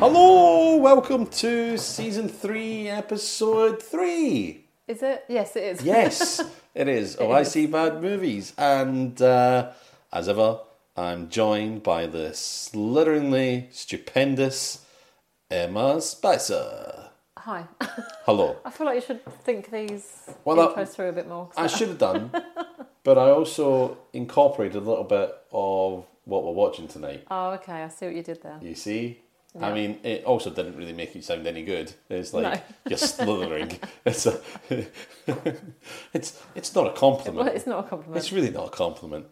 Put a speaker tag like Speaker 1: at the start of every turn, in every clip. Speaker 1: Hello, welcome to season three, episode three.
Speaker 2: Is it? Yes, it is.
Speaker 1: Yes, it is. oh, I see bad movies, and uh, as ever, I'm joined by the slitheringly stupendous Emma Spicer.
Speaker 2: Hi.
Speaker 1: Hello.
Speaker 2: I feel like you should think these
Speaker 1: Well,
Speaker 2: intros
Speaker 1: that-
Speaker 2: through a bit more. 'cause
Speaker 1: I should have done, but I also incorporated a little bit of what we're watching tonight.
Speaker 2: Oh, okay. I see what you did there.
Speaker 1: You see? I mean, it also didn't really make you sound any good. It's like
Speaker 2: No.
Speaker 1: you're slithering. it's a, it's it's not a compliment.
Speaker 2: Well, it's not a compliment.
Speaker 1: It's really not a compliment.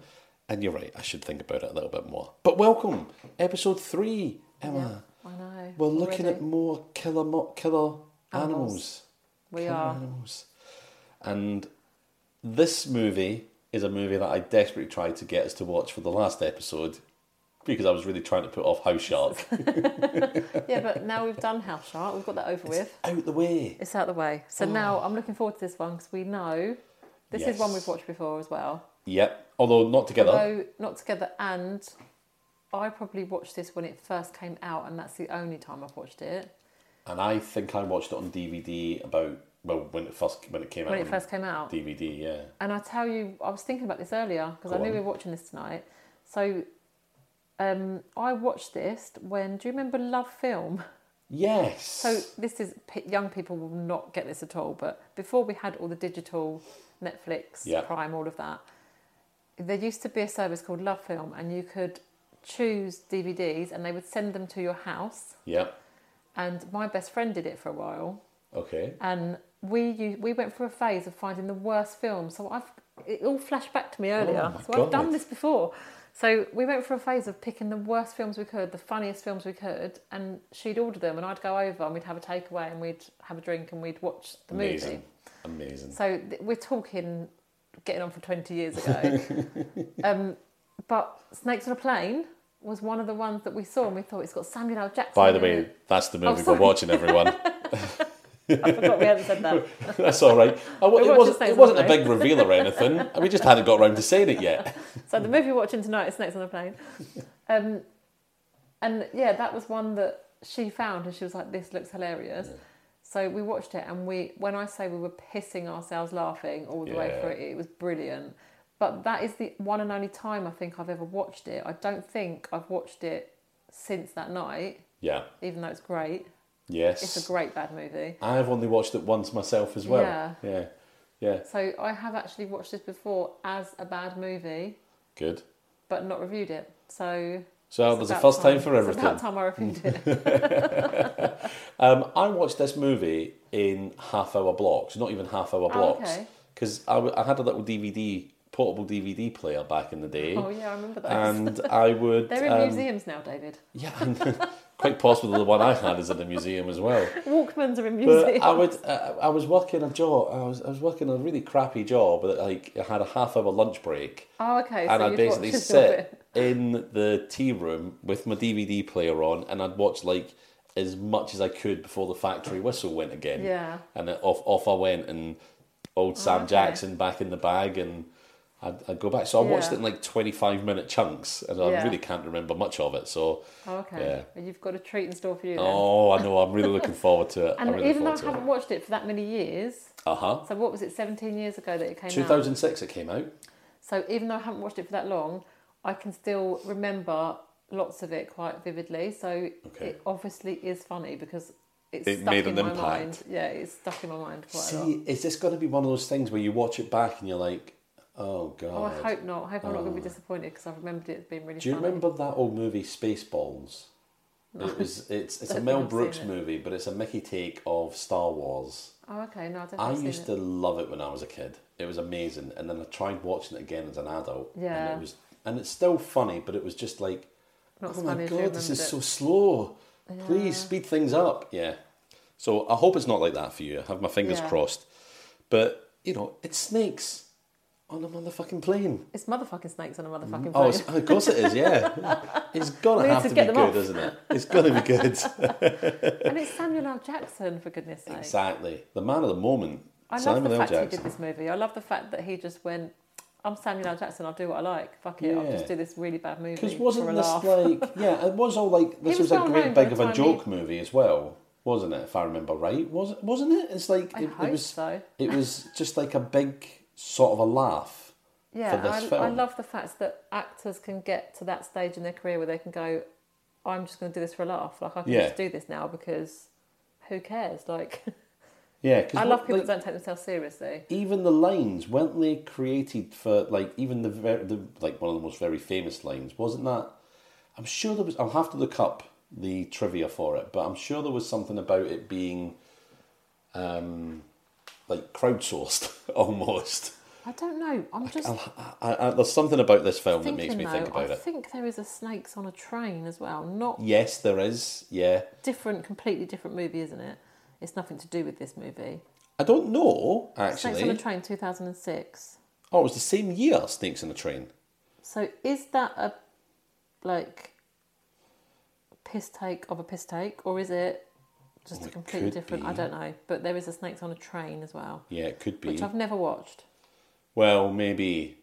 Speaker 1: And you're right. I should think about it a little bit more. But welcome, episode three, Emma.
Speaker 2: I know.
Speaker 1: We're looking
Speaker 2: already.
Speaker 1: at more killer mo- killer animals.
Speaker 2: We
Speaker 1: Killer
Speaker 2: are.
Speaker 1: animals. And this movie is a movie that I desperately tried to get us to watch for the last episode because I was really trying to put off House Shark.
Speaker 2: Yeah, but now we've done House Shark. We've got that over with.
Speaker 1: out the way.
Speaker 2: It's out the way. So
Speaker 1: Oh.
Speaker 2: now I'm looking forward to this one because we know this is one
Speaker 1: Yes.
Speaker 2: we've watched before as well.
Speaker 1: Yep. Although not together.
Speaker 2: Although not together and. I probably watched this when it first came out, and that's the only time I've watched it.
Speaker 1: And I think I watched it on DVD about well when it first when it came
Speaker 2: When
Speaker 1: out.
Speaker 2: it first came out,
Speaker 1: on DVD, yeah.
Speaker 2: And I tell you, I was thinking about this earlier because I
Speaker 1: Go
Speaker 2: knew
Speaker 1: on.
Speaker 2: we were watching this tonight. So um, I watched this when, do you remember Love Film?
Speaker 1: Yes.
Speaker 2: So this is, p- young people will not get this at all, but before we had all the digital, Netflix,
Speaker 1: Yeah.
Speaker 2: Prime, all of that, there used to be a service called Love Film and you could choose DVDs and they would send them to your house.
Speaker 1: Yep.
Speaker 2: And my best friend did it for a while
Speaker 1: Okay.
Speaker 2: and we u- we went through a phase of finding the worst film. So I've it all flashed back to me earlier.
Speaker 1: Oh my
Speaker 2: so
Speaker 1: God.
Speaker 2: I've done this before. So we went through a phase of picking the worst films we could, the funniest films we could, and she'd order them, and I'd go over and we'd have a takeaway and we'd have a drink and we'd watch the movie.
Speaker 1: Amazing. Amazing.
Speaker 2: So th- we're talking getting on for twenty years ago. um, but Snakes on a Plane was one of the ones that we saw, and we thought it's got Samuel L. Jackson.
Speaker 1: By the
Speaker 2: in
Speaker 1: way,
Speaker 2: it."
Speaker 1: that's the movie we're
Speaker 2: Oh, sorry.
Speaker 1: watching, everyone.
Speaker 2: I forgot we hadn't said that.
Speaker 1: that's all right. I, wa-
Speaker 2: We're
Speaker 1: it
Speaker 2: watching
Speaker 1: wasn't,
Speaker 2: Snakes
Speaker 1: it
Speaker 2: on
Speaker 1: wasn't a
Speaker 2: the
Speaker 1: big reveal or anything. We just hadn't got round to saying it yet.
Speaker 2: So the movie we're watching tonight is Snakes on a Plane. Um, and yeah, that was one that she found and she was like, this looks hilarious. So we watched it and we, when I say we were pissing ourselves laughing all the way
Speaker 1: Yeah.
Speaker 2: through it, it was brilliant. But that is the one and only time I think I've ever watched it. I don't think I've watched it since that night,
Speaker 1: Yeah.
Speaker 2: even though it's great. It's a
Speaker 1: Yes.
Speaker 2: great bad movie.
Speaker 1: I've only watched it once myself as well.
Speaker 2: Yeah.
Speaker 1: Yeah. Yeah.
Speaker 2: So I have actually watched this before as a bad movie,
Speaker 1: Good.
Speaker 2: but not reviewed it. So
Speaker 1: So
Speaker 2: it's
Speaker 1: there's a
Speaker 2: about
Speaker 1: first time for
Speaker 2: It's
Speaker 1: everything.
Speaker 2: about time I reviewed it.
Speaker 1: Um, I watched this movie in half hour blocks, not even half hour blocks,
Speaker 2: Ah, okay.
Speaker 1: because I, w- I had a little DVD, portable DVD player back in the day,
Speaker 2: Oh yeah, I remember those.
Speaker 1: and I would
Speaker 2: They're in
Speaker 1: um,
Speaker 2: museums now, David.
Speaker 1: yeah, and quite possibly the one I had is in a museum as well.
Speaker 2: Walkmans are in museums.
Speaker 1: But I would, uh, I was working a job, I was, I was working a really crappy job, but like I had a half hour lunch break,
Speaker 2: oh, okay. So
Speaker 1: and
Speaker 2: you'd
Speaker 1: I'd basically
Speaker 2: watch this
Speaker 1: sit
Speaker 2: bit.
Speaker 1: in the tea room with my DVD player on, and I'd watch like as much as I could before the factory whistle went again.
Speaker 2: Yeah.
Speaker 1: And then off off I went, and old Sam
Speaker 2: Oh, okay.
Speaker 1: Jackson back in the bag, and I'd, I'd go back. So I watched
Speaker 2: Yeah.
Speaker 1: it in like twenty five minute chunks, and I
Speaker 2: Yeah.
Speaker 1: really can't remember much of it. So
Speaker 2: Oh, okay.
Speaker 1: Yeah.
Speaker 2: Well, You've got a treat in store for you. Then.
Speaker 1: oh, I know I'm really looking forward to it.
Speaker 2: and
Speaker 1: I'm really
Speaker 2: even though I
Speaker 1: looking
Speaker 2: haven't
Speaker 1: forward
Speaker 2: watched it for that many years,
Speaker 1: to it. Uh huh.
Speaker 2: so what was it, 17 years ago that it came
Speaker 1: Two
Speaker 2: out?
Speaker 1: thousand six, it came out.
Speaker 2: So even though I haven't watched it for that long, I can still remember lots of it quite vividly. So
Speaker 1: Okay.
Speaker 2: it obviously is funny because it's
Speaker 1: It
Speaker 2: stuck
Speaker 1: made
Speaker 2: in
Speaker 1: an
Speaker 2: my
Speaker 1: impact.
Speaker 2: mind. Yeah, it's stuck in my mind quite a lot.
Speaker 1: See, is this going to be one of those things where you watch it back and you're like, oh god? Oh.
Speaker 2: Oh, I hope not. I hope I'm not going to be disappointed because I remembered it being really
Speaker 1: Do you
Speaker 2: funny.
Speaker 1: remember that old movie Spaceballs? It was it's it's a
Speaker 2: Don't
Speaker 1: Mel
Speaker 2: think I've
Speaker 1: Brooks
Speaker 2: seen it.
Speaker 1: movie, but it's a Mickey take of Star Wars.
Speaker 2: Oh, okay. No, I definitely
Speaker 1: I
Speaker 2: seen
Speaker 1: used
Speaker 2: it.
Speaker 1: to love it when I was a kid. It was amazing, and then I tried watching it again as an adult. and
Speaker 2: Yeah.
Speaker 1: it was, and it's still funny, but it was just like,
Speaker 2: Not
Speaker 1: oh
Speaker 2: as
Speaker 1: my
Speaker 2: funny as you
Speaker 1: god, this is
Speaker 2: remembered
Speaker 1: so slow. Please
Speaker 2: Yeah.
Speaker 1: speed things up. Yeah. So I hope it's not like that for you. I have my fingers
Speaker 2: Yeah.
Speaker 1: crossed, but you know, it's snakes on a motherfucking plane.
Speaker 2: It's motherfucking snakes on a motherfucking plane.
Speaker 1: Oh, it's- of course it is. Yeah, it's gonna
Speaker 2: We need
Speaker 1: have
Speaker 2: to
Speaker 1: to, be
Speaker 2: get
Speaker 1: good,
Speaker 2: them off.
Speaker 1: isn't it? It's gonna be good.
Speaker 2: and it's Samuel L. Jackson, for goodness sake.
Speaker 1: exactly. The man of the moment,
Speaker 2: I love
Speaker 1: Simon
Speaker 2: the
Speaker 1: L.
Speaker 2: fact he
Speaker 1: Jackson.
Speaker 2: did this movie. I love the fact that he just went, I'm Samuel L. Jackson. I'll do what I like. Fuck it. I'll
Speaker 1: Yeah.
Speaker 2: just do this really bad movie
Speaker 1: Because
Speaker 2: for
Speaker 1: wasn't
Speaker 2: a
Speaker 1: this
Speaker 2: laugh.
Speaker 1: like yeah? It was all like this
Speaker 2: He
Speaker 1: was,
Speaker 2: was
Speaker 1: a
Speaker 2: well
Speaker 1: great
Speaker 2: known by
Speaker 1: big of
Speaker 2: the
Speaker 1: a
Speaker 2: time he-
Speaker 1: joke movie as well, wasn't it? If I remember right, was it? Wasn't it? It's like
Speaker 2: I
Speaker 1: it,
Speaker 2: hope
Speaker 1: it was.
Speaker 2: so.
Speaker 1: It was just like a big sort of a laugh.
Speaker 2: Yeah,
Speaker 1: for this
Speaker 2: I, I
Speaker 1: film.
Speaker 2: love the fact that actors can get to that stage in their career where they can go, I'm just going to do this for a laugh. Like, I can
Speaker 1: Yeah.
Speaker 2: just do this now because who cares? Like,
Speaker 1: Yeah, 'cause
Speaker 2: I
Speaker 1: what-
Speaker 2: love people
Speaker 1: like,
Speaker 2: that don't take themselves seriously.
Speaker 1: even the lines weren't they created for like even the, ver- the like one of the most very famous lines wasn't that i'm sure there was i'll have to look up the trivia for it but i'm sure there was something about it being um like crowdsourced almost
Speaker 2: I don't know. I'm just
Speaker 1: I, I, I- there's something about this film that makes
Speaker 2: thinking,
Speaker 1: me
Speaker 2: though,
Speaker 1: think about
Speaker 2: I
Speaker 1: it
Speaker 2: think there is a Snakes on a Train as well. Not
Speaker 1: yes there is yeah
Speaker 2: different, completely different movie, isn't it? It's nothing to do with this movie.
Speaker 1: i don't know
Speaker 2: Snakes on a
Speaker 1: actually
Speaker 2: Train 2006.
Speaker 1: oh it was the same year snakes on the train
Speaker 2: So is that a like piss take of a piss take, or is it just
Speaker 1: Well,
Speaker 2: a
Speaker 1: it
Speaker 2: completely
Speaker 1: could
Speaker 2: different? I
Speaker 1: be.
Speaker 2: don't know. But there is a Snakes on a Train as well,
Speaker 1: yeah it could be
Speaker 2: which I've never watched.
Speaker 1: well maybe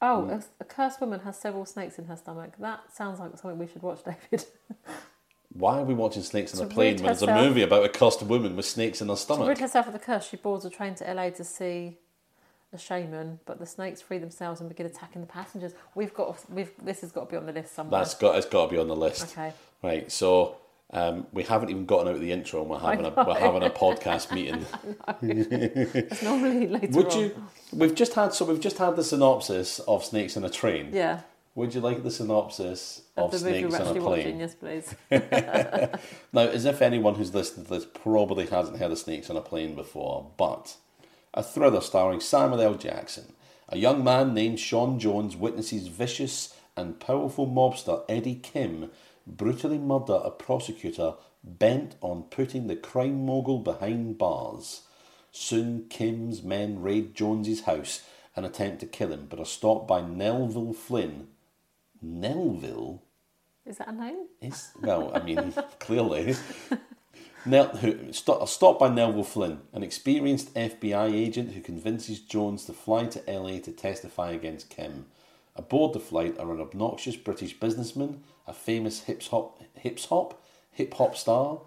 Speaker 1: Hmm.
Speaker 2: Oh, a, a cursed woman has several snakes in her stomach. That sounds like something we should watch, David.
Speaker 1: Why are we watching Snakes on a
Speaker 2: To
Speaker 1: Plane
Speaker 2: rid
Speaker 1: when there's a
Speaker 2: herself-
Speaker 1: movie about a cursed woman with snakes in her
Speaker 2: to
Speaker 1: stomach?
Speaker 2: rid herself of the curse, she boards a train to LA to see a shaman, but the snakes free themselves and begin attacking the passengers. We've got we've this has got to be on the list somewhere.
Speaker 1: That's got it's got to be on the list,
Speaker 2: okay.
Speaker 1: right? So um, we haven't even gotten out of the intro, and we're having a
Speaker 2: know.
Speaker 1: we're having a podcast meeting.
Speaker 2: It's normally later
Speaker 1: Would
Speaker 2: on.
Speaker 1: you? We've just had so we've just had the synopsis of Snakes on a Train.
Speaker 2: Yeah.
Speaker 1: Would you like the synopsis of,
Speaker 2: the movie
Speaker 1: Snakes
Speaker 2: we're
Speaker 1: on a
Speaker 2: actually
Speaker 1: Plane?
Speaker 2: watching, yes, please.
Speaker 1: Now, as if anyone who's listened to this probably hasn't heard of Snakes on a Plane before, but a thriller starring Samuel L. Jackson. A young man named Sean Jones witnesses vicious and powerful mobster Eddie Kim brutally murder a prosecutor bent on putting the crime mogul behind bars. Soon, Kim's men raid Jones's house and attempt to kill him, but are stopped by Nelville Flynn. Nelville?
Speaker 2: Is that a name?
Speaker 1: Is well, I mean, clearly. Nel, who, stop, stopped by Nelville Flynn, an experienced FBI agent who convinces Jones to fly to LA to testify against Kim. Aboard the flight are an obnoxious British businessman, a famous hip hop hip hop hip hop star,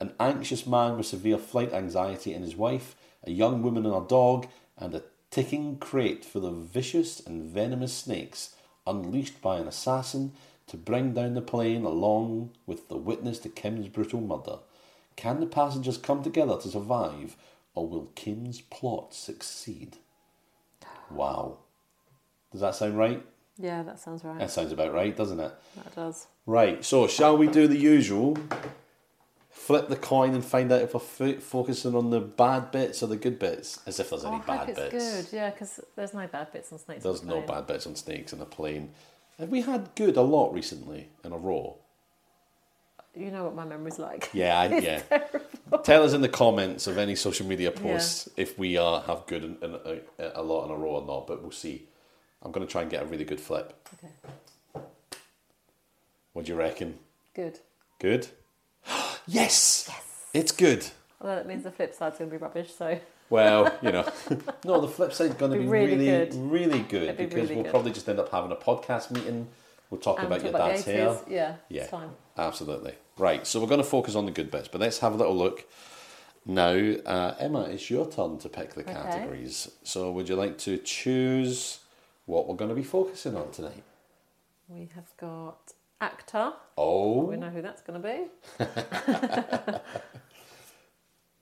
Speaker 1: an anxious man with severe flight anxiety, and his wife, a young woman and a dog, and a ticking crate full of vicious and venomous snakes unleashed by an assassin to bring down the plane along with the witness to Kim's brutal murder. Can the passengers come together to survive, or will Kim's plot succeed? Wow. Does that sound right?
Speaker 2: Yeah, that sounds right.
Speaker 1: That sounds about right, doesn't it?
Speaker 2: That does.
Speaker 1: Right, so shall we do the usual? Flip the coin and find out if we're fo- focusing on the bad bits or the good bits, as if there's any
Speaker 2: Oh, I
Speaker 1: bad
Speaker 2: hope it's
Speaker 1: bits.
Speaker 2: good. Yeah, because there's no bad bits on snakes.
Speaker 1: There's
Speaker 2: on
Speaker 1: no
Speaker 2: Plane.
Speaker 1: bad bits on snakes in a plane. Have we had good a lot recently in a row?
Speaker 2: You know what my memory's like.
Speaker 1: Yeah, I, yeah. Tell us in the comments of any social media posts if we are have good in, in, a, a lot in a row or not. But we'll see. I'm going to try and get a really good flip.
Speaker 2: Okay.
Speaker 1: What do you reckon?
Speaker 2: Good.
Speaker 1: Good. yes. Yes. It's good.
Speaker 2: Although that means the flip side's going to be rubbish. So um,
Speaker 1: Well, you know. no, the flip side's going to
Speaker 2: Be
Speaker 1: be
Speaker 2: really
Speaker 1: really, really good,
Speaker 2: good. It'd be
Speaker 1: because
Speaker 2: really
Speaker 1: we'll
Speaker 2: good.
Speaker 1: probably just end up having a podcast meeting. We'll talk
Speaker 2: And
Speaker 1: about
Speaker 2: talk
Speaker 1: your dad's
Speaker 2: the
Speaker 1: hair.
Speaker 2: 80s. Yeah,
Speaker 1: Yeah,
Speaker 2: It's fine.
Speaker 1: absolutely. Right, so we're going to focus on the good bits, but let's have a little look now. Uh, Emma, it's your turn to pick the categories. So, would you like to choose what we're going to be focusing on tonight?
Speaker 2: We have got actor. We
Speaker 1: Oh,
Speaker 2: know who that's going to be.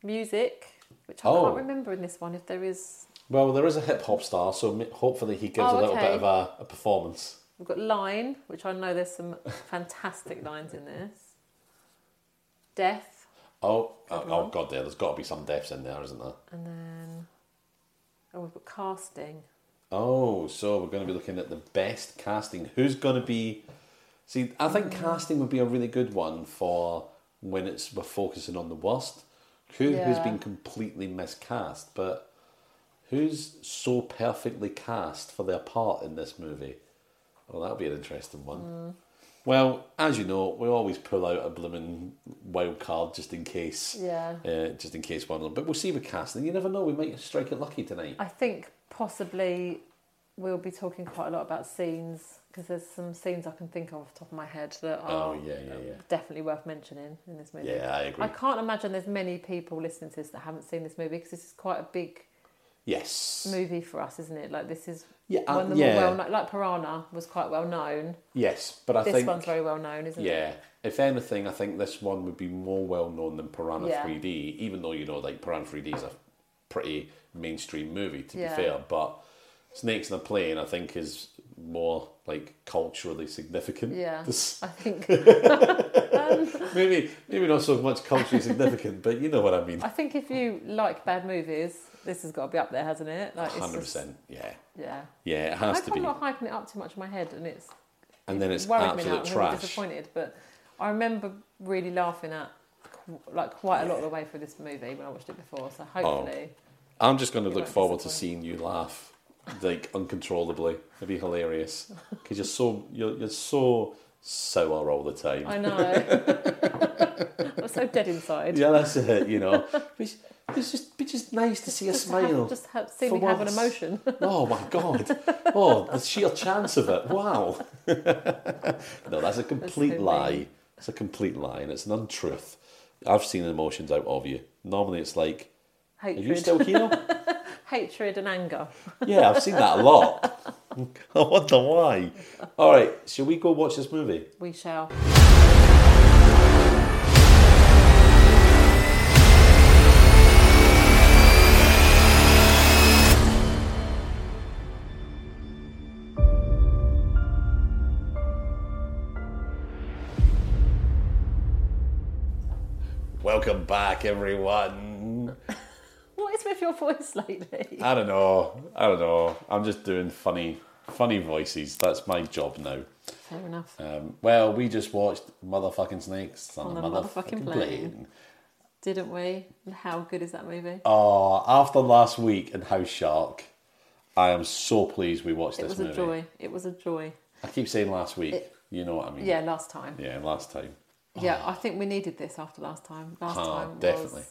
Speaker 2: Music, which I
Speaker 1: Oh.
Speaker 2: can't remember in this one if there is.
Speaker 1: well, there is a hip hop star, so mi- hopefully he gives
Speaker 2: Oh,
Speaker 1: a little
Speaker 2: okay.
Speaker 1: bit of a, a performance.
Speaker 2: We've got line, which I know there's some fantastic lines in this. Death,
Speaker 1: Oh, oh,
Speaker 2: Good
Speaker 1: oh
Speaker 2: one.
Speaker 1: God, there, there's got to be some deaths in there, isn't there?
Speaker 2: and then oh, we've got casting.
Speaker 1: Oh, so we're going to be looking at the best casting. Who's going to be? See, I think casting would be a really good one for when it's we're focusing on the worst. Who who's
Speaker 2: Yeah.
Speaker 1: been completely miscast, but who's so perfectly cast for their part in this movie? Well, that'd be an interesting one. Well, as you know, we always pull out a blooming wild card just in case.
Speaker 2: Yeah.
Speaker 1: Uh, just in case one of them. But we'll see with casting. You never know. We might strike it lucky tonight.
Speaker 2: I think possibly we'll be talking quite a lot about scenes because there's some scenes I can think of off the top of my head that are
Speaker 1: Oh, yeah, yeah, yeah.
Speaker 2: definitely worth mentioning in this movie.
Speaker 1: Yeah, I agree.
Speaker 2: I can't imagine there's many people listening to this that haven't seen this movie because this is quite a big
Speaker 1: Yes.
Speaker 2: movie for us, isn't it? Like this is
Speaker 1: Yeah, uh,
Speaker 2: one of the
Speaker 1: yeah.
Speaker 2: more well known. Like Piranha was quite well known.
Speaker 1: Yes, but I
Speaker 2: This
Speaker 1: think
Speaker 2: one's very well known, isn't it?
Speaker 1: yeah. If anything, I think this one would be more well known than Piranha
Speaker 2: Yeah.
Speaker 1: 3D, even though you know like Piranha 3D is a pretty mainstream movie to
Speaker 2: Yeah.
Speaker 1: be fair, but Snakes in a Plane I think is more like culturally significant.
Speaker 2: Yeah.
Speaker 1: This-
Speaker 2: I think
Speaker 1: maybe maybe not so much culturally significant, but you know what I mean.
Speaker 2: I think if you like bad movies, this has got to be up there, hasn't it? Like it's just-
Speaker 1: Hundred percent. Yeah.
Speaker 2: Yeah.
Speaker 1: Yeah, it
Speaker 2: I
Speaker 1: has
Speaker 2: hope
Speaker 1: to
Speaker 2: I'm
Speaker 1: be.
Speaker 2: not hyping it up too much in my head, and it's
Speaker 1: And then it's
Speaker 2: worried me now.
Speaker 1: absolute
Speaker 2: I'm really
Speaker 1: trash.
Speaker 2: disappointed, but I remember really laughing at qu- like quite a lot of the way through this movie when I watched it before.
Speaker 1: Oh.
Speaker 2: So hopefully,
Speaker 1: I'm just going to
Speaker 2: You
Speaker 1: look
Speaker 2: won't
Speaker 1: forward to
Speaker 2: disappoint.
Speaker 1: seeing you laugh, like uncontrollably. It'd be hilarious because you're so you're, you're so sour all the time.
Speaker 2: I know I'm so dead inside.
Speaker 1: yeah, that's it. You know, But it's, it's just be just nice to see a
Speaker 2: Just to
Speaker 1: smile.
Speaker 2: have, just have, see
Speaker 1: for
Speaker 2: me have an
Speaker 1: once.
Speaker 2: emotion.
Speaker 1: Oh my god! Oh, the sheer chance of it! Wow. no, that's a complete
Speaker 2: so
Speaker 1: lie.
Speaker 2: mean.
Speaker 1: It's a complete lie, and it's an untruth. I've seen emotions out of you. Normally, it's like, are you
Speaker 2: Hatred,
Speaker 1: still here?
Speaker 2: hatred, and anger.
Speaker 1: Yeah, I've seen that a lot. I wonder why. All right, shall we go watch this movie?
Speaker 2: We shall.
Speaker 1: Welcome back, everyone.
Speaker 2: What is with your voice lately?
Speaker 1: I don't know. I don't know. I'm just doing funny, funny voices. That's my job now.
Speaker 2: Fair enough.
Speaker 1: Um, well, we just watched motherfucking snakes on,
Speaker 2: On
Speaker 1: a
Speaker 2: the
Speaker 1: motherfucking, plane.
Speaker 2: motherfucking plane. Didn't we? And how good is that movie?
Speaker 1: Oh, after last week and House Shark, I am so pleased we watched
Speaker 2: it
Speaker 1: this
Speaker 2: was
Speaker 1: movie.
Speaker 2: a joy. It was a joy.
Speaker 1: I keep saying last week.
Speaker 2: It-
Speaker 1: you know what I mean?
Speaker 2: Yeah, last time.
Speaker 1: Yeah, last time.
Speaker 2: Yeah, I think we needed this after last time. Last
Speaker 1: Ah,
Speaker 2: time
Speaker 1: definitely.
Speaker 2: was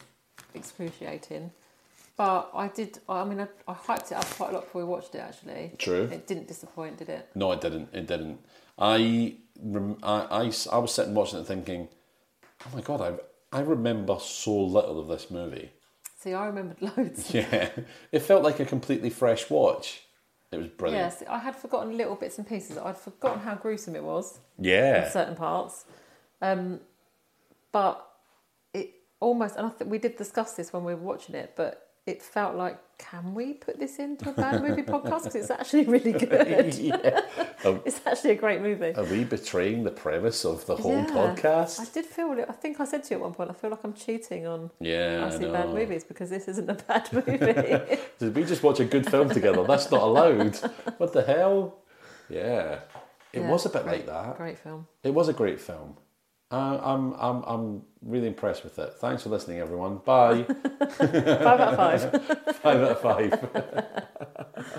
Speaker 2: excruciating. But I did, I mean, I, I hyped it up quite a lot before we watched it actually.
Speaker 1: True.
Speaker 2: It didn't disappoint, did it?
Speaker 1: No, it didn't. It didn't. I, rem- I, I s- I was sitting watching it thinking, oh my god, I, I remember so little of this movie.
Speaker 2: See, I remembered loads.
Speaker 1: Yeah, it felt like a completely fresh watch. It was brilliant.
Speaker 2: Yes, I had forgotten little bits and pieces. I'd forgotten how gruesome it was in
Speaker 1: Yeah,
Speaker 2: certain parts. Um, but it almost, and I think we did discuss this when we were watching it, but it felt like, can we put this into a bad movie podcast? Because it's actually really good.
Speaker 1: yeah. Are,
Speaker 2: It's actually a great movie.
Speaker 1: are we betraying the premise of the whole
Speaker 2: Yeah. I
Speaker 1: podcast?
Speaker 2: did feel it. I think I said to you at one point, I feel like I'm cheating on
Speaker 1: Yeah,
Speaker 2: I
Speaker 1: I
Speaker 2: see bad
Speaker 1: know.
Speaker 2: movies because this isn't a bad movie.
Speaker 1: Did we just watch a good film together? That's not allowed. What the hell? Yeah, it
Speaker 2: Yeah,
Speaker 1: was a bit
Speaker 2: great-
Speaker 1: like that.
Speaker 2: Great film.
Speaker 1: It was a great film. Uh, I'm, I'm, I'm really impressed with it. Thanks for listening, everyone. Bye.
Speaker 2: Five out of five.
Speaker 1: five out of five.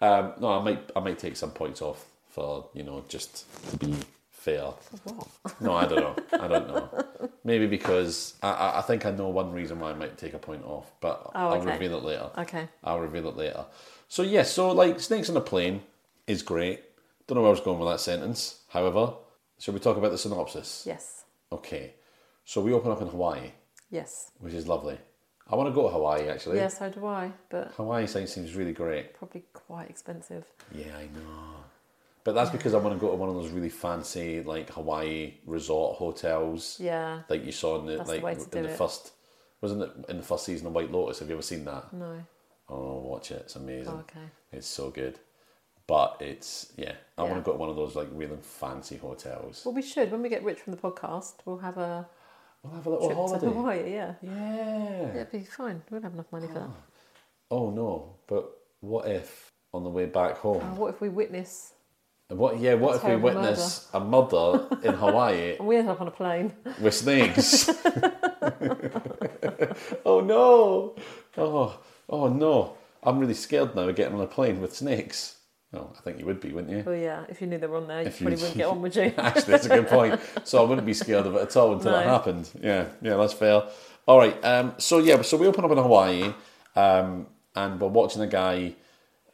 Speaker 1: um, no, I might, I might take some points off for you know just to be fair. No, I don't know. I don't know. Maybe because I, I, I think I know one reason why I might take a point off, but
Speaker 2: Oh,
Speaker 1: I'll
Speaker 2: okay.
Speaker 1: reveal it later.
Speaker 2: Okay.
Speaker 1: I'll reveal it later. So yeah, so like snakes on a plane is great. Don't know where I was going with that sentence. However, shall we talk about the synopsis?
Speaker 2: Yes.
Speaker 1: Okay. So we open up in Hawaii,
Speaker 2: Yes.
Speaker 1: which is lovely. I want to go to Hawaii actually.
Speaker 2: Yeah, so do I, but
Speaker 1: Hawaii site seems really great.
Speaker 2: probably quite expensive.
Speaker 1: Yeah, I know. But that's because I want to go to one of those really fancy like Hawaii resort hotels
Speaker 2: Yeah.
Speaker 1: like you saw in the
Speaker 2: That's the
Speaker 1: like
Speaker 2: way to
Speaker 1: in
Speaker 2: do
Speaker 1: the
Speaker 2: it.
Speaker 1: first wasn't it in the first season of White Lotus? Have you ever seen that?
Speaker 2: No.
Speaker 1: Oh, watch it. It's amazing.
Speaker 2: Mm. Oh, okay.
Speaker 1: It's so good. But it's yeah, I want
Speaker 2: Yeah.
Speaker 1: to go to one of those like really fancy hotels.
Speaker 2: Well, we should. When we get rich from the podcast, we'll have a
Speaker 1: We'll have a little
Speaker 2: trip to
Speaker 1: holiday.
Speaker 2: Hawaii. Yeah.
Speaker 1: Yeah.
Speaker 2: Yeah, it'd be fine. We'll have enough money for that.
Speaker 1: Oh no, but what if on the way back home?
Speaker 2: Oh, what if we witness
Speaker 1: And What? Yeah. What if we
Speaker 2: Terrible
Speaker 1: witness a murder in Hawaii
Speaker 2: and we end up on a plane?
Speaker 1: with snakes? oh no! Oh oh no! I'm really scared now of getting on a plane with snakes. Oh, I think you would be, wouldn't you?
Speaker 2: Well, yeah, if you knew they were on there, you
Speaker 1: If you-
Speaker 2: probably wouldn't get on, would you?
Speaker 1: Actually, that's a good point. So I wouldn't be scared of it at all until it
Speaker 2: No.
Speaker 1: happened. Yeah, yeah, that's fair. All right. Um, so yeah, so we open up in Hawaii, um, and we're watching a guy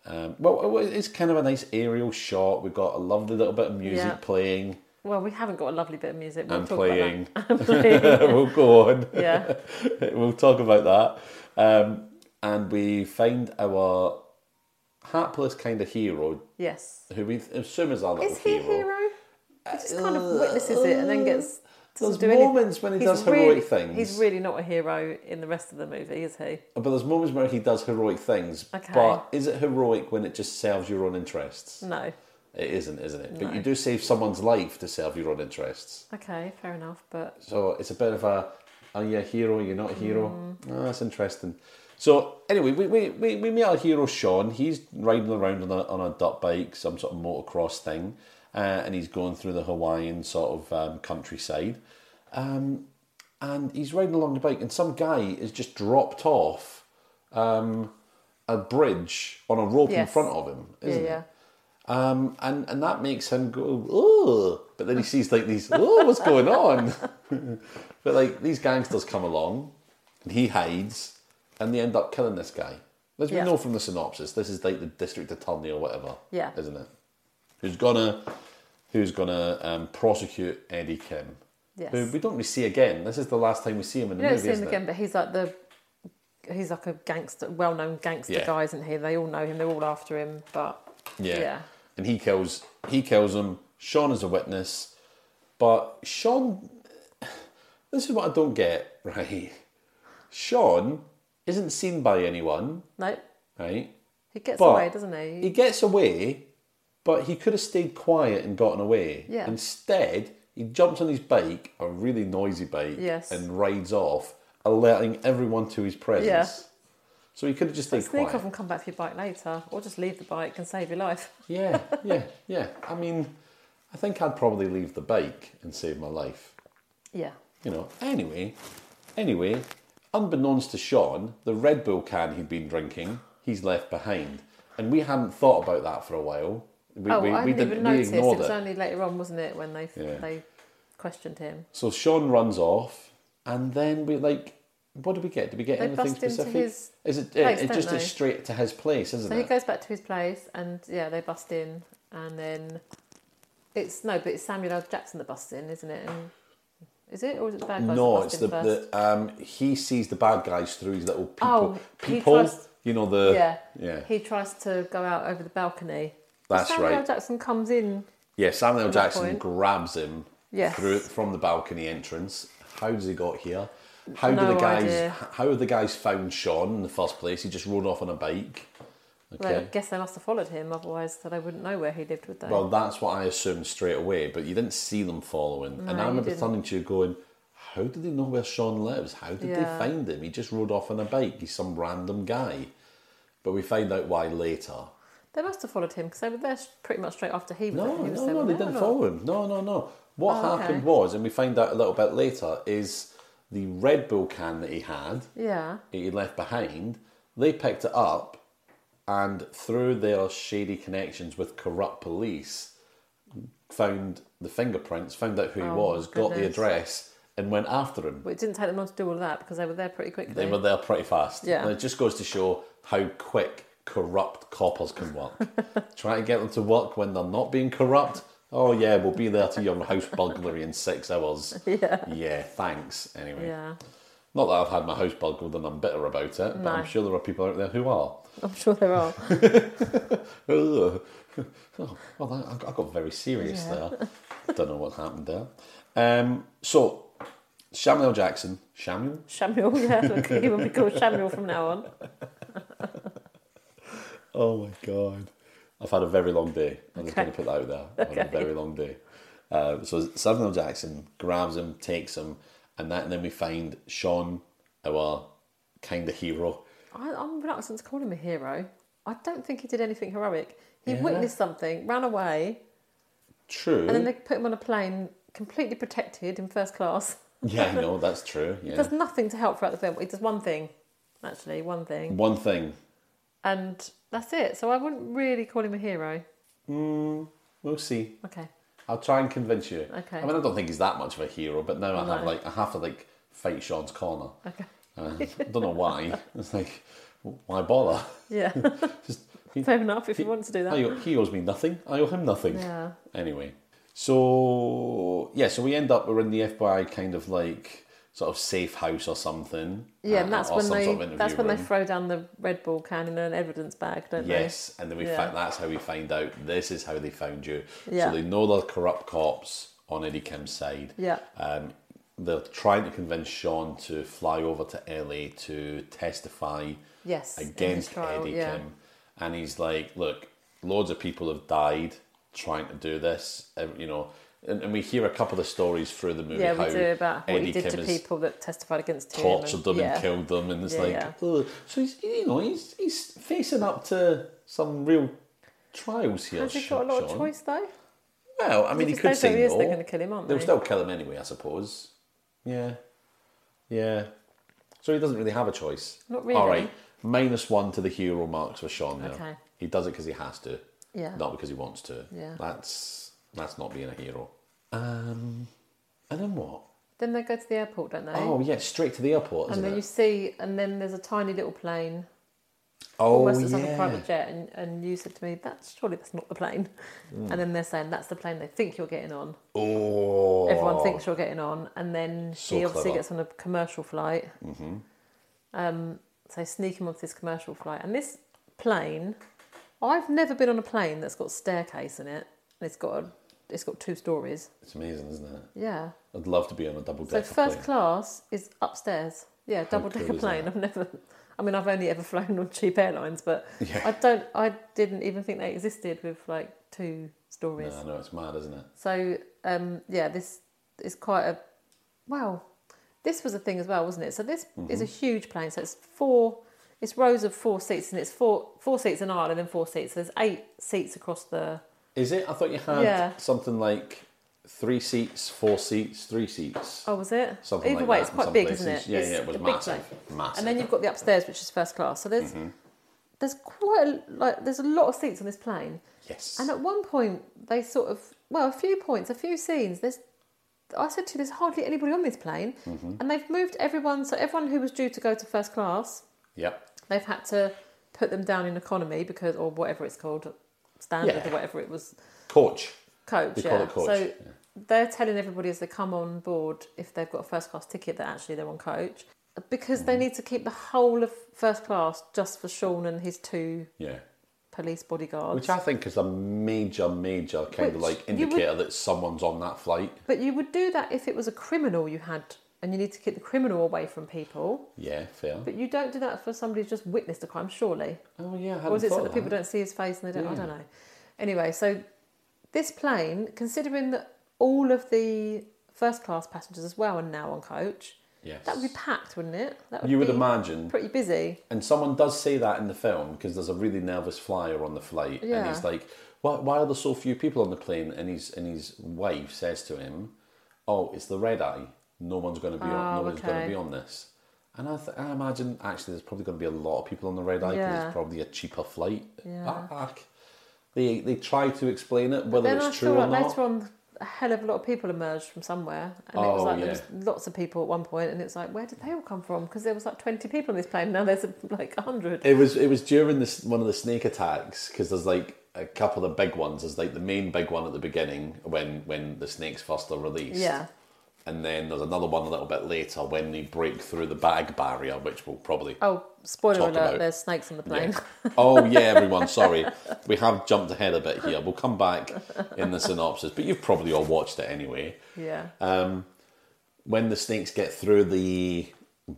Speaker 1: Um, well, it- it's kind of a nice aerial shot. We've got a lovely little bit of music
Speaker 2: Yeah.
Speaker 1: playing
Speaker 2: Well, we haven't got a lovely bit of music. We'll
Speaker 1: and
Speaker 2: talk
Speaker 1: playing.
Speaker 2: About that.
Speaker 1: we'll go on.
Speaker 2: yeah.
Speaker 1: we'll talk about that. Um, and we find our hapless kind of hero,
Speaker 2: Yes.
Speaker 1: who we assume is our little
Speaker 2: Is he a
Speaker 1: hero.
Speaker 2: hero? He just kind of witnesses it and then gets.
Speaker 1: Uh, There's
Speaker 2: doesn't do anything.
Speaker 1: moments when he
Speaker 2: He's
Speaker 1: does
Speaker 2: really-
Speaker 1: heroic things,
Speaker 2: He's really not a hero in the rest of the movie, is he?
Speaker 1: but there's moments where he does heroic things.
Speaker 2: Okay.
Speaker 1: But is it heroic when it just serves your own interests?
Speaker 2: No.
Speaker 1: It isn't, isn't it? But
Speaker 2: No.
Speaker 1: you do save someone's life to serve your own interests.
Speaker 2: Okay, fair enough. But
Speaker 1: So it's a bit of a, are you a hero? You're not a hero. Oh, that's interesting. So anyway, we, we, we, we meet our hero Sean. He's riding around on a, on a dirt bike, some sort of motocross thing, uh, and he's going through the Hawaiian sort of um, countryside. Um, and he's riding along the bike, and some guy is just dropped off um, a bridge on a rope in
Speaker 2: Yes.
Speaker 1: front of him,
Speaker 2: yeah,
Speaker 1: isn't it?
Speaker 2: yeah.
Speaker 1: Um, and, and that makes him go, oh, but then he sees like these, oh, what's going on? but like these gangsters come along and he hides and they end up killing this guy. As we
Speaker 2: Yeah.
Speaker 1: know from the synopsis, this is like the district attorney or whatever,
Speaker 2: Yeah.
Speaker 1: isn't it? Who's gonna, who's gonna um, prosecute Eddie Kim?
Speaker 2: Yes.
Speaker 1: Who we don't really see again. This is the last time we see him in the
Speaker 2: You don't
Speaker 1: movie,
Speaker 2: see him
Speaker 1: isn't
Speaker 2: again,
Speaker 1: it?
Speaker 2: but he's like the. He's like a gangster, well-known gangster
Speaker 1: Yeah.
Speaker 2: guy, isn't he? They all know him. They're all after him. But
Speaker 1: Yeah.
Speaker 2: yeah.
Speaker 1: And he kills he kills him. Sean is a witness. But Sean this is what I don't get, right? Sean isn't seen by anyone,
Speaker 2: no,
Speaker 1: right?
Speaker 2: he gets
Speaker 1: But
Speaker 2: away, doesn't he?
Speaker 1: He gets away, but he could have stayed quiet and gotten away.
Speaker 2: Yeah.
Speaker 1: Instead, he jumps on his bike, a really noisy bike,
Speaker 2: Yes.
Speaker 1: and rides off, alerting everyone to his presence.
Speaker 2: Yeah.
Speaker 1: So he could have just stayed
Speaker 2: Sneak
Speaker 1: quiet.
Speaker 2: off and come back to your bike later, or just leave the bike and save your life.
Speaker 1: Yeah, yeah, yeah. I mean, I think I'd probably leave the bike and save my life.
Speaker 2: Yeah.
Speaker 1: You know. Anyway, anyway, unbeknownst to Sean, the Red Bull can he'd been drinking, he's left behind, and we hadn't thought about that for a while. We,
Speaker 2: oh,
Speaker 1: we,
Speaker 2: I
Speaker 1: we
Speaker 2: didn't even
Speaker 1: we
Speaker 2: notice. It
Speaker 1: ignored
Speaker 2: was only later on, wasn't it, when they
Speaker 1: Yeah.
Speaker 2: they questioned him.
Speaker 1: So Sean runs off, and then we like. What do we get? Do we get
Speaker 2: They
Speaker 1: anything
Speaker 2: bust into
Speaker 1: specific?
Speaker 2: his
Speaker 1: is it, yeah,
Speaker 2: place,
Speaker 1: it
Speaker 2: don't
Speaker 1: just
Speaker 2: they?
Speaker 1: is straight to his place, isn't
Speaker 2: So
Speaker 1: it?
Speaker 2: he goes back to his place, and yeah, they bust in, and then it's no, but it's Samuel L. Jackson that busts in, isn't it? And is it or is it the bad guys?
Speaker 1: No,
Speaker 2: that bust
Speaker 1: it's the,
Speaker 2: in first?
Speaker 1: the um, he sees the bad guys through his little people.
Speaker 2: Oh, he
Speaker 1: people,
Speaker 2: tries-
Speaker 1: you know the
Speaker 2: yeah,
Speaker 1: yeah.
Speaker 2: He tries to go out over the balcony.
Speaker 1: That's
Speaker 2: Samuel L.
Speaker 1: right.
Speaker 2: Jackson comes in.
Speaker 1: yeah, Samuel L.
Speaker 2: that
Speaker 1: Jackson
Speaker 2: point.
Speaker 1: grabs him
Speaker 2: Yes.
Speaker 1: through from the balcony entrance. How does he got here? How do
Speaker 2: No
Speaker 1: the guys?
Speaker 2: idea.
Speaker 1: How have the guys found Sean in the first place? He just rode off on a bike.
Speaker 2: Well,
Speaker 1: Okay.
Speaker 2: I guess they must have followed him, otherwise they wouldn't know where he lived, would they?
Speaker 1: Well, that's what I assumed straight away, but you didn't see them following. and
Speaker 2: No,
Speaker 1: I
Speaker 2: you
Speaker 1: remember
Speaker 2: didn't.
Speaker 1: turning to you going, How did they know where Sean lives? How did
Speaker 2: Yeah.
Speaker 1: they find him? He just rode off on a bike. He's some random guy. But we find out why later.
Speaker 2: They must have followed him because they were there s- pretty much straight after he was
Speaker 1: No,
Speaker 2: there. He was
Speaker 1: no,
Speaker 2: there,
Speaker 1: no,
Speaker 2: weren't
Speaker 1: they didn't
Speaker 2: or not?
Speaker 1: follow him. No, no, no. What
Speaker 2: Oh, okay.
Speaker 1: happened was, and we find out a little bit later, is the Red Bull can that he had,
Speaker 2: Yeah.
Speaker 1: that he left behind, they picked it up and through their shady connections with corrupt police, found the fingerprints, found out who he
Speaker 2: Oh,
Speaker 1: was, got the
Speaker 2: goodness.
Speaker 1: address, and went after him.
Speaker 2: But it didn't take them long to do all of that because they were there pretty quickly.
Speaker 1: They were there pretty fast.
Speaker 2: Yeah.
Speaker 1: And it just goes to show how quick corrupt coppers can work. Try to get them to work when they're not being corrupt. Oh, yeah, we'll be there to your house burglary in six hours.
Speaker 2: Yeah.
Speaker 1: Yeah, thanks. Anyway.
Speaker 2: Yeah.
Speaker 1: Not that I've had my house burgled and I'm bitter about it, but
Speaker 2: No.
Speaker 1: I'm sure there are people out there who are.
Speaker 2: I'm sure there are.
Speaker 1: Ugh. Oh, well, I, I got- I got very serious
Speaker 2: Yeah.
Speaker 1: there. Don't know what happened there. Um, so, Samuel L. Jackson, Samuel,
Speaker 2: Samuel, yeah. Look, he will be called Samuel from now on.
Speaker 1: Oh my god. I've had a very long day. I'm just
Speaker 2: Okay.
Speaker 1: going to put that out there. I've had a
Speaker 2: Okay.
Speaker 1: very long day. Uh, so Samuel Jackson grabs him, takes him, and that, and then we find Sean, our kind of hero.
Speaker 2: I, I'm reluctant to call him a hero. I don't think he did anything heroic. He
Speaker 1: Yeah.
Speaker 2: witnessed something, ran away,
Speaker 1: True.
Speaker 2: and then they put him on a plane completely protected in first class.
Speaker 1: Yeah, I know that's true. Yeah.
Speaker 2: Does nothing to help throughout the film. He does one thing, actually, one thing.
Speaker 1: One thing.
Speaker 2: And that's it. So I wouldn't really call him a hero.
Speaker 1: We'll see.
Speaker 2: Okay.
Speaker 1: I'll try and convince you.
Speaker 2: Okay.
Speaker 1: I mean, I don't think he's that much of a hero, but now I have
Speaker 2: No.
Speaker 1: like I have to like fight Sean's corner.
Speaker 2: Okay.
Speaker 1: Uh, I don't know why. It's like, why bother?
Speaker 2: Yeah.
Speaker 1: Just
Speaker 2: Fair enough if you want to do
Speaker 1: I
Speaker 2: that.
Speaker 1: owe, he owes me nothing. I owe him nothing.
Speaker 2: Yeah.
Speaker 1: Anyway, so yeah, so we end up we're in the FBI kind of like sort of safe house or something.
Speaker 2: Yeah,
Speaker 1: uh,
Speaker 2: and that's
Speaker 1: or
Speaker 2: when
Speaker 1: some
Speaker 2: they
Speaker 1: sort of
Speaker 2: that's
Speaker 1: interview
Speaker 2: when they
Speaker 1: room.
Speaker 2: throw down the Red Bull can in an evidence bag, don't
Speaker 1: Yes, and then we
Speaker 2: Yeah.
Speaker 1: find that's how we find out this is how they found you.
Speaker 2: Yeah.
Speaker 1: So they know they're corrupt cops on Eddie Kim's side.
Speaker 2: they? Yeah.
Speaker 1: Um, they're trying to convince Sean to fly over to LA to testify
Speaker 2: Yes. in his
Speaker 1: against
Speaker 2: trial,
Speaker 1: Eddie
Speaker 2: yeah.
Speaker 1: Kim, and he's like, "Look, loads of people have died trying to do this, ev- you know." And, and we hear a couple of stories through the movie
Speaker 2: Yeah,
Speaker 1: how
Speaker 2: we do about what
Speaker 1: Eddie
Speaker 2: he did
Speaker 1: Kim
Speaker 2: to
Speaker 1: has
Speaker 2: people that testified against him.
Speaker 1: tortured them
Speaker 2: yeah.
Speaker 1: and killed them, and it's
Speaker 2: Yeah,
Speaker 1: like,
Speaker 2: yeah.
Speaker 1: "Ugh." so he's you know he's he's facing up to some real trials here.
Speaker 2: Has he
Speaker 1: Sh-
Speaker 2: got a lot of
Speaker 1: Sean.
Speaker 2: choice though?
Speaker 1: Well, I mean, he
Speaker 2: If
Speaker 1: could
Speaker 2: they
Speaker 1: say
Speaker 2: don't,
Speaker 1: no.
Speaker 2: They're going to kill him, aren't they?
Speaker 1: They'll still kill him anyway, I suppose. Yeah. Yeah. So he doesn't really have a choice.
Speaker 2: Not really.
Speaker 1: All right. Minus one to the hero marks for Sean now.
Speaker 2: Okay.
Speaker 1: He does it because he has to.
Speaker 2: Yeah.
Speaker 1: Not because he wants to.
Speaker 2: Yeah.
Speaker 1: That's that's not being a hero. Um, and then what?
Speaker 2: Then they go to the airport, don't they?
Speaker 1: Oh yeah, straight to the airport,
Speaker 2: and
Speaker 1: isn't
Speaker 2: then
Speaker 1: it?
Speaker 2: you see, and then there's a tiny little plane,
Speaker 1: oh
Speaker 2: almost it's like a
Speaker 1: yeah.
Speaker 2: private jet, and, and you said to me, "That's surely that's not the plane."
Speaker 1: Hmm.
Speaker 2: And then they're saying that's the plane they think you're getting on.
Speaker 1: Oh.
Speaker 2: Everyone thinks you're getting on, and then
Speaker 1: So
Speaker 2: he obviously
Speaker 1: clever.
Speaker 2: gets on a commercial flight. Mm-hmm. Um, so they sneak him onto this commercial flight, and this plane, I've never been on a plane that's got a staircase in it, and it's got a, it's got two stories.
Speaker 1: It's amazing, isn't it?
Speaker 2: Yeah.
Speaker 1: I'd love to be on a double
Speaker 2: So
Speaker 1: decker
Speaker 2: first
Speaker 1: plane.
Speaker 2: class is upstairs. Yeah, double decker
Speaker 1: cool is
Speaker 2: plane. I've never. I mean, I've only ever flown on cheap airlines, but
Speaker 1: Yeah.
Speaker 2: I don't. I didn't even think they existed with like two stories.
Speaker 1: No, I know it's mad, isn't it?
Speaker 2: So um, yeah, this is quite a. Wow, this was a thing as well, wasn't it? So this
Speaker 1: Mm-hmm.
Speaker 2: is a huge plane. So it's four. It's rows of four seats, and it's four four seats an aisle, and then four seats. So there's eight seats across the.
Speaker 1: Is it? I thought you had
Speaker 2: Yeah.
Speaker 1: something like three seats, four seats, three seats.
Speaker 2: Oh, was it?
Speaker 1: Something
Speaker 2: Either
Speaker 1: like
Speaker 2: way,
Speaker 1: that
Speaker 2: it's
Speaker 1: in
Speaker 2: quite
Speaker 1: some
Speaker 2: big,
Speaker 1: places.
Speaker 2: isn't it?
Speaker 1: Yeah,
Speaker 2: It's
Speaker 1: yeah, it was
Speaker 2: a big
Speaker 1: massive.
Speaker 2: plane.
Speaker 1: Massive. Mm-hmm.
Speaker 2: And then you've got the upstairs, which is first class. So there's there's quite a, like there's a lot of seats on this plane.
Speaker 1: Yes.
Speaker 2: And at one point, they sort of well, a few points, a few scenes. There's I said to you, there's hardly anybody on this plane,
Speaker 1: Mm-hmm.
Speaker 2: and they've moved everyone. So everyone who was due to go to first class,
Speaker 1: Yep.
Speaker 2: they've had to put them down in economy because or whatever it's called, standard
Speaker 1: Yeah.
Speaker 2: or whatever it was
Speaker 1: Coach.
Speaker 2: coach.
Speaker 1: They
Speaker 2: yeah.
Speaker 1: call it coach,
Speaker 2: So
Speaker 1: yeah.
Speaker 2: they're telling everybody as they come on board if they've got a first class ticket that actually they're on coach because
Speaker 1: Mm-hmm.
Speaker 2: they need to keep the whole of first class just for Sean and his two
Speaker 1: Yeah.
Speaker 2: police bodyguards.
Speaker 1: Which I think is a major, major kind of
Speaker 2: Which
Speaker 1: like
Speaker 2: you would-
Speaker 1: indicator that someone's on that flight.
Speaker 2: but you would do that if it was a criminal you had and you need to keep the criminal away from people.
Speaker 1: Yeah, fair.
Speaker 2: But you don't do that for somebody who's just witnessed a crime, surely.
Speaker 1: oh yeah, I hadn't
Speaker 2: Or is it so
Speaker 1: thought
Speaker 2: that
Speaker 1: of
Speaker 2: people
Speaker 1: that.
Speaker 2: don't see his face and they don't? I
Speaker 1: Yeah.
Speaker 2: don't know. Anyway, so this plane, considering that all of the first class passengers as well are now on coach,
Speaker 1: Yes.
Speaker 2: That would be packed, wouldn't it? That
Speaker 1: you would
Speaker 2: be
Speaker 1: imagine,
Speaker 2: pretty busy.
Speaker 1: and someone does say that in the film because there's a really nervous flyer on the flight, and
Speaker 2: Yeah.
Speaker 1: he's like, why, "Why are there so few people on the plane?" And his and his wife says to him, "Oh, it's the red eye. No one's going to be on.
Speaker 2: Oh,
Speaker 1: No one's going to
Speaker 2: okay.
Speaker 1: be on this." And I, th- I imagine actually there's probably going to be a lot of people on the red eye because
Speaker 2: Yeah.
Speaker 1: it's probably a cheaper flight.
Speaker 2: Yeah.
Speaker 1: Back. They they try to explain it whether
Speaker 2: Then I
Speaker 1: it's
Speaker 2: feel
Speaker 1: true or
Speaker 2: like
Speaker 1: not.
Speaker 2: later on, a hell of a lot of people emerged from somewhere, and it was
Speaker 1: Oh,
Speaker 2: like there
Speaker 1: yeah.
Speaker 2: was lots of people at one point, and it's like, where did they all come from? Because there was like twenty people on this plane. Now there's like hundred.
Speaker 1: It was it was during this one of the snake attacks because there's like a couple of big ones. There's like the main big one at the beginning when when the snakes first are released.
Speaker 2: Yeah.
Speaker 1: And then there's another one a little bit later when they break through the bag barrier, which we'll probably.
Speaker 2: Oh, spoiler
Speaker 1: Talk
Speaker 2: alert!
Speaker 1: about-
Speaker 2: There's snakes on the plane.
Speaker 1: Yeah. Oh yeah, everyone. Sorry, we have jumped ahead a bit here. We'll come back in the synopsis, but you've probably all watched it anyway.
Speaker 2: Yeah,
Speaker 1: Uh, when the snakes get through the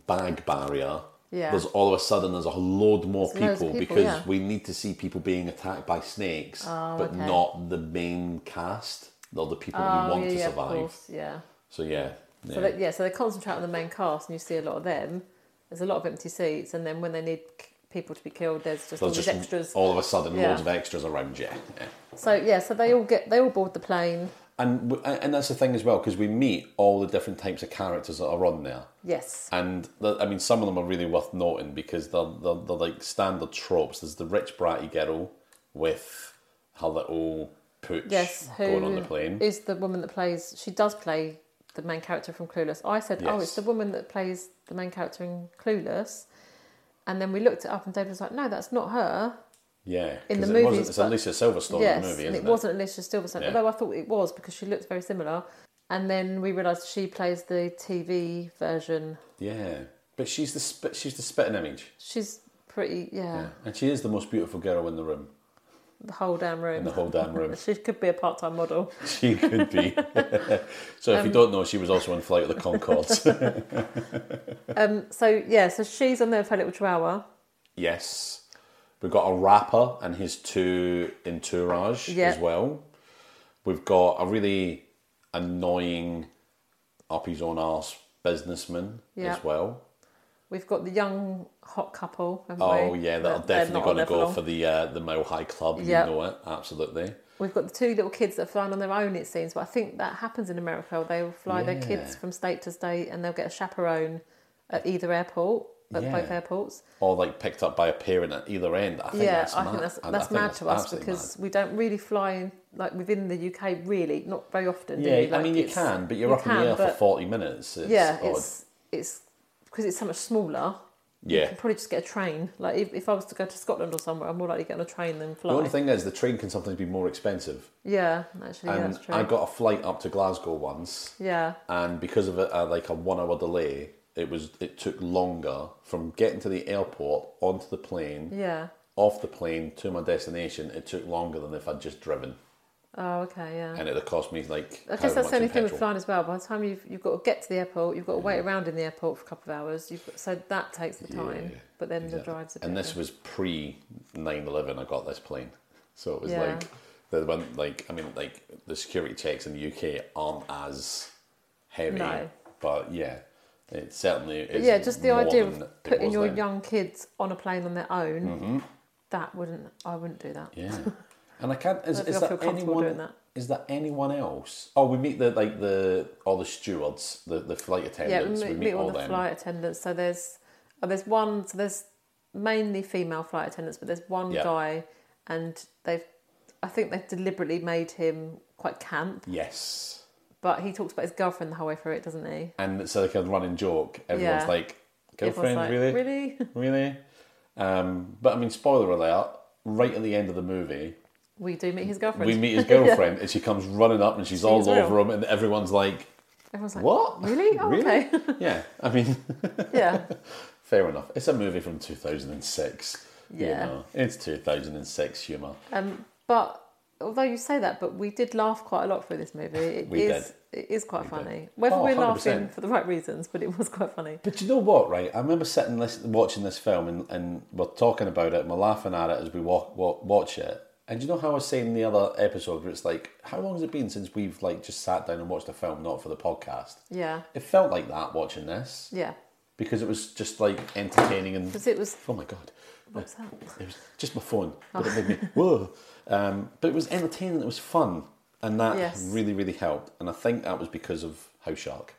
Speaker 1: bag barrier,
Speaker 2: Yeah.
Speaker 1: there's all of a sudden there's a load more
Speaker 2: There's loads
Speaker 1: people,
Speaker 2: of people,
Speaker 1: because
Speaker 2: yeah. Oh,
Speaker 1: we need to see people being attacked by snakes, but
Speaker 2: okay.
Speaker 1: not the main cast. They're the people we
Speaker 2: Oh,
Speaker 1: want
Speaker 2: yeah,
Speaker 1: to
Speaker 2: yeah, of
Speaker 1: survive.
Speaker 2: course, yeah.
Speaker 1: So yeah, yeah.
Speaker 2: So that, yeah, so they concentrate on the main cast, and you see a lot of them. There's a lot of empty seats, and then when they need c- people to be killed, there's just all
Speaker 1: there's
Speaker 2: these
Speaker 1: just oh.
Speaker 2: extras.
Speaker 1: all of a sudden
Speaker 2: Yeah.
Speaker 1: loads of extras around you. Yeah.
Speaker 2: So yeah, so they all get they all board the plane.
Speaker 1: And w- and that's the thing as well because we meet all the different types of characters that are on there.
Speaker 2: Yes.
Speaker 1: And the, I mean, some of them are really worth noting because they're, they're, they're like standard tropes. There's the rich bratty girl with her little pooch
Speaker 2: Yes, who is
Speaker 1: going on the plane.
Speaker 2: the woman that plays? She does play the main character from Clueless. I said, "Oh,
Speaker 1: Yes.
Speaker 2: it's the woman that plays the main character in Clueless," and then we looked it up, and David was like, "No, that's not her."
Speaker 1: Yeah,
Speaker 2: In
Speaker 1: 'cause
Speaker 2: the
Speaker 1: it
Speaker 2: movies,
Speaker 1: wasn't, it's a
Speaker 2: but-
Speaker 1: Lisa Silverstone
Speaker 2: yes,
Speaker 1: movie,
Speaker 2: and
Speaker 1: isn't
Speaker 2: it, wasn't Alicia Silverstone,
Speaker 1: Yeah.
Speaker 2: although I thought it was because she looks very similar. And then we realised she plays the TV version.
Speaker 1: Yeah, but she's the sp- she's the spitting image,
Speaker 2: She's pretty, yeah,
Speaker 1: yeah. and she is the most beautiful girl in the room,
Speaker 2: the whole damn room.
Speaker 1: in the whole damn room.
Speaker 2: She could be a part-time model.
Speaker 1: She could be. so if you don't know, she was also on Flight of the Concords.
Speaker 2: Um, so yeah, so she's on there with her little chihuahua.
Speaker 1: yes, we've got a rapper and his two entourage
Speaker 2: Yeah.
Speaker 1: as well. We've got a really annoying up his own arse businessman
Speaker 2: Yeah.
Speaker 1: as well.
Speaker 2: We've got the young hot couple. haven't
Speaker 1: Oh
Speaker 2: we?
Speaker 1: yeah, that'll
Speaker 2: That- they're
Speaker 1: definitely
Speaker 2: not on
Speaker 1: going to
Speaker 2: there
Speaker 1: go
Speaker 2: long.
Speaker 1: for the uh, the Mile High Club.
Speaker 2: Yeah.
Speaker 1: You know it absolutely.
Speaker 2: We've got the two little kids that are flying on their own, it seems, but I think that happens in America. They'll fly their kids
Speaker 1: Yeah.
Speaker 2: from state to state and they'll get a chaperone at either airport, at
Speaker 1: Yeah.
Speaker 2: both airports.
Speaker 1: Or like picked up by a parent at either end. I think
Speaker 2: yeah,
Speaker 1: that's
Speaker 2: I
Speaker 1: mad.
Speaker 2: think that's,
Speaker 1: I- I
Speaker 2: that's
Speaker 1: think
Speaker 2: mad to us
Speaker 1: absolutely mad.
Speaker 2: because we don't really fly in, like within the UK, really, not very often. do
Speaker 1: Yeah,
Speaker 2: we?
Speaker 1: I
Speaker 2: Like,
Speaker 1: mean you
Speaker 2: it's-
Speaker 1: can, but you're
Speaker 2: you
Speaker 1: up in the
Speaker 2: can,
Speaker 1: air for
Speaker 2: but-
Speaker 1: forty minutes. It's
Speaker 2: yeah,
Speaker 1: odd.
Speaker 2: it's it's because it's so much smaller. You
Speaker 1: yeah.
Speaker 2: can probably just get a train. Like if, if I was to go to Scotland or somewhere, I'm more likely to get on a train than
Speaker 1: The
Speaker 2: fly.
Speaker 1: only thing is, the train can sometimes be more expensive.
Speaker 2: yeah, actually, yeah,
Speaker 1: And
Speaker 2: that's true.
Speaker 1: I Um, got a flight up to Glasgow once,
Speaker 2: yeah,
Speaker 1: and because of a, a, like a one-hour delay, it was it took longer from getting to the airport onto the plane,
Speaker 2: yeah.
Speaker 1: off the plane to my destination. It took longer than if I'd just driven,
Speaker 2: Oh, okay, yeah.
Speaker 1: and it'd have cost me like.
Speaker 2: I
Speaker 1: however
Speaker 2: guess that's
Speaker 1: much
Speaker 2: the only
Speaker 1: in
Speaker 2: thing with
Speaker 1: petrol. Mm.
Speaker 2: flying as well. By the time you've, you've got to get to the airport, you've got to wait around in the airport for a couple of hours. You've got, so that takes the time,
Speaker 1: Yeah,
Speaker 2: but then the
Speaker 1: exactly.
Speaker 2: drive's a bit.
Speaker 1: and this was pre 9-11 i got this plane so it was
Speaker 2: Yeah.
Speaker 1: like the one like i mean like the security checks in the uk aren't as heavy
Speaker 2: No.
Speaker 1: but yeah it certainly is
Speaker 2: yeah, just the
Speaker 1: more
Speaker 2: idea
Speaker 1: than
Speaker 2: of
Speaker 1: it
Speaker 2: putting
Speaker 1: was
Speaker 2: your
Speaker 1: then. Mm-hmm.
Speaker 2: young kids on a plane on their own. That wouldn't. I wouldn't do that.
Speaker 1: yeah and i can't is,
Speaker 2: I don't
Speaker 1: is
Speaker 2: feel
Speaker 1: that
Speaker 2: comfortable
Speaker 1: anyone
Speaker 2: doing that.
Speaker 1: is there anyone else oh we meet the like the all the stewards the, the flight
Speaker 2: Yeah, we
Speaker 1: attendants
Speaker 2: meet, meet all the
Speaker 1: them
Speaker 2: flight attendants. So there's oh, there's one. So there's mainly female flight attendants, but there's one
Speaker 1: Yeah.
Speaker 2: guy, and they've. I think they've deliberately made him quite camp,
Speaker 1: yes
Speaker 2: but he talks about his girlfriend the whole way through it, doesn't he?
Speaker 1: and it's like a running joke everyone's
Speaker 2: Yeah.
Speaker 1: like
Speaker 2: Everyone's
Speaker 1: girlfriend
Speaker 2: like,
Speaker 1: really
Speaker 2: Really?
Speaker 1: really. Um, but I mean, spoiler alert! Right at the end of the movie,
Speaker 2: We do meet his girlfriend.
Speaker 1: we meet his girlfriend, and she comes running up, and she's all
Speaker 2: She's
Speaker 1: over
Speaker 2: real.
Speaker 1: him, and everyone's like,
Speaker 2: Everyone's like,
Speaker 1: "What?
Speaker 2: Really? Oh, okay.
Speaker 1: yeah. I mean,
Speaker 2: yeah.
Speaker 1: fair enough. It's a movie from 2006. You
Speaker 2: Yeah.
Speaker 1: know, it's 2006 humor.
Speaker 2: Um, but although you say that, but we did laugh quite a lot through this movie. It
Speaker 1: We
Speaker 2: is-
Speaker 1: did.
Speaker 2: It is quite
Speaker 1: We did.
Speaker 2: funny. Whether
Speaker 1: Oh,
Speaker 2: we're
Speaker 1: 100%.
Speaker 2: laughing for the right reasons, but it was quite funny.
Speaker 1: But you know what, right? I remember sitting listen- watching this film and, and we're talking about it and we're laughing at it as we walk, walk, watch it. And you know how I was saying in the other episode where it's like, how long has it been since we've like just sat down and watched a film, not for the podcast?
Speaker 2: Yeah.
Speaker 1: It felt like that watching this
Speaker 2: Yeah.
Speaker 1: because it was just like entertaining and
Speaker 2: Because it was.
Speaker 1: oh my god,
Speaker 2: What's that?
Speaker 1: it was just my phone, but
Speaker 2: Oh.
Speaker 1: it made me whoa. Um, but it was entertaining. It was fun, and that
Speaker 2: Yes.
Speaker 1: really really helped. And I think that was because of House Shark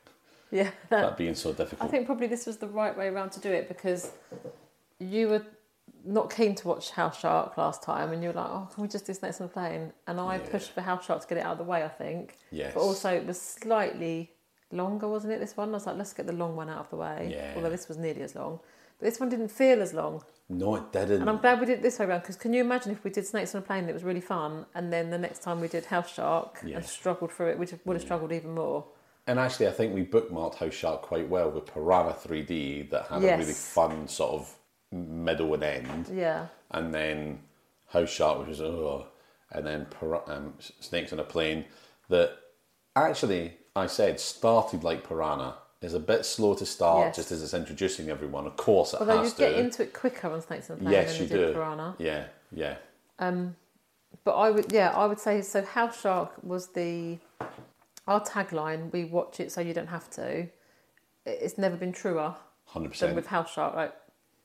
Speaker 2: Yeah.
Speaker 1: that being so
Speaker 2: I
Speaker 1: difficult.
Speaker 2: think probably this was the right way around to do it because you were not keen to watch House Shark last time, and you were like, "Oh, can we just do this next on the plane?" And I
Speaker 1: Yeah.
Speaker 2: pushed for House Shark to get it out of the way. I think,
Speaker 1: Yes.
Speaker 2: but also it was slightly longer, wasn't it? This one, I was like, "Let's get the long one out of the way."
Speaker 1: Yeah.
Speaker 2: Although this was nearly as long, but this one didn't feel as long.
Speaker 1: no, it didn't.
Speaker 2: And I'm glad we did it this way around because can you imagine if we did Snakes on a Plane and it was really fun, and then the next time we did House Shark
Speaker 1: Yeah.
Speaker 2: and struggled through it, we would have struggled even more.
Speaker 1: And actually, I think we bookmarked House Shark quite well with Piranha 3D that had a
Speaker 2: Yes.
Speaker 1: really fun sort of middle and end,
Speaker 2: Yeah.
Speaker 1: and then House Shark, which was oh, and then Pir- um, Snakes on a Plane that actually I said started like Piranha. It's a bit slow to start,
Speaker 2: Yes.
Speaker 1: just as it's introducing everyone. Of course, it
Speaker 2: Although you
Speaker 1: has to.
Speaker 2: get into it quicker on Snakes on a Plane
Speaker 1: yes,
Speaker 2: than
Speaker 1: you
Speaker 2: did
Speaker 1: do.
Speaker 2: Piranha.
Speaker 1: Yeah, yeah,
Speaker 2: But I would, yeah, I would say so. House Shark was the our tagline. We watch it so you don't have to. It- It's never been truer
Speaker 1: hundred
Speaker 2: than
Speaker 1: percent.
Speaker 2: with House Shark. Like,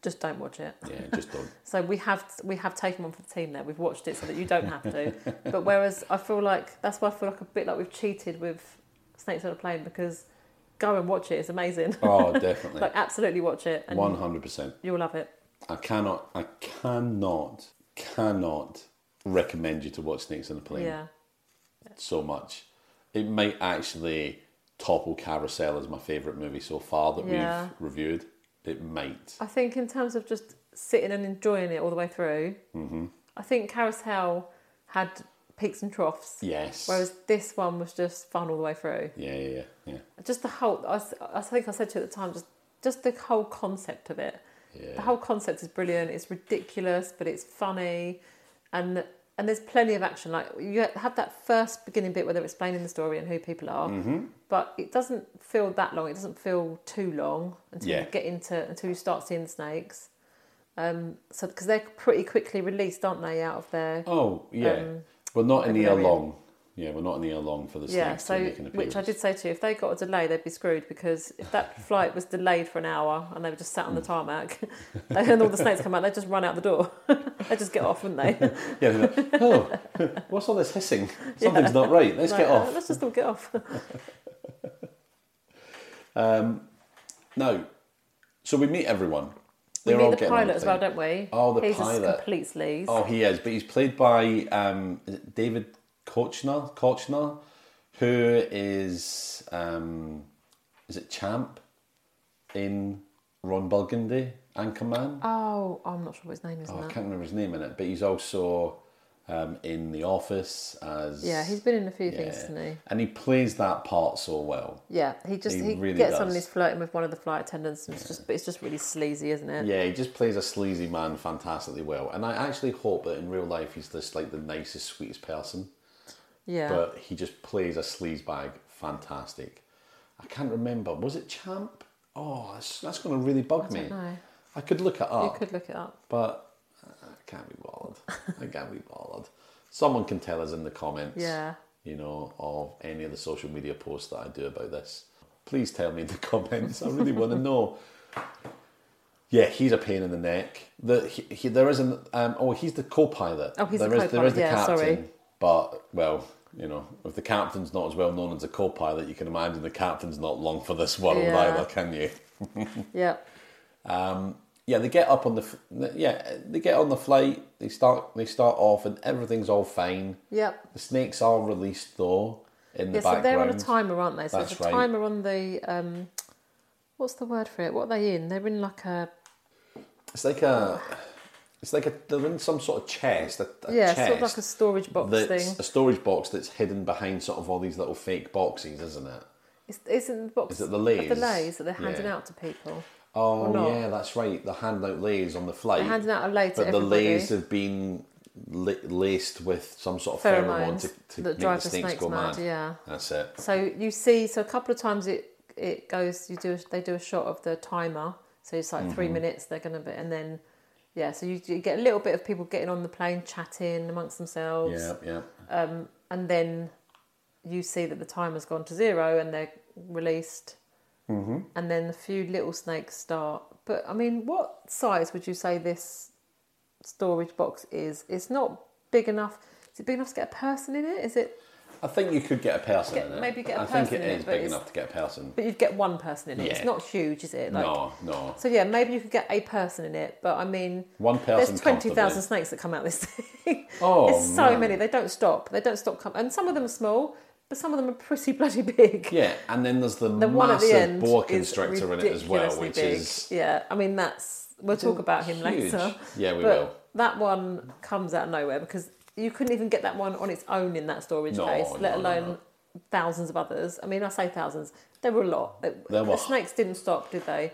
Speaker 2: just don't watch it.
Speaker 1: Yeah, just don't.
Speaker 2: So we have we have taken one for the team there. We've watched it so that you don't have to. but whereas I feel like that's why I feel like a bit like we've cheated with Snakes on a Plane because go and watch it. It's amazing.
Speaker 1: Oh, definitely,
Speaker 2: like absolutely watch it and
Speaker 1: one hundred percent.
Speaker 2: you'll love it.
Speaker 1: I cannot, I cannot, cannot recommend you to watch Snakes on a Plane
Speaker 2: Yeah.
Speaker 1: so much. It might actually topple Carousel as my favourite movie so far that
Speaker 2: Yeah.
Speaker 1: we've reviewed. It might. Mm-hmm.
Speaker 2: I think in terms of just sitting and enjoying it all the way through, I think Carousel had peaks and troughs,
Speaker 1: Yes.
Speaker 2: whereas this one was just fun all the way through.
Speaker 1: yeah, yeah, yeah,
Speaker 2: Just the whole, I, s- I think I said to you at the time, just just the whole concept of it.
Speaker 1: yeah. yeah.
Speaker 2: The whole concept is brilliant. It's ridiculous, but it's funny, and and there's plenty of action. Like you have that first beginning bit where they're explaining the story and who people are,
Speaker 1: Mm-hmm.
Speaker 2: but it doesn't feel that long. It doesn't feel too long until
Speaker 1: Yeah.
Speaker 2: you get into until you start seeing the snakes. Um, so because they're pretty quickly released, aren't they, out of their
Speaker 1: Oh, yeah.
Speaker 2: um,
Speaker 1: we're not in the air
Speaker 2: Agrarian.
Speaker 1: long. Yeah, we're not in the air long for the snakes
Speaker 2: yeah.
Speaker 1: to
Speaker 2: So
Speaker 1: make an
Speaker 2: which I
Speaker 1: appearance.
Speaker 2: did say to you, if they got a delay, they'd be screwed because if that flight was delayed for an hour and they were just sat
Speaker 1: Hmm.
Speaker 2: on the tarmac, and all the snakes come out, they'd just run out the door. they'd just get off, wouldn't they?
Speaker 1: Yeah, they're like, oh, what's all this hissing? Something's not right. Let's
Speaker 2: Like,
Speaker 1: get
Speaker 2: "Oh,
Speaker 1: off.
Speaker 2: Let's just all get off.
Speaker 1: No. So we meet everyone.
Speaker 2: we
Speaker 1: They're all
Speaker 2: meet the
Speaker 1: getting on
Speaker 2: pilot as well,
Speaker 1: plane.
Speaker 2: don't we?
Speaker 1: Oh, the
Speaker 2: He's
Speaker 1: pilot.
Speaker 2: a complete sleaze.
Speaker 1: Oh, he is, but he's played by um, is it David Kochner, Kochner, who is um, is it Champ in Ron Burgundy, Anchorman?
Speaker 2: Oh, I'm not sure what his name is
Speaker 1: Oh, I
Speaker 2: now.
Speaker 1: can't remember his name in it, but he's also um, in The Office as
Speaker 2: Yeah, he's been in a few things,
Speaker 1: Yeah.
Speaker 2: hasn't he?
Speaker 1: and he plays that part so well.
Speaker 2: Yeah, he just
Speaker 1: He
Speaker 2: he,
Speaker 1: really
Speaker 2: gets on
Speaker 1: does.
Speaker 2: and he's flirting with one of the flight attendants, and it's just but it's just really sleazy, isn't it?
Speaker 1: Yeah, he just plays a sleazy man fantastically well, and I actually hope that in real life he's just like the nicest, sweetest person.
Speaker 2: Yeah,
Speaker 1: but he just plays a sleaze bag fantastic. I can't remember. Was it Champ? Oh, that's, that's going to really bug me.
Speaker 2: know.
Speaker 1: I could look it
Speaker 2: you
Speaker 1: up,
Speaker 2: could look it up.
Speaker 1: but I can't be bothered. I can't be bothered. Someone can tell us in the comments.
Speaker 2: Yeah.
Speaker 1: You know, of any of the social media posts that I do about this. Please tell me in the comments. I really want to know. Yeah, he's a pain in the neck. The, he, he, there is an um, oh, he's the co-pilot.
Speaker 2: Oh, he's
Speaker 1: There
Speaker 2: the
Speaker 1: is- There is
Speaker 2: co-pilot,
Speaker 1: the
Speaker 2: yeah,
Speaker 1: captain,
Speaker 2: sorry.
Speaker 1: but well, you know, if the captain's not as well known as the co-pilot, you can imagine the captain's not long for this world
Speaker 2: Yeah.
Speaker 1: either, can you?
Speaker 2: Yeah,
Speaker 1: Yeah, they get up on the f- yeah, they get on the flight. They start they start off, and everything's all fine.
Speaker 2: yeah.
Speaker 1: The snakes are released though in the
Speaker 2: Yeah, so
Speaker 1: background.
Speaker 2: they're on a timer, aren't they? So
Speaker 1: That's
Speaker 2: there's a
Speaker 1: right.
Speaker 2: timer on the um, what's the word for it? What are they in? They're in like a
Speaker 1: It's like a it's like a they're in some sort of chest. A, a
Speaker 2: yeah,
Speaker 1: chest
Speaker 2: sort of like a storage box
Speaker 1: that's
Speaker 2: thing.
Speaker 1: a storage box that's hidden behind sort of all these little fake boxes, isn't it?
Speaker 2: It's, isn't the box
Speaker 1: Is it the
Speaker 2: of
Speaker 1: Lay's?
Speaker 2: The Lay's that they're handing
Speaker 1: Yeah.
Speaker 2: out to people.
Speaker 1: Oh
Speaker 2: not.
Speaker 1: yeah, that's right. The handout lays on the flight.
Speaker 2: They're handing out a lay to
Speaker 1: but the
Speaker 2: everybody.
Speaker 1: lays have been li- laced with some sort of pheromone
Speaker 2: Pheromones
Speaker 1: to, to
Speaker 2: that
Speaker 1: make the
Speaker 2: drive the
Speaker 1: snakes,
Speaker 2: snakes
Speaker 1: go mad.
Speaker 2: mad, yeah.
Speaker 1: that's it.
Speaker 2: So you see, so a couple of times it it goes. You do they do a shot of the timer, so it's like
Speaker 1: Mm-hmm.
Speaker 2: three minutes. They're gonna be, and then yeah, so you, you get a little bit of people getting on the plane, chatting amongst themselves,
Speaker 1: Yeah, yeah.
Speaker 2: and then you see that the timer's gone to zero and they're released, mm-hmm. and then a few little snakes start. But I mean, what size would you say this storage box is? It's not big enough. Is it big enough to get a person in it? Is it?
Speaker 1: I think you could get a person
Speaker 2: Get-
Speaker 1: in it.
Speaker 2: maybe get a
Speaker 1: I
Speaker 2: person
Speaker 1: think it
Speaker 2: in it,
Speaker 1: is
Speaker 2: but
Speaker 1: big
Speaker 2: it's-
Speaker 1: enough to get a person.
Speaker 2: But you'd get one person in it.
Speaker 1: Yeah.
Speaker 2: It's not huge, is it? Like,
Speaker 1: no, no.
Speaker 2: So yeah, maybe you could get a person in it, but I mean,
Speaker 1: One person
Speaker 2: there's twenty
Speaker 1: comfortably.
Speaker 2: thousand snakes that come out this thing.
Speaker 1: Oh,
Speaker 2: There's so
Speaker 1: man.
Speaker 2: many. They don't stop. They don't stop. Com- and some of them are small, but some of them are pretty bloody big.
Speaker 1: Yeah, and then there's the,
Speaker 2: The one at the
Speaker 1: massive
Speaker 2: end
Speaker 1: boa
Speaker 2: is
Speaker 1: constrictor in it as well,
Speaker 2: ridiculously
Speaker 1: which
Speaker 2: big.
Speaker 1: is
Speaker 2: yeah. I mean, that's we'll talk about him
Speaker 1: huge.
Speaker 2: later.
Speaker 1: Yeah, we
Speaker 2: but
Speaker 1: will.
Speaker 2: That one comes out of nowhere because you couldn't even get that one on its own in that storage
Speaker 1: No,
Speaker 2: place, let
Speaker 1: no, no,
Speaker 2: alone thousands of others. I mean, I say thousands. There were a lot. It-
Speaker 1: There were-
Speaker 2: The snakes didn't stop, did they?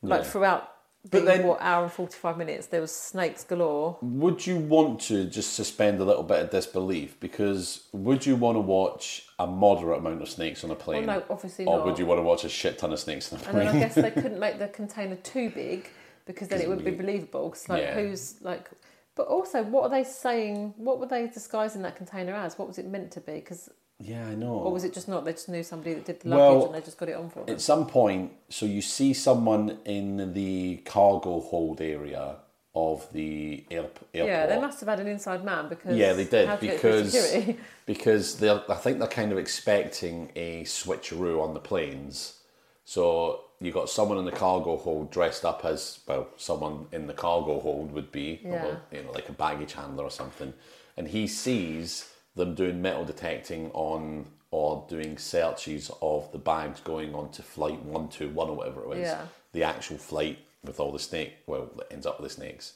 Speaker 2: Like
Speaker 1: No.
Speaker 2: throughout.
Speaker 1: But
Speaker 2: The,
Speaker 1: then-
Speaker 2: what hour and forty five minutes? There was snakes galore.
Speaker 1: Would you want to just suspend a little bit of disbelief? Because would you want to watch a moderate amount of snakes on a plane?
Speaker 2: no, obviously
Speaker 1: or
Speaker 2: not.
Speaker 1: would you want to watch a shit ton of snakes on a
Speaker 2: And
Speaker 1: plane?
Speaker 2: then I guess they couldn't make the container too big because then it would be believable. 'cause, like,
Speaker 1: Yeah.
Speaker 2: who's like. But also, what are they saying? What were they disguising that container as? What was it meant to be? Because
Speaker 1: yeah, I know.
Speaker 2: or was it just not? They just knew somebody that did the
Speaker 1: Well,
Speaker 2: luggage and they just got it on for them.
Speaker 1: At some point, so you see someone in the cargo hold area of the air, airport.
Speaker 2: Yeah, they must have had an inside man because
Speaker 1: Yeah, they
Speaker 2: how
Speaker 1: did
Speaker 2: to get through
Speaker 1: because
Speaker 2: security.
Speaker 1: because they are I think they're kind of expecting a switcheroo on the planes. So you got someone in the cargo hold dressed up as well, someone in the cargo hold would be, or,
Speaker 2: Yeah.
Speaker 1: you know, like a baggage handler or something, and he sees them doing metal detecting on or doing searches of the bags going on to flight one two one or whatever it was,
Speaker 2: Yeah.
Speaker 1: the actual flight with all the snake, well, that ends up with the snakes,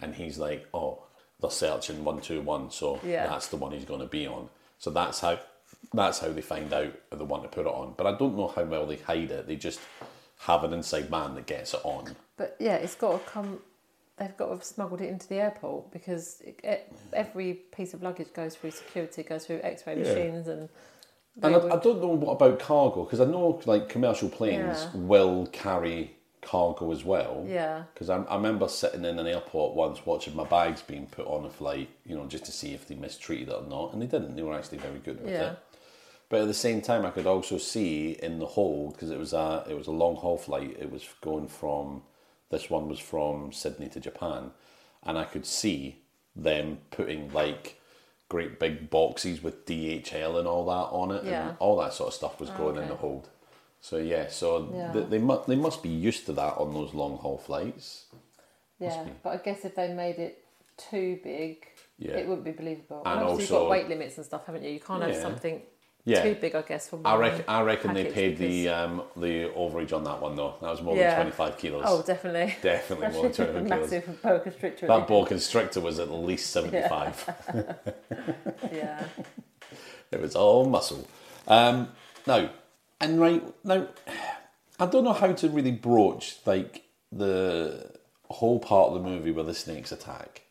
Speaker 1: and he's like, oh, they're searching one two one, so
Speaker 2: Yeah.
Speaker 1: that's the one he's going to be on. So that's how that's how they find out the one to put it on. But I don't know how well they hide it. They just have an inside man that gets it on.
Speaker 2: But yeah, it's got to come. They've got to have smuggled it into the airport because it, e- every piece of luggage goes through security, goes through X-ray
Speaker 1: Yeah.
Speaker 2: machines, and
Speaker 1: And
Speaker 2: they
Speaker 1: I,
Speaker 2: would-
Speaker 1: I don't know what about cargo because I know like commercial planes
Speaker 2: Yeah.
Speaker 1: will carry cargo as well.
Speaker 2: Yeah.
Speaker 1: Because I, I remember sitting in an airport once watching my bags being put on a flight, you know, just to see if they mistreated it or not, and they didn't. They were actually very good with
Speaker 2: Yeah.
Speaker 1: it. But at the same time, I could also see in the hold because it was a it was a long haul flight. It was going from this one was from Sydney to Japan, and I could see them putting like great big boxes with DHL and all that on it,
Speaker 2: Yeah. Oh,
Speaker 1: and all that sort of stuff was going in
Speaker 2: okay.
Speaker 1: the hold. So yeah, so
Speaker 2: Yeah.
Speaker 1: They, they must they must be used to that on those long haul flights.
Speaker 2: yeah. But I guess if they made it too big,
Speaker 1: Yeah.
Speaker 2: it wouldn't be believable. And,
Speaker 1: And
Speaker 2: obviously, you've got
Speaker 1: also-
Speaker 2: weight limits and stuff, haven't you? You can't have
Speaker 1: Yeah.
Speaker 2: something
Speaker 1: Yeah.
Speaker 2: too big, I guess. For
Speaker 1: I
Speaker 2: one
Speaker 1: reckon I reckon they
Speaker 2: package
Speaker 1: paid the um, the overage on that one though. That was more
Speaker 2: Yeah.
Speaker 1: than twenty five kilos.
Speaker 2: because- oh, definitely.
Speaker 1: Definitely more than
Speaker 2: Especially if
Speaker 1: 25
Speaker 2: it's a
Speaker 1: kilos.
Speaker 2: massive boa constrictor.
Speaker 1: That boa constrictor was at least 75.
Speaker 2: Yeah.
Speaker 1: it was all muscle. Um, now, and right now, I don't know how to really broach like the whole part of the movie where the snakes attack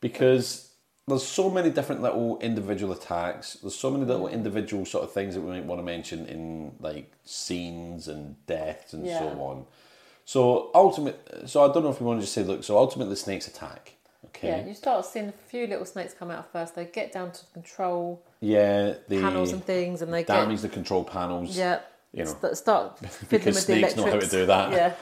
Speaker 1: because there's so many different little individual attacks. There's so many little individual sort of things that we might want to mention in like scenes and deaths and so
Speaker 2: Yeah.
Speaker 1: on. So ultimate, so I don't know if you want to just say, look, so ultimately the snakes attack. Okay.
Speaker 2: Yeah, you start seeing a few little snakes come out first. They get down to the control
Speaker 1: Yeah, the
Speaker 2: panels and things, and they get
Speaker 1: damage the control panels.
Speaker 2: Yeah.
Speaker 1: You know.
Speaker 2: St- start fiddling
Speaker 1: Because
Speaker 2: with the
Speaker 1: snakes
Speaker 2: electrics.
Speaker 1: know how to do that.
Speaker 2: Yeah.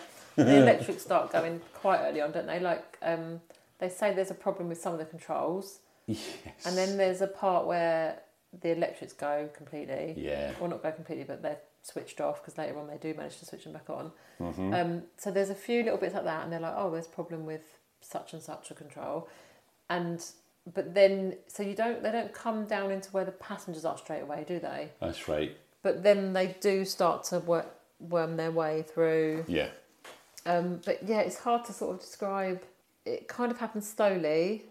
Speaker 2: The electrics start going quite early on, don't they? Like, um, they say there's a problem with some of the controls,
Speaker 1: Yes.
Speaker 2: and then there's a part where the electrics go completely.
Speaker 1: Yeah.
Speaker 2: Or not go completely, but they're switched off because later on they do manage to switch them back on. Um, so there's a few little bits like that, and they're like, oh, there's a problem with such and such a control. And but then, so you don't, they don't come down into where the passengers are straight away, do they?
Speaker 1: That's right.
Speaker 2: but then they do start to work, worm their way through.
Speaker 1: Yeah.
Speaker 2: Um, but yeah, it's hard to sort of describe. It kind of happens slowly.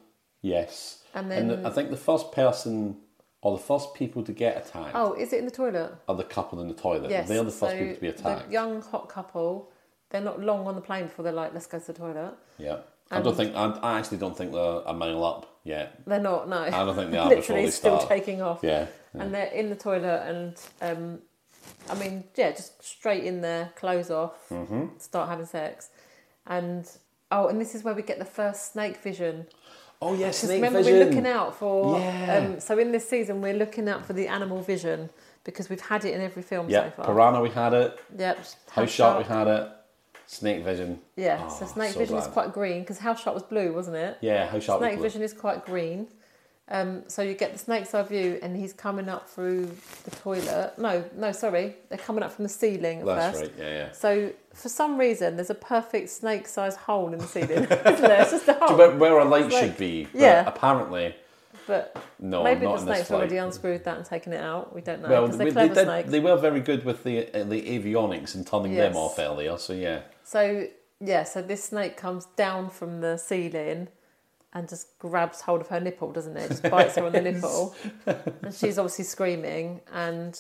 Speaker 1: Yes.
Speaker 2: And then-
Speaker 1: I think the first person or the first people to get attacked
Speaker 2: Oh, is it in the toilet?
Speaker 1: are the couple in the toilet.
Speaker 2: Yes.
Speaker 1: They're the first
Speaker 2: so
Speaker 1: people to be attacked.
Speaker 2: The young hot couple. They're not long on the plane before they're like, let's go to the toilet.
Speaker 1: yeah. I don't think I, I actually don't think they're a mile up yet.
Speaker 2: They're not. No.
Speaker 1: I don't think they are
Speaker 2: Literally
Speaker 1: before they
Speaker 2: still
Speaker 1: start.
Speaker 2: taking off.
Speaker 1: Yeah.
Speaker 2: And they're in the toilet, and um, I mean, yeah, just straight in there, clothes off,
Speaker 1: Mm-hmm.
Speaker 2: start having sex, and oh, and this is where we get the first snake vision.
Speaker 1: Oh yeah,
Speaker 2: Because
Speaker 1: snake
Speaker 2: remember,
Speaker 1: vision.
Speaker 2: we're looking out for.
Speaker 1: Yeah.
Speaker 2: Um, so in this season, we're looking out for the animal vision because we've had it in every film
Speaker 1: yeah.
Speaker 2: so far.
Speaker 1: Piranha we had it.
Speaker 2: Yep.
Speaker 1: House shark we had it. Snake vision.
Speaker 2: Yeah.
Speaker 1: Oh,
Speaker 2: so snake
Speaker 1: so
Speaker 2: vision is
Speaker 1: bad.
Speaker 2: quite green because house shark was blue, wasn't it?
Speaker 1: Yeah, house shark.
Speaker 2: Snake
Speaker 1: was blue.
Speaker 2: vision is quite green. Um, so you get the snake's eye view, and he's coming up through the toilet. No, no, sorry, they're coming up from the ceiling at
Speaker 1: That's
Speaker 2: first.
Speaker 1: right. Yeah, yeah.
Speaker 2: So for some reason, there's a perfect snake-sized hole in the ceiling, isn't there? It's just a hole.
Speaker 1: Where, where a light
Speaker 2: like-
Speaker 1: should be. But
Speaker 2: Yeah.
Speaker 1: Apparently,
Speaker 2: but
Speaker 1: no,
Speaker 2: Maybe
Speaker 1: not
Speaker 2: the
Speaker 1: in this
Speaker 2: snakes
Speaker 1: flight.
Speaker 2: already unscrewed that and taken it out. We don't know
Speaker 1: Well,
Speaker 2: because
Speaker 1: we-
Speaker 2: they're
Speaker 1: they,
Speaker 2: clever
Speaker 1: did,
Speaker 2: snakes.
Speaker 1: they were very good with the uh, the avionics and turning them
Speaker 2: Yes.
Speaker 1: off earlier. So yeah,
Speaker 2: So yeah, so this snake comes down from the ceiling and just grabs hold of her nipple, doesn't it? Just bites her on the nipple, and she's obviously screaming. And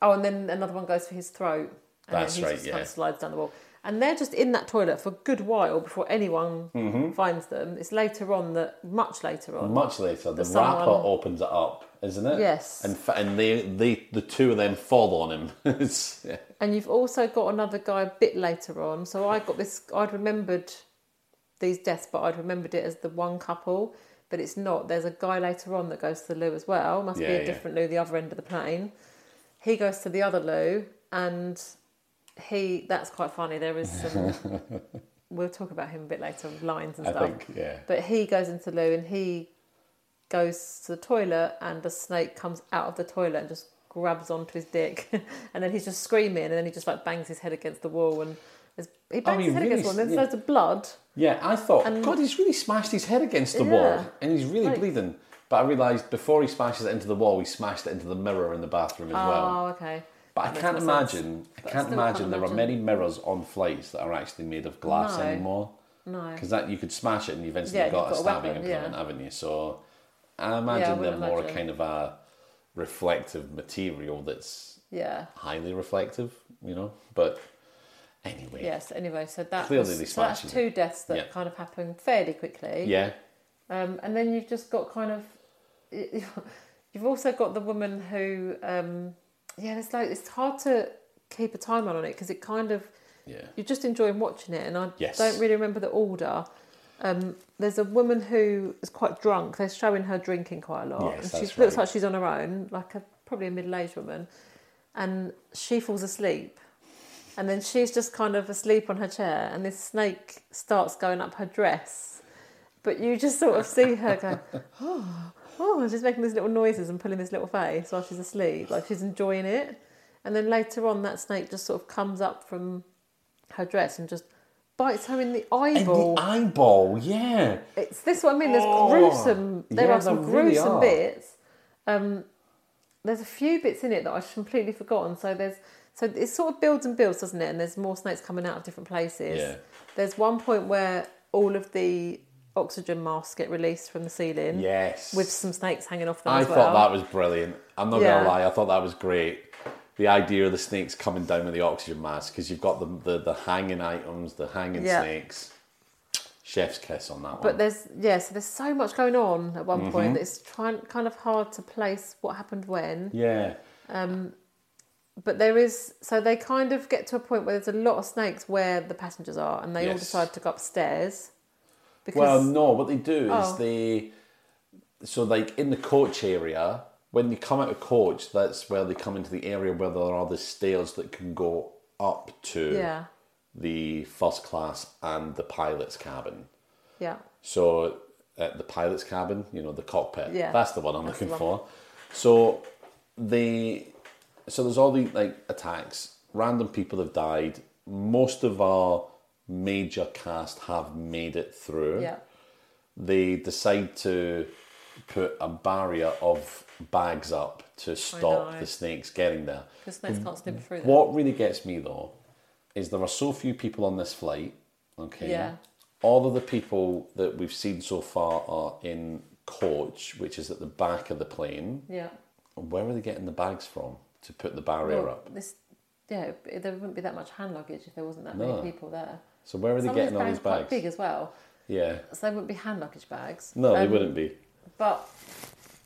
Speaker 2: oh, and then another one goes for his throat. And
Speaker 1: That's
Speaker 2: then he
Speaker 1: right,
Speaker 2: Just kind
Speaker 1: yeah.
Speaker 2: of slides down the wall, and they're just in that toilet for a good while before anyone
Speaker 1: Mm-hmm.
Speaker 2: finds them. It's later on that, much later on,
Speaker 1: much later the
Speaker 2: someone-
Speaker 1: rapper opens it up, isn't it?
Speaker 2: Yes.
Speaker 1: Mm-hmm. And fa- and they, they the two of them fall on him. It's- yeah.
Speaker 2: And you've also got another guy a bit later on. So I got this, I'd remembered these deaths, but I'd remembered it as the one couple, but it's not. There's a guy later on that goes to the loo as well. Must be
Speaker 1: Yeah,
Speaker 2: a
Speaker 1: yeah.
Speaker 2: different loo, the other end of the plane. He goes to the other loo, and he, that's quite funny. There is some, we'll talk about him a bit later, lines and
Speaker 1: I
Speaker 2: stuff.
Speaker 1: think yeah.
Speaker 2: But he goes into the loo and he goes to the toilet, and a snake comes out of the toilet and just grabs onto his dick, and then he's just screaming, and then he just like bangs his head against the wall, and there's, he bangs
Speaker 1: he
Speaker 2: his head
Speaker 1: really
Speaker 2: against the wall, and
Speaker 1: s-
Speaker 2: there's loads of blood.
Speaker 1: Yeah, I thought
Speaker 2: And-
Speaker 1: God, he's really smashed his head against the
Speaker 2: Yeah.
Speaker 1: wall, and he's really
Speaker 2: Like-
Speaker 1: bleeding. But I realised before he smashes it into the wall, he smashed it into the mirror in the bathroom as well.
Speaker 2: Oh, okay.
Speaker 1: But I
Speaker 2: Makes
Speaker 1: can't
Speaker 2: more sense.
Speaker 1: imagine. I
Speaker 2: But I
Speaker 1: can't
Speaker 2: still can't
Speaker 1: imagine there are
Speaker 2: imagine.
Speaker 1: many mirrors on flights that are actually made of glass
Speaker 2: No.
Speaker 1: anymore.
Speaker 2: No.
Speaker 1: because that you could smash it and you've instantly
Speaker 2: Yeah,
Speaker 1: got,
Speaker 2: you've
Speaker 1: a
Speaker 2: got a
Speaker 1: stabbing
Speaker 2: weapon,
Speaker 1: implement,
Speaker 2: yeah.
Speaker 1: haven't you? So I imagine
Speaker 2: wouldn't
Speaker 1: they're more
Speaker 2: imagine.
Speaker 1: kind of a reflective material that's
Speaker 2: Yeah.
Speaker 1: highly reflective, you know. But anyway,
Speaker 2: Yes. Anyway, so that
Speaker 1: Clearly
Speaker 2: was-
Speaker 1: they
Speaker 2: so that's
Speaker 1: smashed
Speaker 2: two deaths that
Speaker 1: Yeah.
Speaker 2: kind of happened fairly quickly.
Speaker 1: yeah,
Speaker 2: Um, and then you've just got kind of, you've also got the woman who, um, yeah, it's like it's hard to keep a timeline on it because it kind of
Speaker 1: yeah.
Speaker 2: you're just enjoying watching it, and I
Speaker 1: Yes.
Speaker 2: don't really remember the order. Um, there's a woman who is quite drunk. They're showing her drinking quite a lot,
Speaker 1: Yes,
Speaker 2: and she
Speaker 1: that's
Speaker 2: looks
Speaker 1: right.
Speaker 2: like she's on her own, like a probably a middle-aged woman, and she falls asleep. And then she's just kind of asleep on her chair, and this snake starts going up her dress. But you just sort of see her go, oh, oh, and she's making these little noises and pulling this little face while she's asleep, like she's enjoying it. And then later on, that snake just sort of comes up from her dress and just bites her in the
Speaker 1: And
Speaker 2: eyeball.
Speaker 1: the eyeball, yeah,
Speaker 2: It's this what I mean. There's
Speaker 1: Oh,
Speaker 2: gruesome. There
Speaker 1: yeah,
Speaker 2: are some
Speaker 1: there really
Speaker 2: gruesome
Speaker 1: are.
Speaker 2: bits. Um, there's a few bits in it that I've completely forgotten. So there's so it sort of builds and builds, doesn't it? And there's more snakes coming out of different places.
Speaker 1: Yeah.
Speaker 2: There's one point where all of the oxygen masks get released from the ceiling.
Speaker 1: yes.
Speaker 2: With some snakes hanging off them.
Speaker 1: I
Speaker 2: as well.
Speaker 1: thought that was brilliant. I'm not
Speaker 2: Yeah.
Speaker 1: gonna lie, I thought that was great. The idea of the snakes coming down with the oxygen mask because you've got the, the the hanging items, the hanging
Speaker 2: Yeah.
Speaker 1: snakes. Chef's kiss on that
Speaker 2: But
Speaker 1: one.
Speaker 2: there's yeah, so there's so much going on at one
Speaker 1: Mm-hmm.
Speaker 2: point that it's trying kind of hard to place what happened when.
Speaker 1: Yeah,
Speaker 2: But there is, so they kind of get to a point where there's a lot of snakes where the passengers are, and they all
Speaker 1: Yes.
Speaker 2: decide to go upstairs. Because,
Speaker 1: Well, no. What they do is
Speaker 2: Oh.
Speaker 1: they, so like in the coach area, when they come out of coach, that's where they come into the area where there are the stairs that can go up to
Speaker 2: yeah,
Speaker 1: the first class and the pilot's cabin.
Speaker 2: yeah,
Speaker 1: So at the pilot's cabin, you know, the cockpit.
Speaker 2: Yeah.
Speaker 1: That's the one I'm
Speaker 2: That's the
Speaker 1: looking
Speaker 2: one.
Speaker 1: for. So they so there's all the like attacks, random people have died. Most of our major cast have made it through.
Speaker 2: yeah,
Speaker 1: They decide to put a barrier of bags up to
Speaker 2: know.
Speaker 1: stop the snakes getting there.
Speaker 2: because snakes can't slip through them.
Speaker 1: What really gets me though is there are so few people on this flight. Okay.
Speaker 2: Yeah.
Speaker 1: All of the people that we've seen so far are in coach, which is at the back of the plane.
Speaker 2: Yeah,
Speaker 1: Where are they getting the bags from to put the barrier
Speaker 2: Well,
Speaker 1: up?
Speaker 2: this, yeah, it- there wouldn't be that much hand luggage if there wasn't that
Speaker 1: No.
Speaker 2: many people there.
Speaker 1: So where are they
Speaker 2: Some
Speaker 1: getting
Speaker 2: of
Speaker 1: all
Speaker 2: these
Speaker 1: these
Speaker 2: bags are
Speaker 1: bags?
Speaker 2: quite big as well,
Speaker 1: Yeah.
Speaker 2: so they wouldn't be hand luggage bags.
Speaker 1: No, they
Speaker 2: Um,
Speaker 1: wouldn't be.
Speaker 2: But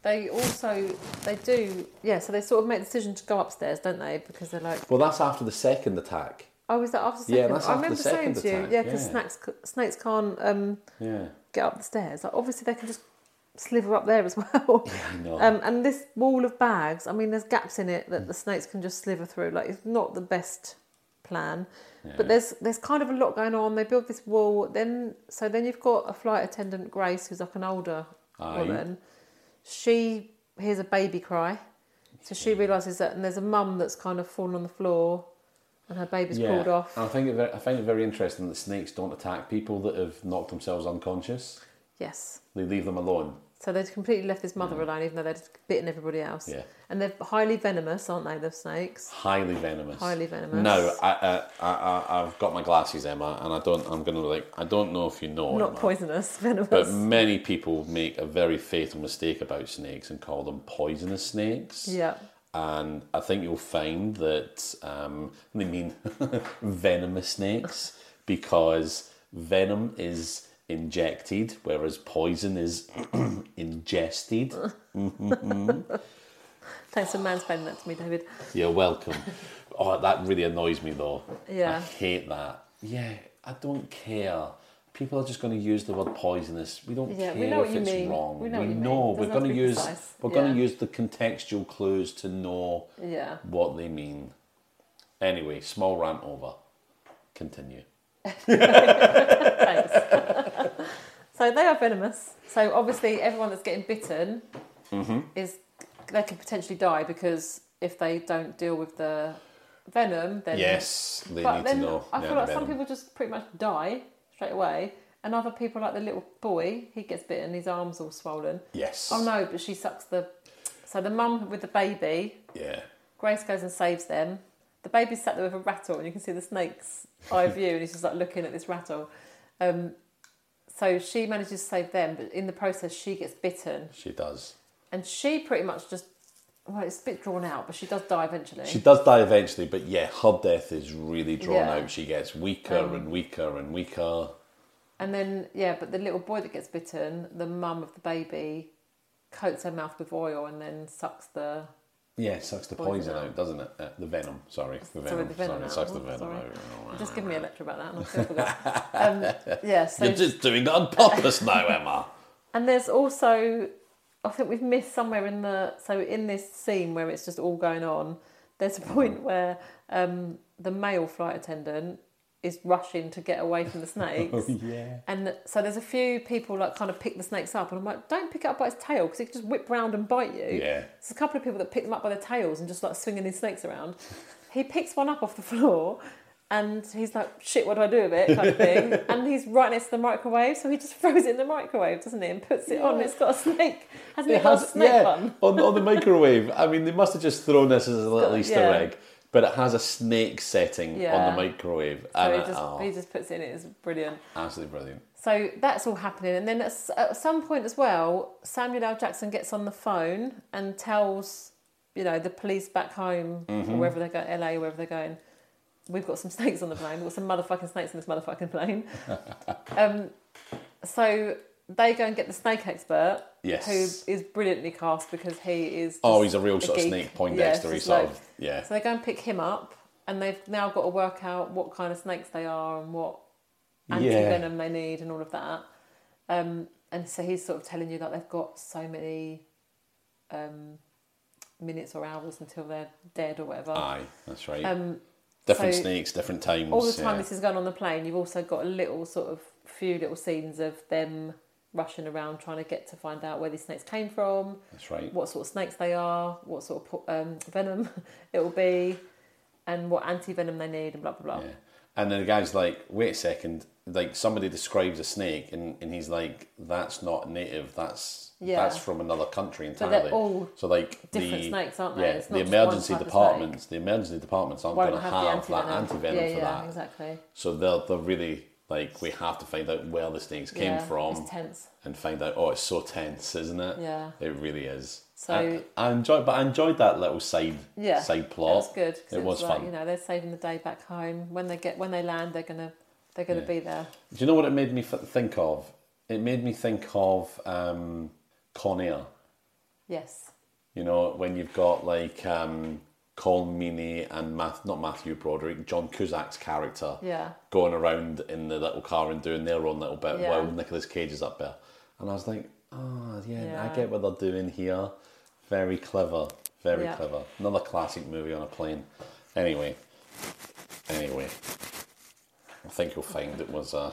Speaker 2: they also they do yeah, so they sort of make the decision to go upstairs, don't they? Because they're like,
Speaker 1: Well, that's after the second attack.
Speaker 2: oh, is that after second?
Speaker 1: Yeah, that's
Speaker 2: I
Speaker 1: after the
Speaker 2: remember saying
Speaker 1: second
Speaker 2: to you,
Speaker 1: attack,
Speaker 2: yeah, because
Speaker 1: yeah.
Speaker 2: snakes snakes can't um,
Speaker 1: Yeah.
Speaker 2: get up the stairs. Like obviously they can just sliver up there as well.
Speaker 1: I know.
Speaker 2: Um, and this wall of bags, I mean, there's gaps in it that the snakes can just sliver through. Like it's not the best plan,
Speaker 1: Yeah.
Speaker 2: but there's there's kind of a lot going on. They build this wall, then so then you've got a flight attendant, Grace, who's like an older
Speaker 1: Aye.
Speaker 2: woman. She hears a baby cry, so she realizes that, and there's a mum that's kind of fallen on the floor, and her baby's pulled off.
Speaker 1: I think it very, I find it very interesting that snakes don't attack people that have knocked themselves unconscious.
Speaker 2: Yes.
Speaker 1: They leave them alone.
Speaker 2: So they'd completely left this mother alone, even though they'd bitten everybody else.
Speaker 1: Yeah.
Speaker 2: And they're highly venomous, aren't they, the snakes?
Speaker 1: Highly venomous.
Speaker 2: Highly venomous.
Speaker 1: No, I, I, I, I- I've got my glasses, Emma, and I don't. I'm gonna like. I don't know if you know,
Speaker 2: Not
Speaker 1: Emma,
Speaker 2: poisonous,
Speaker 1: but
Speaker 2: venomous.
Speaker 1: many people make a very fatal mistake about snakes and call them poisonous snakes.
Speaker 2: yeah.
Speaker 1: And I think you'll find that um, they mean venomous snakes because venom is injected, whereas poison is ingested.
Speaker 2: Thanks for mansplaining that to me, David.
Speaker 1: You're welcome. oh, that really annoys me though.
Speaker 2: Yeah.
Speaker 1: I hate that. Yeah, I don't care. People are just going to use the word poisonous. We don't
Speaker 2: Yeah,
Speaker 1: care
Speaker 2: we know
Speaker 1: if
Speaker 2: what you
Speaker 1: it's
Speaker 2: mean.
Speaker 1: wrong.
Speaker 2: We know what you mean.
Speaker 1: know.
Speaker 2: It
Speaker 1: We're
Speaker 2: doesn't have
Speaker 1: going to
Speaker 2: to be
Speaker 1: use
Speaker 2: precise.
Speaker 1: we're going to
Speaker 2: Yeah.
Speaker 1: use the contextual clues to know
Speaker 2: Yeah.
Speaker 1: what they mean. Anyway, small rant over. Continue.
Speaker 2: Thanks. so they are venomous. So obviously, everyone that's getting bitten
Speaker 1: Mm-hmm.
Speaker 2: is they could potentially die because if they don't deal with the venom, then
Speaker 1: Yes, they
Speaker 2: But
Speaker 1: need
Speaker 2: then
Speaker 1: to know.
Speaker 2: I
Speaker 1: Yeah,
Speaker 2: feel like
Speaker 1: venom.
Speaker 2: some people just pretty much die straight away, and other people, like the little boy, he gets bitten, his arms all swollen.
Speaker 1: Yes.
Speaker 2: Oh no, but she sucks the. So the mum with the baby,
Speaker 1: Yeah.
Speaker 2: Grace goes and saves them. The baby's sat there with a rattle, and you can see the snake's eye view, and he's just like looking at this rattle. Um, So she manages to save them, but in the process, she gets bitten,
Speaker 1: She does.
Speaker 2: and she pretty much just well, it's a bit drawn out, but she does die eventually.
Speaker 1: She does die eventually, but yeah, her death is really drawn
Speaker 2: Yeah.
Speaker 1: out. She gets weaker
Speaker 2: Um,
Speaker 1: and weaker and weaker.
Speaker 2: And then, yeah, but the little boy that gets bitten, the mum of the baby coats her mouth with oil and then sucks the.
Speaker 1: Yeah, it sucks the
Speaker 2: Poison
Speaker 1: poison out, doesn't it? Uh, the venom, sorry. The
Speaker 2: Sorry,
Speaker 1: venom. Sorry,
Speaker 2: the venom
Speaker 1: it sucks
Speaker 2: out.
Speaker 1: the venom
Speaker 2: Sorry.
Speaker 1: out.
Speaker 2: Just give me a lecture about that, and I still forgot. Um, yeah, so
Speaker 1: You're just doing that on purpose now, Emma.
Speaker 2: and there's also, I think we've missed somewhere in the so in this scene where it's just all going on. There's a
Speaker 1: Mm.
Speaker 2: point where um, the male flight attendant is rushing to get away from the snakes.
Speaker 1: Oh, yeah.
Speaker 2: And so there's a few people like kind of pick the snakes up, and I'm like, don't pick it up by its tail because it could just whip round and bite you.
Speaker 1: Yeah.
Speaker 2: There's a couple of people that pick them up by their tails and just like swinging these snakes around. He picks one up off the floor, and he's like, shit, what do I do with it? Kind of thing. and he's right next to the microwave, so he just throws it in the microwave, doesn't he? And puts it on. It's got a snake. Hasn't it,
Speaker 1: It
Speaker 2: got a
Speaker 1: has-
Speaker 2: snake
Speaker 1: yeah,
Speaker 2: bun?
Speaker 1: on, on the microwave. I mean, they must have just thrown this as a little
Speaker 2: got-
Speaker 1: Easter
Speaker 2: yeah.
Speaker 1: egg, but it has a snake setting on
Speaker 2: Yeah.
Speaker 1: the microwave.
Speaker 2: So
Speaker 1: and
Speaker 2: he
Speaker 1: it-
Speaker 2: just,
Speaker 1: oh,
Speaker 2: he just puts it in. It's brilliant.
Speaker 1: absolutely brilliant.
Speaker 2: So that's all happening, and then at, s- at some point as well, Samuel L. Jackson gets on the phone and tells, you know, the police back home
Speaker 1: Mm-hmm.
Speaker 2: or wherever they go, LA, wherever they're going, we've got some snakes on the plane. We've got some motherfucking snakes in this motherfucking plane. um, so they go and get the snake expert,
Speaker 1: Yes.
Speaker 2: who is brilliantly cast because he is.
Speaker 1: oh,
Speaker 2: just
Speaker 1: he's a real sort of
Speaker 2: geek.
Speaker 1: snake
Speaker 2: Yeah, it's
Speaker 1: poindexter
Speaker 2: just
Speaker 1: sort
Speaker 2: like-
Speaker 1: of. Yeah.
Speaker 2: So they go and pick him up, and they've now got to work out what kind of snakes they are and what anti venom they need and all of that. Um, and so he's sort of telling you that they've got so many um, minutes or hours until they're dead or whatever.
Speaker 1: Aye, that's right.
Speaker 2: Um,
Speaker 1: different
Speaker 2: so-
Speaker 1: snakes, different times.
Speaker 2: all the
Speaker 1: yeah.
Speaker 2: time this is going on the plane, you've also got a little sort of few little scenes of them rushing around trying to get to find out where these snakes came from,
Speaker 1: That's right.
Speaker 2: what sort of snakes they are, what sort of po- um, venom it will be, and what anti venom they need, and blah blah blah.
Speaker 1: Yeah. And then the guy's like, wait a second, like somebody describes a snake and, and he's like, that's not native, that's
Speaker 2: Yeah.
Speaker 1: that's from another country
Speaker 2: But they're
Speaker 1: entirely.
Speaker 2: all
Speaker 1: so like
Speaker 2: different
Speaker 1: the
Speaker 2: snakes, aren't they?
Speaker 1: yeah,
Speaker 2: It's
Speaker 1: the
Speaker 2: not just one
Speaker 1: emergency
Speaker 2: type of
Speaker 1: departments, the emergency departments aren't
Speaker 2: Won't
Speaker 1: going to
Speaker 2: have the
Speaker 1: have, that anti
Speaker 2: anti-venom.
Speaker 1: venom
Speaker 2: yeah,
Speaker 1: for
Speaker 2: yeah,
Speaker 1: that.
Speaker 2: exactly.
Speaker 1: So they'll they're really like we have to find out where the snakes came
Speaker 2: Yeah,
Speaker 1: from
Speaker 2: It's tense.
Speaker 1: and find out. Oh, it's so tense, isn't it?
Speaker 2: Yeah.
Speaker 1: It really is.
Speaker 2: So-
Speaker 1: I, I enjoyed, but I enjoyed that little side
Speaker 2: Yeah.
Speaker 1: side
Speaker 2: It was
Speaker 1: plot.
Speaker 2: good. 'cause
Speaker 1: It was
Speaker 2: like,
Speaker 1: fun.
Speaker 2: You know, they're saving the day back home. When they get when they land, they're gonna they're gonna
Speaker 1: Yeah.
Speaker 2: be there.
Speaker 1: Do you know what it made me f- think of? It made me think of um, Con Air.
Speaker 2: Yes.
Speaker 1: You know, when you've got like um, Colm Meaney and Math, not Matthew Broderick, John Cusack's character
Speaker 2: Yeah.
Speaker 1: going around in the little car and doing their own little bit
Speaker 2: Yeah.
Speaker 1: while Nicolas Cage is up there. And I was like, ah, yeah,
Speaker 2: Yeah.
Speaker 1: I get what they're doing here. Very clever. Very
Speaker 2: Yeah.
Speaker 1: clever. Another classic movie on a plane. Anyway, anyway, I think you'll find it was a.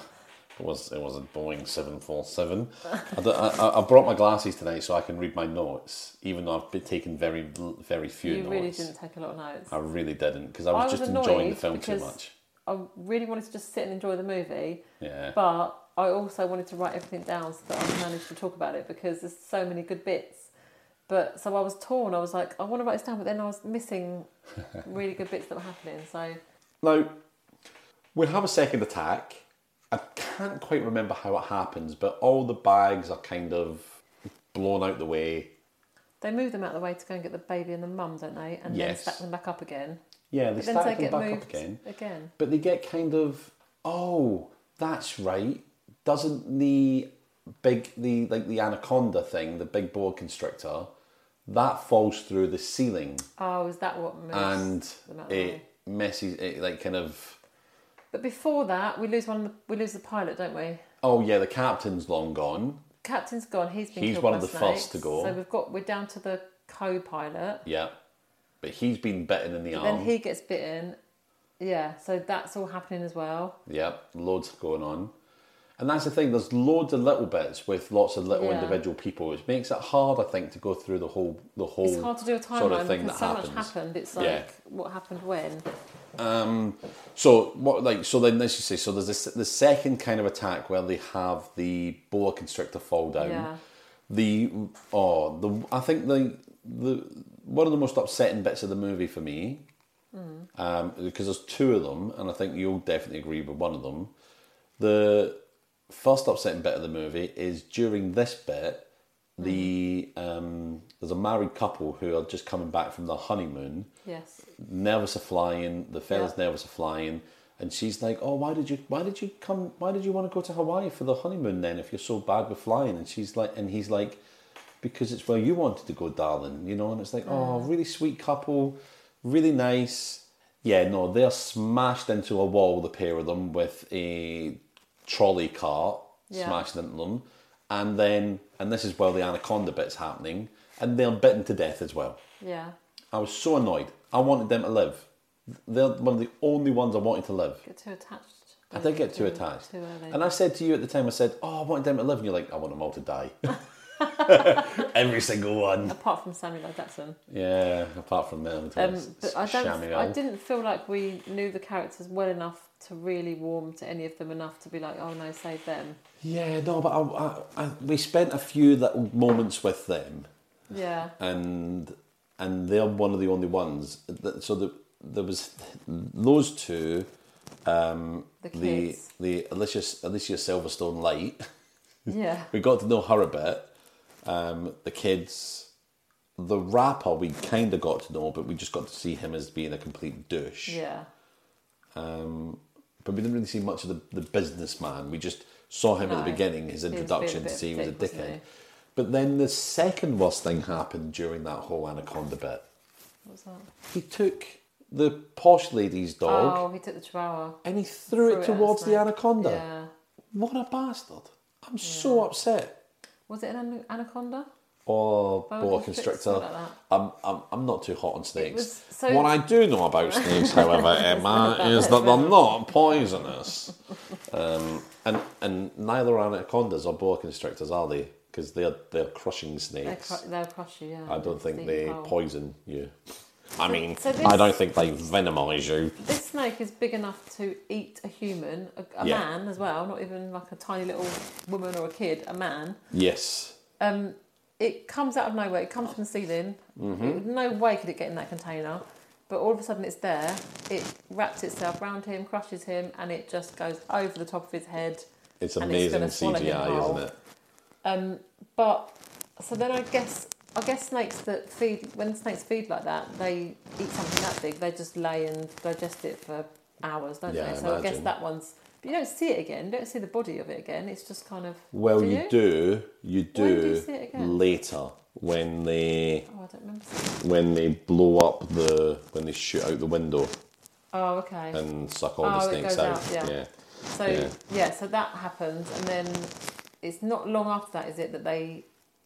Speaker 1: It was it was a Boeing seven four seven. I don't- I- I- I brought my glasses today so I can read my notes, even though I've been taking very l- very few
Speaker 2: You
Speaker 1: notes.
Speaker 2: really didn't take a lot of notes.
Speaker 1: I really didn't because I was,
Speaker 2: I was
Speaker 1: just enjoying the
Speaker 2: annoyed
Speaker 1: film too
Speaker 2: because-
Speaker 1: much.
Speaker 2: I really wanted to just sit and enjoy the movie,
Speaker 1: Yeah.
Speaker 2: but I also wanted to write everything down so that I managed to talk about it because there's so many good bits. But so I was torn. I was like, I want to write this down, but then I was missing really good bits that were happening. So
Speaker 1: Now, we have a second attack. I can't quite remember how it happens, but all the bags are kind of blown out the way.
Speaker 2: they move them out of the way to go and get the baby and the mum, don't they? And then
Speaker 1: Yes.
Speaker 2: stack them back up again.
Speaker 1: Yeah, they
Speaker 2: But then they
Speaker 1: stack them
Speaker 2: get
Speaker 1: back
Speaker 2: moved
Speaker 1: up again.
Speaker 2: again.
Speaker 1: But they get kind of, oh, that's right. Doesn't the big, the like the anaconda thing, the big boa constrictor, that falls through the ceiling
Speaker 2: Oh, is that what moves
Speaker 1: and
Speaker 2: them out of the
Speaker 1: it
Speaker 2: way?
Speaker 1: messes, it like kind of,
Speaker 2: But before that, we lose one. Of the, we lose the pilot, don't we?
Speaker 1: oh yeah, the captain's long gone.
Speaker 2: Captain's gone. He's been
Speaker 1: He's
Speaker 2: killed
Speaker 1: one
Speaker 2: by
Speaker 1: of the
Speaker 2: snakes.
Speaker 1: first to go.
Speaker 2: So we've got we're down to the co-pilot.
Speaker 1: Yeah. But he's been bitten in the arm.
Speaker 2: Then he gets bitten. Yeah. So that's all happening as well.
Speaker 1: Yep, loads going on. And that's the thing, there's loads of little bits with lots of little
Speaker 2: Yeah.
Speaker 1: individual people, which makes it hard, I think, to go through the whole the whole
Speaker 2: It's hard to do a timeline
Speaker 1: sort of thing that
Speaker 2: because so
Speaker 1: happens.
Speaker 2: much happened. It's like
Speaker 1: Yeah.
Speaker 2: what happened when.
Speaker 1: So what like so then as you say, so there's this the second kind of attack where they have the boa constrictor fall down.
Speaker 2: Yeah.
Speaker 1: The oh the I think the the one of the most upsetting bits of the movie for me, um, because there's two of them, and I think you'll definitely agree with one of them. The first upsetting bit of the movie is during this bit, the um, there's a married couple who are just coming back from their honeymoon,
Speaker 2: Yes.
Speaker 1: nervous of flying. The fella's
Speaker 2: Yeah.
Speaker 1: nervous of flying, and she's like, "Oh, why did you? Why did you come? Why did you want to go to Hawaii for the honeymoon then? If you're so bad with flying?" And she's like, and he's like, "Because it's where you wanted to go, darling. You know." And it's like, "Oh,
Speaker 2: Mm.
Speaker 1: really sweet couple, really nice." Yeah, no, they're smashed into a wall. The pair of them with a trolley cart
Speaker 2: Yeah.
Speaker 1: smashed into them, and then and this is where the anaconda bit's happening, and they're bitten to death as well.
Speaker 2: Yeah.
Speaker 1: I was so annoyed. I wanted them to live. They're one of the only ones I wanted to live.
Speaker 2: Get too attached.
Speaker 1: I did get too attached.
Speaker 2: Too early.
Speaker 1: And I said to you at the time, I said, Oh, I wanted them to live. And you're like, I want them all to die. Every single one.
Speaker 2: Apart from Samuel L. Jackson.
Speaker 1: Yeah, apart from them. it
Speaker 2: Um,
Speaker 1: was
Speaker 2: but I don't. I
Speaker 1: Shamuel.
Speaker 2: didn't feel like we knew the characters well enough to really warm to any of them enough to be like, oh no, save them.
Speaker 1: Yeah, no, but I, I, I, we spent a few little moments with them.
Speaker 2: Yeah.
Speaker 1: and and they're one of the only ones. that- So the, there was those two,
Speaker 2: The
Speaker 1: the
Speaker 2: kids.
Speaker 1: the Alicia Alicia Silverstone Light.
Speaker 2: yeah.
Speaker 1: We got to know her a bit. Um, the kids, the rapper, we kind of got to know, but we just got to see him as being a complete douche.
Speaker 2: Yeah.
Speaker 1: But we didn't really see much of the, the businessman. We just saw him at the
Speaker 2: No.
Speaker 1: beginning, his
Speaker 2: He was being a
Speaker 1: introduction to
Speaker 2: bit
Speaker 1: see he was a
Speaker 2: of a dick,
Speaker 1: dickhead.
Speaker 2: wasn't he?
Speaker 1: But then the second worst thing happened during that whole anaconda bit.
Speaker 2: What was that?
Speaker 1: He took the posh lady's dog
Speaker 2: Oh, he took the chihuahua.
Speaker 1: and he threw,
Speaker 2: Threw
Speaker 1: it
Speaker 2: it
Speaker 1: towards the
Speaker 2: outside.
Speaker 1: anaconda.
Speaker 2: Yeah.
Speaker 1: What a bastard. I'm so upset.
Speaker 2: Was it an an- anaconda?
Speaker 1: Or
Speaker 2: Boa
Speaker 1: boa
Speaker 2: constrictor,
Speaker 1: constrictor.
Speaker 2: something like that.
Speaker 1: I'm, I'm, I'm not too hot on snakes.
Speaker 2: was- so-
Speaker 1: what I do know about snakes, however, Emma, is that they're not poisonous. Um, and, and neither are anacondas or boa constrictors, are they? Because they're, they're crushing
Speaker 2: They'll,
Speaker 1: snakes.
Speaker 2: cru- they'll crush you. Yeah.
Speaker 1: I don't think
Speaker 2: Sting
Speaker 1: they
Speaker 2: hole.
Speaker 1: poison you. I mean,
Speaker 2: so
Speaker 1: I
Speaker 2: this-
Speaker 1: don't think they venomize you.
Speaker 2: This snake is big enough to eat a human, a, a
Speaker 1: Yeah.
Speaker 2: man as well, not even like a tiny little woman or a kid, a man.
Speaker 1: Yes.
Speaker 2: Um, it comes out of nowhere. It comes from the ceiling.
Speaker 1: Mm-hmm.
Speaker 2: It- no way could it get in that container. But all of a sudden, it's there. It wraps itself round him, crushes him, and it just goes over the top of his head.
Speaker 1: It's
Speaker 2: And it's
Speaker 1: amazing
Speaker 2: gonna swallow him
Speaker 1: CGI,
Speaker 2: whole.
Speaker 1: isn't it?
Speaker 2: Um, but so then I guess I guess snakes that feed when snakes feed like that, they eat something that big. They just lay and digest it for hours, don't
Speaker 1: Yeah, I
Speaker 2: they? So I guess
Speaker 1: imagine.
Speaker 2: that one's. But you don't see it again. You don't see the body of it again. It's just kind of.
Speaker 1: Well,
Speaker 2: do
Speaker 1: you?
Speaker 2: you?
Speaker 1: do. You do,
Speaker 2: When do you see it again?
Speaker 1: later when they
Speaker 2: Oh, I don't remember. seeing it.
Speaker 1: when they blow up the when they shoot out the window
Speaker 2: Oh, okay.
Speaker 1: and suck all
Speaker 2: Oh,
Speaker 1: the
Speaker 2: it
Speaker 1: snakes
Speaker 2: goes
Speaker 1: out.
Speaker 2: out,
Speaker 1: yeah.
Speaker 2: yeah. So
Speaker 1: Yeah.
Speaker 2: yeah. so that happens, and then it's not long after that, is it, that they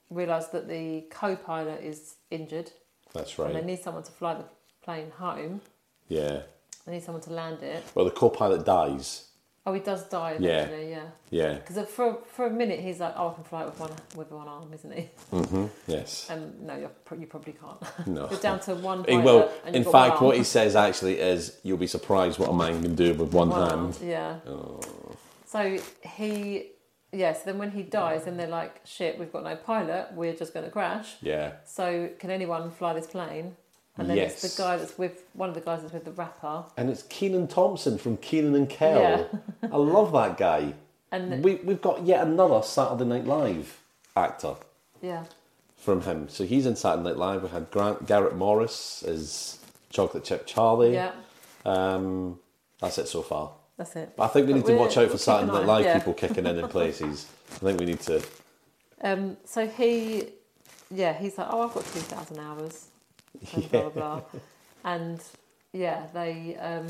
Speaker 2: realise that the co-pilot is injured,
Speaker 1: that's
Speaker 2: and they
Speaker 1: right.
Speaker 2: need someone to fly the plane home.
Speaker 1: Yeah.
Speaker 2: They need someone to land it.
Speaker 1: Well, the co-pilot dies.
Speaker 2: Oh, he does die
Speaker 1: Yeah.
Speaker 2: eventually, yeah.
Speaker 1: Yeah.
Speaker 2: Because for for a minute he's like, oh, I can fly it with one with one arm, isn't he?
Speaker 1: Yes.
Speaker 2: Um, no, you're, pro- you probably can't.
Speaker 1: No.
Speaker 2: Uh, you're down to one.
Speaker 1: Eh,
Speaker 2: Pilot
Speaker 1: well,
Speaker 2: and
Speaker 1: in
Speaker 2: you've got
Speaker 1: fact,
Speaker 2: one
Speaker 1: what
Speaker 2: arm.
Speaker 1: he says actually is, "You'll be surprised what a man can do with one,
Speaker 2: One arm,
Speaker 1: hand."
Speaker 2: Yeah.
Speaker 1: Oh.
Speaker 2: So he, yes. then when he dies, then they're like, shit, we've got no pilot. We're just going to crash.
Speaker 1: Yeah.
Speaker 2: So, can anyone fly this plane? And then
Speaker 1: Yes.
Speaker 2: it's the guy that's with one of the guys that's with the rapper.
Speaker 1: And it's Keenan Thompson from Keenan and Kel. I love that guy.
Speaker 2: And
Speaker 1: We, we've got yet another Saturday Night Live actor
Speaker 2: yeah,
Speaker 1: from him. So he's in Saturday Night Live. We had Grant, Garrett Morris as Chocolate Chip Charlie.
Speaker 2: yeah,
Speaker 1: Um, that's it so far.
Speaker 2: that's it.
Speaker 1: But I think we
Speaker 2: But
Speaker 1: need to watch
Speaker 2: we're-
Speaker 1: out for
Speaker 2: we're
Speaker 1: Saturday
Speaker 2: keeping
Speaker 1: Night
Speaker 2: an
Speaker 1: Live
Speaker 2: eye- yeah.
Speaker 1: people kicking in in places. I think we need to.
Speaker 2: Um, so he, yeah, he's like, oh, I've got two thousand hours, and blah blah blah, and yeah, they. Um,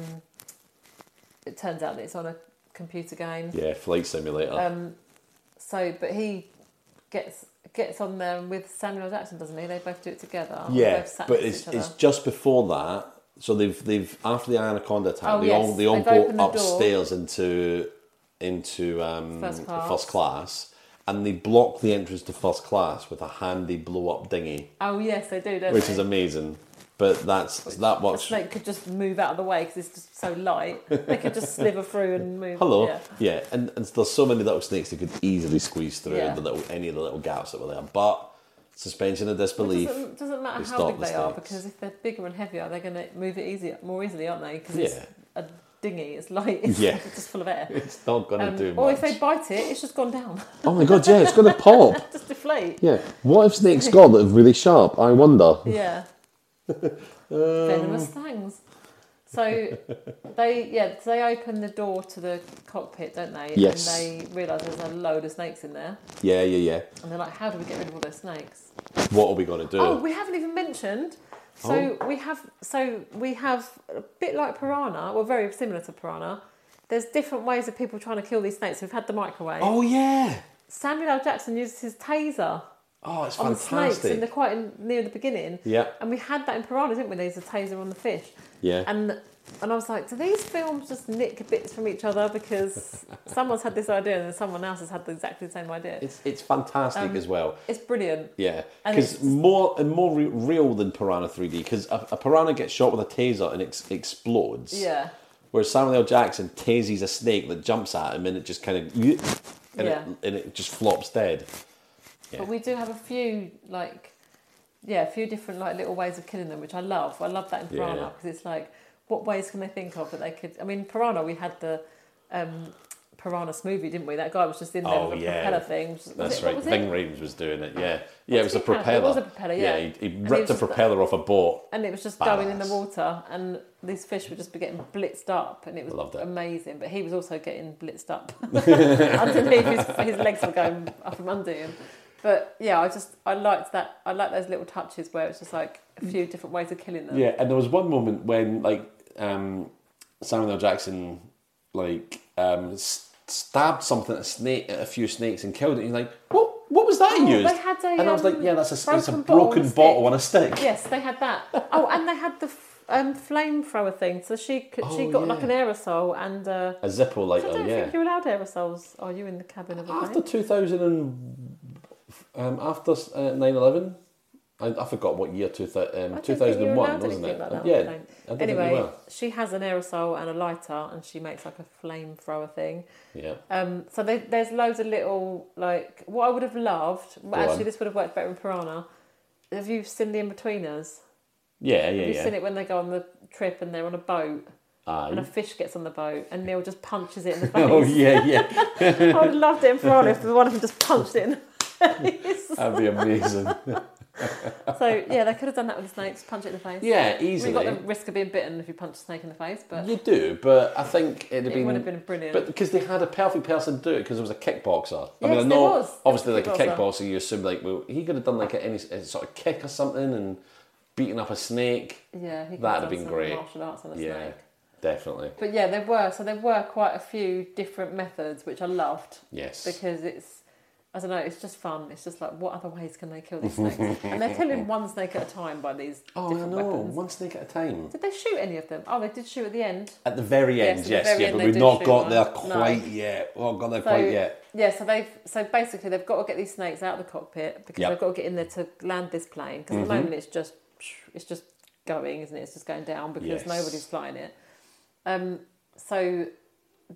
Speaker 2: it turns out that it's on a computer game.
Speaker 1: Yeah, Flight Simulator.
Speaker 2: Um, so, but he gets gets on there with Samuel L. Jackson, doesn't he? They both do it together. They
Speaker 1: yeah,
Speaker 2: both sat
Speaker 1: but
Speaker 2: next to
Speaker 1: it's,
Speaker 2: each other.
Speaker 1: it's just before that. So they've they've after the Anaconda attack,
Speaker 2: Oh,
Speaker 1: they
Speaker 2: yes,
Speaker 1: all they all
Speaker 2: they've
Speaker 1: go
Speaker 2: opened the door.
Speaker 1: upstairs into into um,
Speaker 2: First class.
Speaker 1: first class, and they block the entrance to first class with a handy blow up dinghy.
Speaker 2: oh yes, they do, don't
Speaker 1: which
Speaker 2: they?
Speaker 1: is amazing. But that's that
Speaker 2: The
Speaker 1: works.
Speaker 2: snake could just move out of the way because it's just so light. They could just sliver through and move.
Speaker 1: Hello, yeah.
Speaker 2: Yeah.
Speaker 1: and, and there's so many little snakes that could easily squeeze through
Speaker 2: Yeah.
Speaker 1: the little any of the little gaps that were there. But suspension of disbelief,
Speaker 2: Doesn't, doesn't matter
Speaker 1: They
Speaker 2: how
Speaker 1: start
Speaker 2: big they are
Speaker 1: mistakes.
Speaker 2: because if they're bigger and heavier, they're going to move it easier, more easily, aren't they? Because it's
Speaker 1: Yeah.
Speaker 2: a dingy. It's light. It's
Speaker 1: Yeah.
Speaker 2: just full of air.
Speaker 1: It's not going to
Speaker 2: Um,
Speaker 1: do
Speaker 2: or
Speaker 1: much.
Speaker 2: if they bite it, it's just gone down.
Speaker 1: Oh my god, yeah, it's going to pop.
Speaker 2: just deflate.
Speaker 1: Yeah. What have snakes got that are really sharp? I wonder.
Speaker 2: Yeah.
Speaker 1: Um.
Speaker 2: Venomous things. So they yeah so they open the door to the cockpit, don't they?
Speaker 1: Yes.
Speaker 2: And they realise there's a load of snakes in there,
Speaker 1: Yeah, yeah, yeah.
Speaker 2: and they're like, "How do we get rid of all those snakes?"
Speaker 1: What are we going to do?
Speaker 2: Oh, we haven't even mentioned. So
Speaker 1: Oh.
Speaker 2: we have so we have a bit like piranha, well, very similar to piranha. There's different ways of people trying to kill these snakes. We've had the microwave.
Speaker 1: Oh, yeah.
Speaker 2: Samuel L. Jackson uses his taser
Speaker 1: Oh, it's
Speaker 2: on snakes in the
Speaker 1: fantastic.
Speaker 2: quite in, near the beginning.
Speaker 1: Yeah.
Speaker 2: And we had that in Piranha, didn't we? There's a taser on the fish.
Speaker 1: Yeah.
Speaker 2: And and I was like, do these films just nick bits from each other because someone's had this idea and then someone else has had the- exactly the same idea? It's,
Speaker 1: It's it's fantastic as well.
Speaker 2: brilliant.
Speaker 1: Yeah,
Speaker 2: Um, And
Speaker 1: because
Speaker 2: it's-
Speaker 1: more and more re- real than Piranha 3D. Because a, a piranha gets shot with a taser and it explodes.
Speaker 2: Yeah.
Speaker 1: Whereas Samuel L. Jackson tases a snake that jumps at him and it just kind of and,
Speaker 2: Yeah.
Speaker 1: it, and it just flops dead. Yeah.
Speaker 2: But we do have a few like yeah, a few different like little ways of killing them, which I love. I love that in
Speaker 1: Yeah.
Speaker 2: Piranha because it's like what ways can they think of that they could I mean Piranha we had the um Piranha smoothie, didn't we? That guy was just in there
Speaker 1: Oh,
Speaker 2: with a
Speaker 1: yeah.
Speaker 2: propeller thing. Was
Speaker 1: That's
Speaker 2: it- what
Speaker 1: right.
Speaker 2: was it?
Speaker 1: Ving Rhames was doing it. Yeah, yeah. It was a
Speaker 2: did he have? It
Speaker 1: propeller.
Speaker 2: was a propeller, yeah.
Speaker 1: he, he
Speaker 2: And he
Speaker 1: ripped a
Speaker 2: was just-
Speaker 1: propeller off a boat.
Speaker 2: and it was just going in the
Speaker 1: Badass.
Speaker 2: water, and these fish would just be getting blitzed up, and it was
Speaker 1: I loved it.
Speaker 2: amazing. But he was also getting blitzed up underneath; his, his legs were going up from under him. But yeah, I just I liked that. I like those little touches where it's just like a few different ways of killing them.
Speaker 1: Yeah, and there was one moment when like um, Samuel L. Jackson like um, s- stabbed something at a snake at a few snakes and killed it. He's like, what? What was that
Speaker 2: Oh,
Speaker 1: used?
Speaker 2: they had a,
Speaker 1: and I was like,
Speaker 2: um,
Speaker 1: yeah, that's a, it's a
Speaker 2: broken bottle on
Speaker 1: broken
Speaker 2: a stick."
Speaker 1: bottle on a stick.
Speaker 2: Yes, they had that. Oh, and they had the f- um, flamethrower thing. So she could, she
Speaker 1: Oh,
Speaker 2: got like
Speaker 1: yeah.
Speaker 2: an aerosol, and uh,
Speaker 1: A Zippo
Speaker 2: I don't
Speaker 1: lighter,
Speaker 2: think
Speaker 1: yeah.
Speaker 2: you're allowed aerosols. Are you in the cabin of a plane?
Speaker 1: After 2000 and um, after uh, 9/11, I, I forgot what year 2000,
Speaker 2: I
Speaker 1: um,
Speaker 2: don't think you were
Speaker 1: 2001
Speaker 2: allowed
Speaker 1: wasn't
Speaker 2: anything
Speaker 1: it? Uh,
Speaker 2: like that,
Speaker 1: yeah,
Speaker 2: I think.
Speaker 1: I don't think
Speaker 2: Anyway,
Speaker 1: you were.
Speaker 2: she has an aerosol and a lighter, and she makes like a flamethrower thing.
Speaker 1: Yeah.
Speaker 2: Um, so there- there's loads of little like what I would have loved.
Speaker 1: Go
Speaker 2: Well, actually,
Speaker 1: on.
Speaker 2: this would have worked better in Piranha. Have you seen the Inbetweeners?
Speaker 1: Yeah, yeah,
Speaker 2: Have you
Speaker 1: yeah.
Speaker 2: seen it when they go on the trip and they're on a boat and a
Speaker 1: Aye.
Speaker 2: fish gets on the boat and Neil just punches it in the face?
Speaker 1: Oh yeah, yeah.
Speaker 2: I would have loved it in Piranha if one of them just punched it. In the face.
Speaker 1: That'd be amazing.
Speaker 2: so yeah, they could have done that with snakes, punch it in the face.
Speaker 1: Yeah,
Speaker 2: I mean,
Speaker 1: easily.
Speaker 2: you've got the risk of being bitten if you punch a snake in the face, but
Speaker 1: You do, but I think it'd have
Speaker 2: it
Speaker 1: been.
Speaker 2: would have been brilliant.
Speaker 1: But because they had a perfect person do it, because it was a kickboxer. I mean, I
Speaker 2: Yes,
Speaker 1: know
Speaker 2: there was. There
Speaker 1: obviously
Speaker 2: was a
Speaker 1: like a
Speaker 2: kickboxer.
Speaker 1: kickboxer, you assume like, well, he could have done like a, any a sort of kick or something and beating up a snake.
Speaker 2: Yeah, he could
Speaker 1: That'd have
Speaker 2: have done
Speaker 1: been
Speaker 2: some
Speaker 1: great.
Speaker 2: Martial arts on a
Speaker 1: Yeah,
Speaker 2: snake.
Speaker 1: definitely.
Speaker 2: But yeah, there were so there were quite a few different methods which I loved
Speaker 1: Yes.
Speaker 2: because it's I don't know, it's just fun. It's just like what other ways can they kill these snakes? and they're killing one snake at a time by these
Speaker 1: oh, I
Speaker 2: different
Speaker 1: know.
Speaker 2: weapons.
Speaker 1: One snake at a time.
Speaker 2: Did they shoot any of them? Oh, they did shoot at the end.
Speaker 1: At the very end,
Speaker 2: Yes, at
Speaker 1: yes,
Speaker 2: the very
Speaker 1: yeah,
Speaker 2: end
Speaker 1: but
Speaker 2: they
Speaker 1: we've
Speaker 2: do
Speaker 1: not
Speaker 2: shoot
Speaker 1: got
Speaker 2: one.
Speaker 1: there
Speaker 2: No.
Speaker 1: quite yet. Well, got there
Speaker 2: So
Speaker 1: quite yet.
Speaker 2: yeah, so they've so basically they've got to get these snakes out of the cockpit because
Speaker 1: Yep. Mm-hmm.
Speaker 2: they've got to get in there to land this plane because at the moment it's just it's just going, isn't it? It's just going down because
Speaker 1: Yes.
Speaker 2: nobody's flying it. Um, so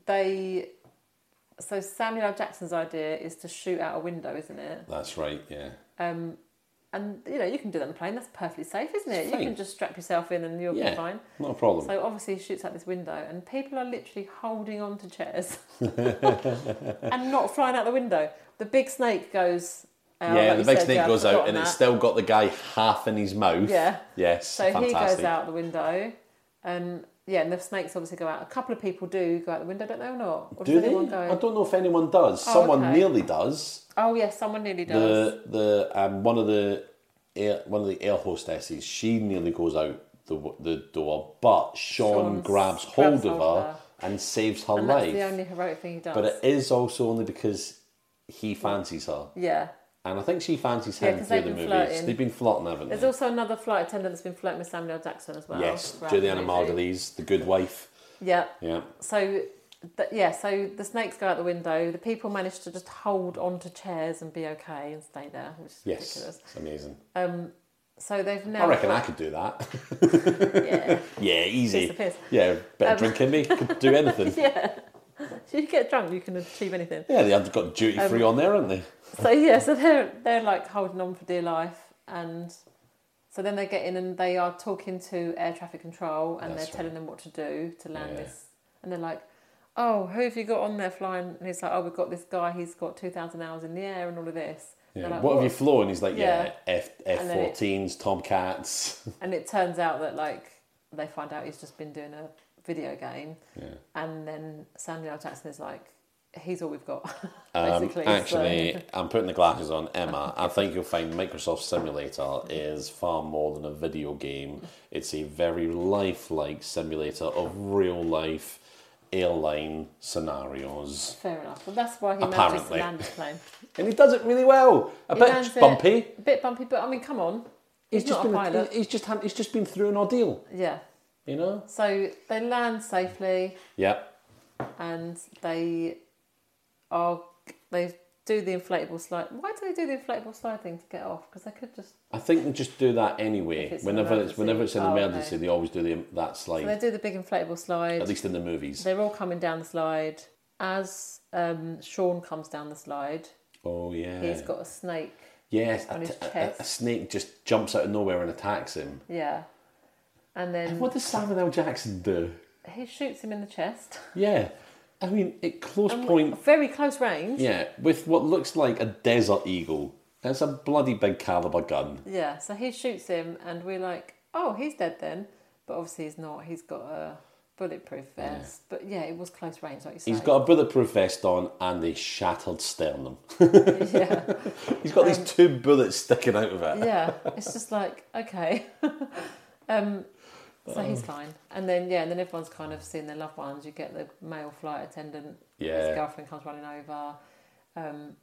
Speaker 2: they so Samuel L. Jackson's idea is to shoot out a window, isn't it?
Speaker 1: That's right. Yeah.
Speaker 2: Um, and you know you can do that on the plane. That's perfectly safe, isn't it?
Speaker 1: It's
Speaker 2: You
Speaker 1: fine.
Speaker 2: can just strap yourself in and you'll be
Speaker 1: Yeah.
Speaker 2: fine.
Speaker 1: Not a problem.
Speaker 2: So obviously he shoots out this window, and people are literally holding on to chairs and not flying out the window. The big snake goes. Uh,
Speaker 1: yeah,
Speaker 2: like
Speaker 1: the
Speaker 2: you
Speaker 1: big
Speaker 2: said,
Speaker 1: snake
Speaker 2: yeah, I've
Speaker 1: goes out,
Speaker 2: forgotten
Speaker 1: and it's
Speaker 2: that.
Speaker 1: still got the guy half in his mouth.
Speaker 2: Yeah.
Speaker 1: Yes.
Speaker 2: So
Speaker 1: fantastic.
Speaker 2: he goes out the window, and yeah, and the snakes obviously go out. A couple of people do go out the window, don't they or not? Or
Speaker 1: Do
Speaker 2: does
Speaker 1: they?
Speaker 2: anyone
Speaker 1: I
Speaker 2: go?
Speaker 1: don't know if anyone does.
Speaker 2: Oh,
Speaker 1: Someone
Speaker 2: okay.
Speaker 1: nearly does.
Speaker 2: Oh yes, someone nearly does.
Speaker 1: The the um, one of the air, one of the air hostesses, she nearly goes out the w- the door, but Sean
Speaker 2: Sean
Speaker 1: grabs
Speaker 2: grabs
Speaker 1: hold of
Speaker 2: hold
Speaker 1: her,
Speaker 2: of her.
Speaker 1: and saves her
Speaker 2: and that's
Speaker 1: life.
Speaker 2: the only heroic thing he does.
Speaker 1: but it is also only because he fancies her,
Speaker 2: yeah.
Speaker 1: and I think she fancies
Speaker 2: Yeah,
Speaker 1: him
Speaker 2: 'cause
Speaker 1: through
Speaker 2: they've
Speaker 1: the
Speaker 2: been
Speaker 1: movies.
Speaker 2: flirting.
Speaker 1: They've been flirting, haven't
Speaker 2: There's
Speaker 1: they?
Speaker 2: also another flight attendant that's been flirting with Samuel L. Jackson as well.
Speaker 1: yes,
Speaker 2: throughout the
Speaker 1: Juliana
Speaker 2: movie.
Speaker 1: Margulies, the good wife.
Speaker 2: Yeah.
Speaker 1: Yeah.
Speaker 2: so th- yeah so the snakes go out the window the people manage to just hold onto chairs and be okay and stay there which is
Speaker 1: Yes,
Speaker 2: ridiculous
Speaker 1: it's amazing.
Speaker 2: so they've now
Speaker 1: I reckon I could do that.
Speaker 2: yeah,
Speaker 1: yeah, easy.
Speaker 2: Piss the piss.
Speaker 1: Yeah, bit
Speaker 2: Um,
Speaker 1: of drink in me, could do anything.
Speaker 2: yeah. so you get drunk you can achieve anything
Speaker 1: Yeah, they've got duty free
Speaker 2: Um,
Speaker 1: on there, haven't they?
Speaker 2: so yeah so they're they're like holding on for dear life and so then they get in and they are talking to air traffic control and
Speaker 1: That's
Speaker 2: they're telling them what to do to land
Speaker 1: Yeah.
Speaker 2: this and they're like, "Oh, who have you got on there flying?" And he's like, "Oh, we've got this guy. He's got two thousand hours in the air and all of this." And
Speaker 1: Yeah.
Speaker 2: they're like,
Speaker 1: what have you flown? He's like, yeah,
Speaker 2: Yeah.
Speaker 1: F F
Speaker 2: And then it-
Speaker 1: fourteens, Tomcats.
Speaker 2: And it turns out that like they find out he's just been doing a video game,
Speaker 1: yeah.
Speaker 2: and then Samuel L. Jackson is like, "He's all we've got."
Speaker 1: Um,
Speaker 2: Basically, uh, so-
Speaker 1: actually, I'm putting the glasses on, Emma. I think you'll find Microsoft Simulator is far more than a video game. It's a very lifelike simulator of real life airline scenarios.
Speaker 2: Fair enough. Well, that's why he manages to
Speaker 1: Apparently.
Speaker 2: land his plane.
Speaker 1: And he does it really well. A
Speaker 2: He lands
Speaker 1: bit
Speaker 2: it-
Speaker 1: bumpy.
Speaker 2: A bit bumpy, but I mean, come on. He's,
Speaker 1: just
Speaker 2: not a
Speaker 1: been
Speaker 2: pilot.
Speaker 1: he's just had, he's just been through an ordeal,
Speaker 2: yeah.
Speaker 1: you know?
Speaker 2: So they land safely
Speaker 1: Yeah.
Speaker 2: and they are they do the inflatable slide. Why do they do the inflatable slide thing to get off? Because they could just
Speaker 1: I think they just do that anyway.
Speaker 2: If it's an
Speaker 1: whenever it's whenever it's an
Speaker 2: emergency. Oh,
Speaker 1: emergency,
Speaker 2: okay.
Speaker 1: they always do the, that slide.
Speaker 2: so they do the big inflatable slide.
Speaker 1: at least in the movies.
Speaker 2: They're all coming down the slide. As um, Sean comes down the slide,
Speaker 1: Oh yeah.
Speaker 2: he's got a snake.
Speaker 1: Yes, a,
Speaker 2: on his
Speaker 1: t- a- a-
Speaker 2: chest.
Speaker 1: a snake just jumps out of nowhere and attacks him.
Speaker 2: Yeah. And then
Speaker 1: What does Samuel L. Jackson do?
Speaker 2: he shoots him in the chest.
Speaker 1: Yeah, I mean, at close
Speaker 2: And
Speaker 1: point,
Speaker 2: Very close range.
Speaker 1: yeah, with what looks like a desert eagle. That's a bloody big caliber gun.
Speaker 2: Yeah, so he shoots him, and we're like, oh, he's dead then. But obviously, he's not. He's got a bulletproof vest. But yeah, it was close range, like you say.
Speaker 1: He's got a bulletproof vest on and a shattered sternum.
Speaker 2: yeah,
Speaker 1: He's got
Speaker 2: Um,
Speaker 1: these two bullets sticking out of it.
Speaker 2: yeah. It's just like, okay. um, so he's
Speaker 1: Oh.
Speaker 2: fine. And then, yeah, and then everyone's kind of seeing their loved ones. You get the male flight attendant,
Speaker 1: Yeah.
Speaker 2: his girlfriend comes running over. Um,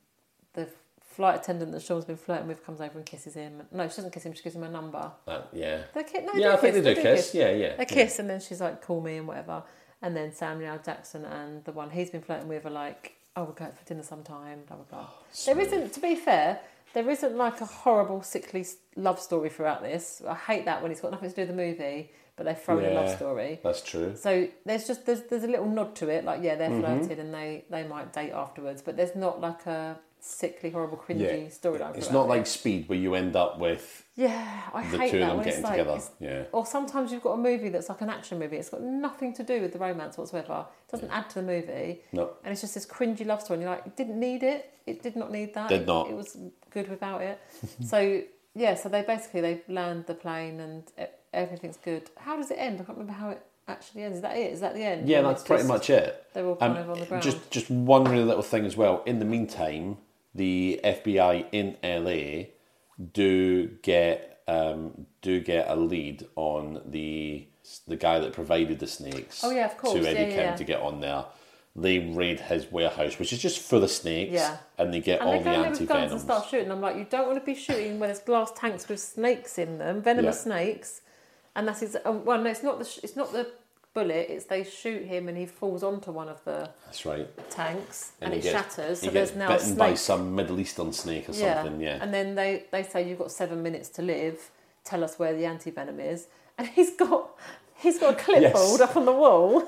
Speaker 2: the flight attendant that Sean's been flirting with comes over and kisses him. No, she doesn't kiss him, she gives him a number.
Speaker 1: That- yeah.
Speaker 2: They ki- no,
Speaker 1: yeah, I think
Speaker 2: kiss,
Speaker 1: they do kiss. Yeah, yeah.
Speaker 2: a kiss, and then she's like, "Call me" and whatever. And then Samuel L. Jackson and the one he's been flirting with are like, "Oh, we'll go out for dinner sometime." Blah blah blah. there isn't, to be fair, there isn't like a horrible sickly s- love story throughout this. I hate that when it's got nothing to do with the movie, but they've thrown a love
Speaker 1: Yeah.
Speaker 2: story.
Speaker 1: That's true.
Speaker 2: So there's just there's there's a little nod to it, like yeah, they're
Speaker 1: Mm-hmm.
Speaker 2: flirted and they they might date afterwards, but there's not like a sickly, horrible, cringy storyline.
Speaker 1: It's
Speaker 2: throughout
Speaker 1: not
Speaker 2: it.
Speaker 1: like Speed where you end up with
Speaker 2: yeah, I
Speaker 1: the
Speaker 2: hate
Speaker 1: two
Speaker 2: that
Speaker 1: of them
Speaker 2: when it's
Speaker 1: getting
Speaker 2: like,
Speaker 1: together.
Speaker 2: it's
Speaker 1: Yeah.
Speaker 2: or sometimes you've got a movie that's like an action movie. It's got nothing to do with the romance whatsoever. It doesn't add to the movie.
Speaker 1: No.
Speaker 2: And it's just this cringy love story. And you're like, it didn't need it. It did not need that.
Speaker 1: Did
Speaker 2: It-
Speaker 1: not.
Speaker 2: It, was good without it. so, yeah, so they basically, they land the plane and e- everything's good. How does it end? I can't remember how it actually ends. Is that it? Is that the end?
Speaker 1: Yeah,
Speaker 2: When
Speaker 1: that's
Speaker 2: it's
Speaker 1: pretty
Speaker 2: just-
Speaker 1: much it.
Speaker 2: They're all kind
Speaker 1: Um,
Speaker 2: of on the ground.
Speaker 1: Just just one really little thing as well. In the meantime, the FBI in LA do get um, do get a lead on the the guy that provided the snakes.
Speaker 2: Oh, yeah, of course.
Speaker 1: To Eddie
Speaker 2: Yeah, yeah,
Speaker 1: Kim
Speaker 2: yeah.
Speaker 1: to get on there. They raid his warehouse, which is just full of snakes.
Speaker 2: Yeah.
Speaker 1: And they get
Speaker 2: and
Speaker 1: all
Speaker 2: they
Speaker 1: the
Speaker 2: go in there
Speaker 1: anti
Speaker 2: with guns and
Speaker 1: venoms.
Speaker 2: start shooting. I'm like, you don't want to be shooting where there's glass tanks with snakes in them, venomous
Speaker 1: Yeah.
Speaker 2: snakes. And that's his. Um, well, no, it's not the. Sh- it's not the bullet. It's they shoot him and he falls onto one of the
Speaker 1: That's right.
Speaker 2: tanks and,
Speaker 1: he
Speaker 2: it
Speaker 1: gets-
Speaker 2: shatters.
Speaker 1: he
Speaker 2: So
Speaker 1: gets
Speaker 2: there's now a
Speaker 1: bitten by
Speaker 2: snake.
Speaker 1: some Middle Eastern snake or something. Yeah.
Speaker 2: And then they they say you've got seven minutes to live. Tell us where the anti venom is. And he's got he's got a clipboard up on the wall.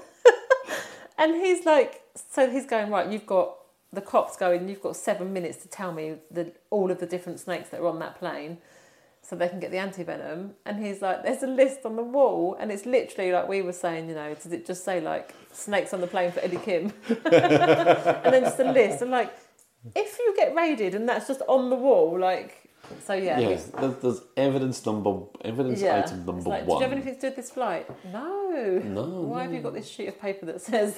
Speaker 2: and he's like, so he's going right. You've got the cops going. You've got seven minutes to tell me the, all of the different snakes that are on that plane. So they can get the anti venom, and he's like, "There's a list on the wall, and it's literally like we were saying, you know, does it just say like snakes on the plane for Eddie Kim, and then just a list, and like, if you get raided and that's just on the wall, like, so yeah,
Speaker 1: Yeah,
Speaker 2: it's-
Speaker 1: there's, there's evidence number evidence
Speaker 2: yeah.
Speaker 1: item
Speaker 2: It's
Speaker 1: number
Speaker 2: like,
Speaker 1: one.
Speaker 2: Did you have anything to do with this flight? No.
Speaker 1: No,
Speaker 2: Why have you got this sheet of paper that says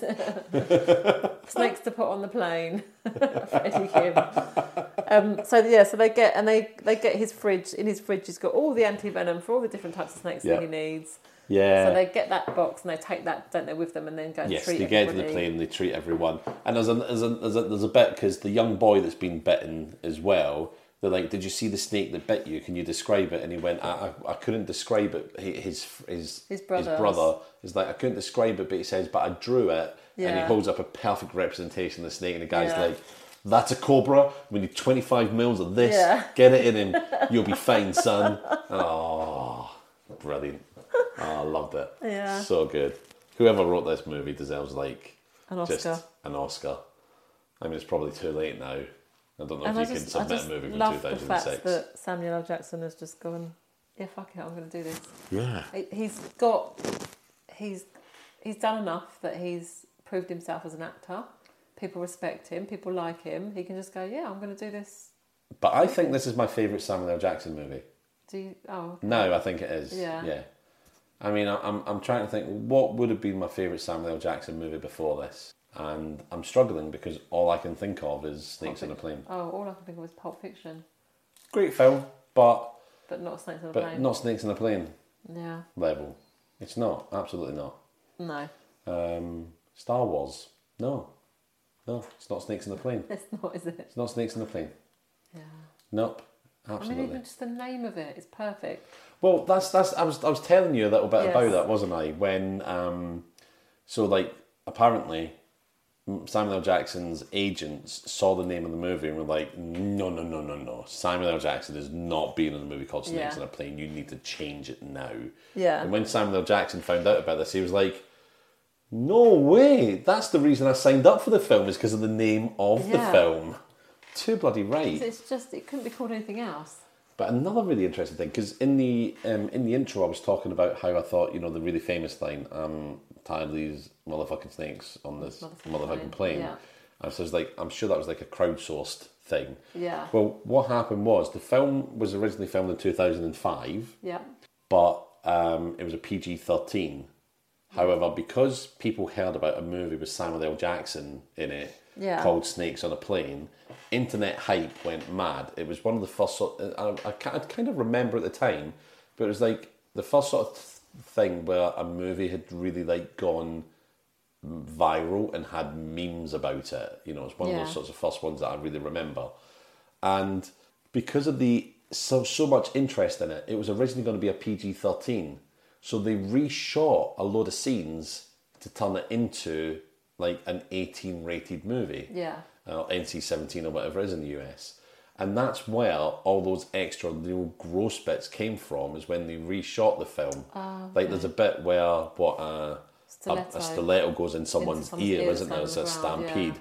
Speaker 2: snakes to put on the plane? Freddie Kim. Um, so yeah, so they get and they they get his fridge. In his fridge, he's got all the anti venom for all the different types of snakes
Speaker 1: Yeah.
Speaker 2: that he needs.
Speaker 1: Yeah.
Speaker 2: So they get that box and they take that, don't they, with them and then go and
Speaker 1: yes,
Speaker 2: treat
Speaker 1: they get to the
Speaker 2: everybody.
Speaker 1: plane and they treat everyone. And there's a, there's a, there's a, there's a bit because the young boy that's been bitten as well, they're like, Did you see the snake that bit you? Can you describe it? And he went, I, I, I couldn't describe it. He- His, his,
Speaker 2: His brother.
Speaker 1: brother is like, I couldn't describe it, but he says, But I drew it. And he
Speaker 2: Yeah.
Speaker 1: holds up a perfect representation of the snake, and the guy's
Speaker 2: Yeah.
Speaker 1: like, that's a cobra. We need 25 mils of this.
Speaker 2: Yeah.
Speaker 1: Get it in him. You'll be fine, son. Oh, brilliant. Oh, I loved it.
Speaker 2: Yeah.
Speaker 1: So good. Whoever wrote this movie deserves like
Speaker 2: An Oscar.
Speaker 1: just an Oscar. I mean, it's probably too late now. I don't know
Speaker 2: And I
Speaker 1: if you
Speaker 2: just, I
Speaker 1: can submit
Speaker 2: just
Speaker 1: a movie from
Speaker 2: love the
Speaker 1: 2006.
Speaker 2: fact that Samuel L. Jackson has just gone, yeah, fuck it, I'm going to do this.
Speaker 1: Yeah.
Speaker 2: He- He's got, he's he's done enough that he's proved himself as an actor. People respect him. People like him. He can just go, yeah, I'm going to do this.
Speaker 1: But I think this is my favourite Samuel L. Jackson movie.
Speaker 2: Do you? Oh,
Speaker 1: No, I think it is.
Speaker 2: Yeah.
Speaker 1: Yeah. I mean, I- I'm, I'm trying to think what would have been my favourite Samuel L. Jackson movie before this. And I'm struggling because all I can think of is Snakes on a Plane.
Speaker 2: oh, all I can think of is Pulp Fiction,
Speaker 1: Great film, but
Speaker 2: but not Snakes on a
Speaker 1: but
Speaker 2: Plane.
Speaker 1: not Snakes on a Plane
Speaker 2: yeah,
Speaker 1: level. It's not. Absolutely not.
Speaker 2: no,
Speaker 1: Um, Star Wars. No. No, it's not Snakes on a Plane.
Speaker 2: it's not, is it?
Speaker 1: It's not Snakes on a Plane.
Speaker 2: Yeah.
Speaker 1: Nope.
Speaker 2: I
Speaker 1: Absolutely.
Speaker 2: mean, even just the name of it is perfect.
Speaker 1: Well, that's that's. I was I was telling you a little bit
Speaker 2: Yes.
Speaker 1: about that, wasn't I? When um, so like apparently, M- Samuel L. Jackson's agents saw the name of the movie and were like, "No, no, no, no, no! Samuel L. Jackson is not being in a movie called Snakes on
Speaker 2: Yeah.
Speaker 1: a Plane. You need to change it now."
Speaker 2: Yeah.
Speaker 1: And when Samuel L. Jackson found out about this, he was like. No way! That's the reason I signed up for the film is because of the name of the
Speaker 2: Yeah.
Speaker 1: film. Too bloody right.
Speaker 2: It's just it couldn't be called anything else.
Speaker 1: But another really interesting thing, because in the um, in the intro, I was talking about how I thought, you know, the really famous line, "I'm tired of these motherfucking snakes on this
Speaker 2: Motherfucking
Speaker 1: motherfucking
Speaker 2: plane,
Speaker 1: plane."
Speaker 2: yeah.
Speaker 1: And so I was like, I'm sure that was like a crowdsourced thing.
Speaker 2: Yeah.
Speaker 1: Well, what happened was the film was originally filmed in 2005,
Speaker 2: Yeah,
Speaker 1: but um, it was a PG-13. However, because people heard about a movie with Samuel L. Jackson in it
Speaker 2: Yeah.
Speaker 1: called Snakes on a Plane, internet hype went mad. It was one of the first sort. uh, I, I, ca- I kind of remember at the time, but it was like the first sort of th- thing where a movie had really like gone viral and had memes about it. You know, it's one of
Speaker 2: Yeah.
Speaker 1: those sorts of first ones that I really remember. And because of the so so much interest in it, it was originally going to be a PG thirteen. So they reshot a load of scenes to turn it into like an eighteen rated movie
Speaker 2: yeah,
Speaker 1: uh, NC-17 or whatever it is in the US. And that's where all those extra little gross bits came from, is when they reshot the film. Like there's a bit where what uh, a, a
Speaker 2: Stiletto.
Speaker 1: stiletto goes in someone's,
Speaker 2: someone's
Speaker 1: ear,
Speaker 2: ear,
Speaker 1: isn't there?
Speaker 2: down
Speaker 1: It's
Speaker 2: on
Speaker 1: a
Speaker 2: the ground, yeah.
Speaker 1: stampede.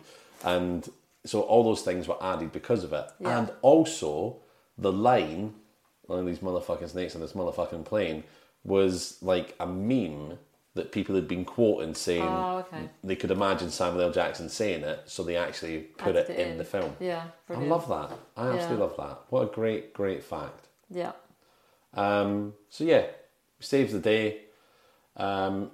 Speaker 1: And so all those things were added because of it.
Speaker 2: Yeah.
Speaker 1: And also the line, one of these motherfucking snakes on this motherfucking plane, was like a meme that people had been quoting saying
Speaker 2: Oh, okay.
Speaker 1: they could imagine Samuel L. Jackson saying it, so they actually put it,
Speaker 2: Added
Speaker 1: in, the film.
Speaker 2: Yeah,
Speaker 1: I
Speaker 2: brilliant.
Speaker 1: love that. I absolutely
Speaker 2: Yeah.
Speaker 1: love that. What a great, great fact.
Speaker 2: Yeah,
Speaker 1: Um, so yeah, saves the day. Um,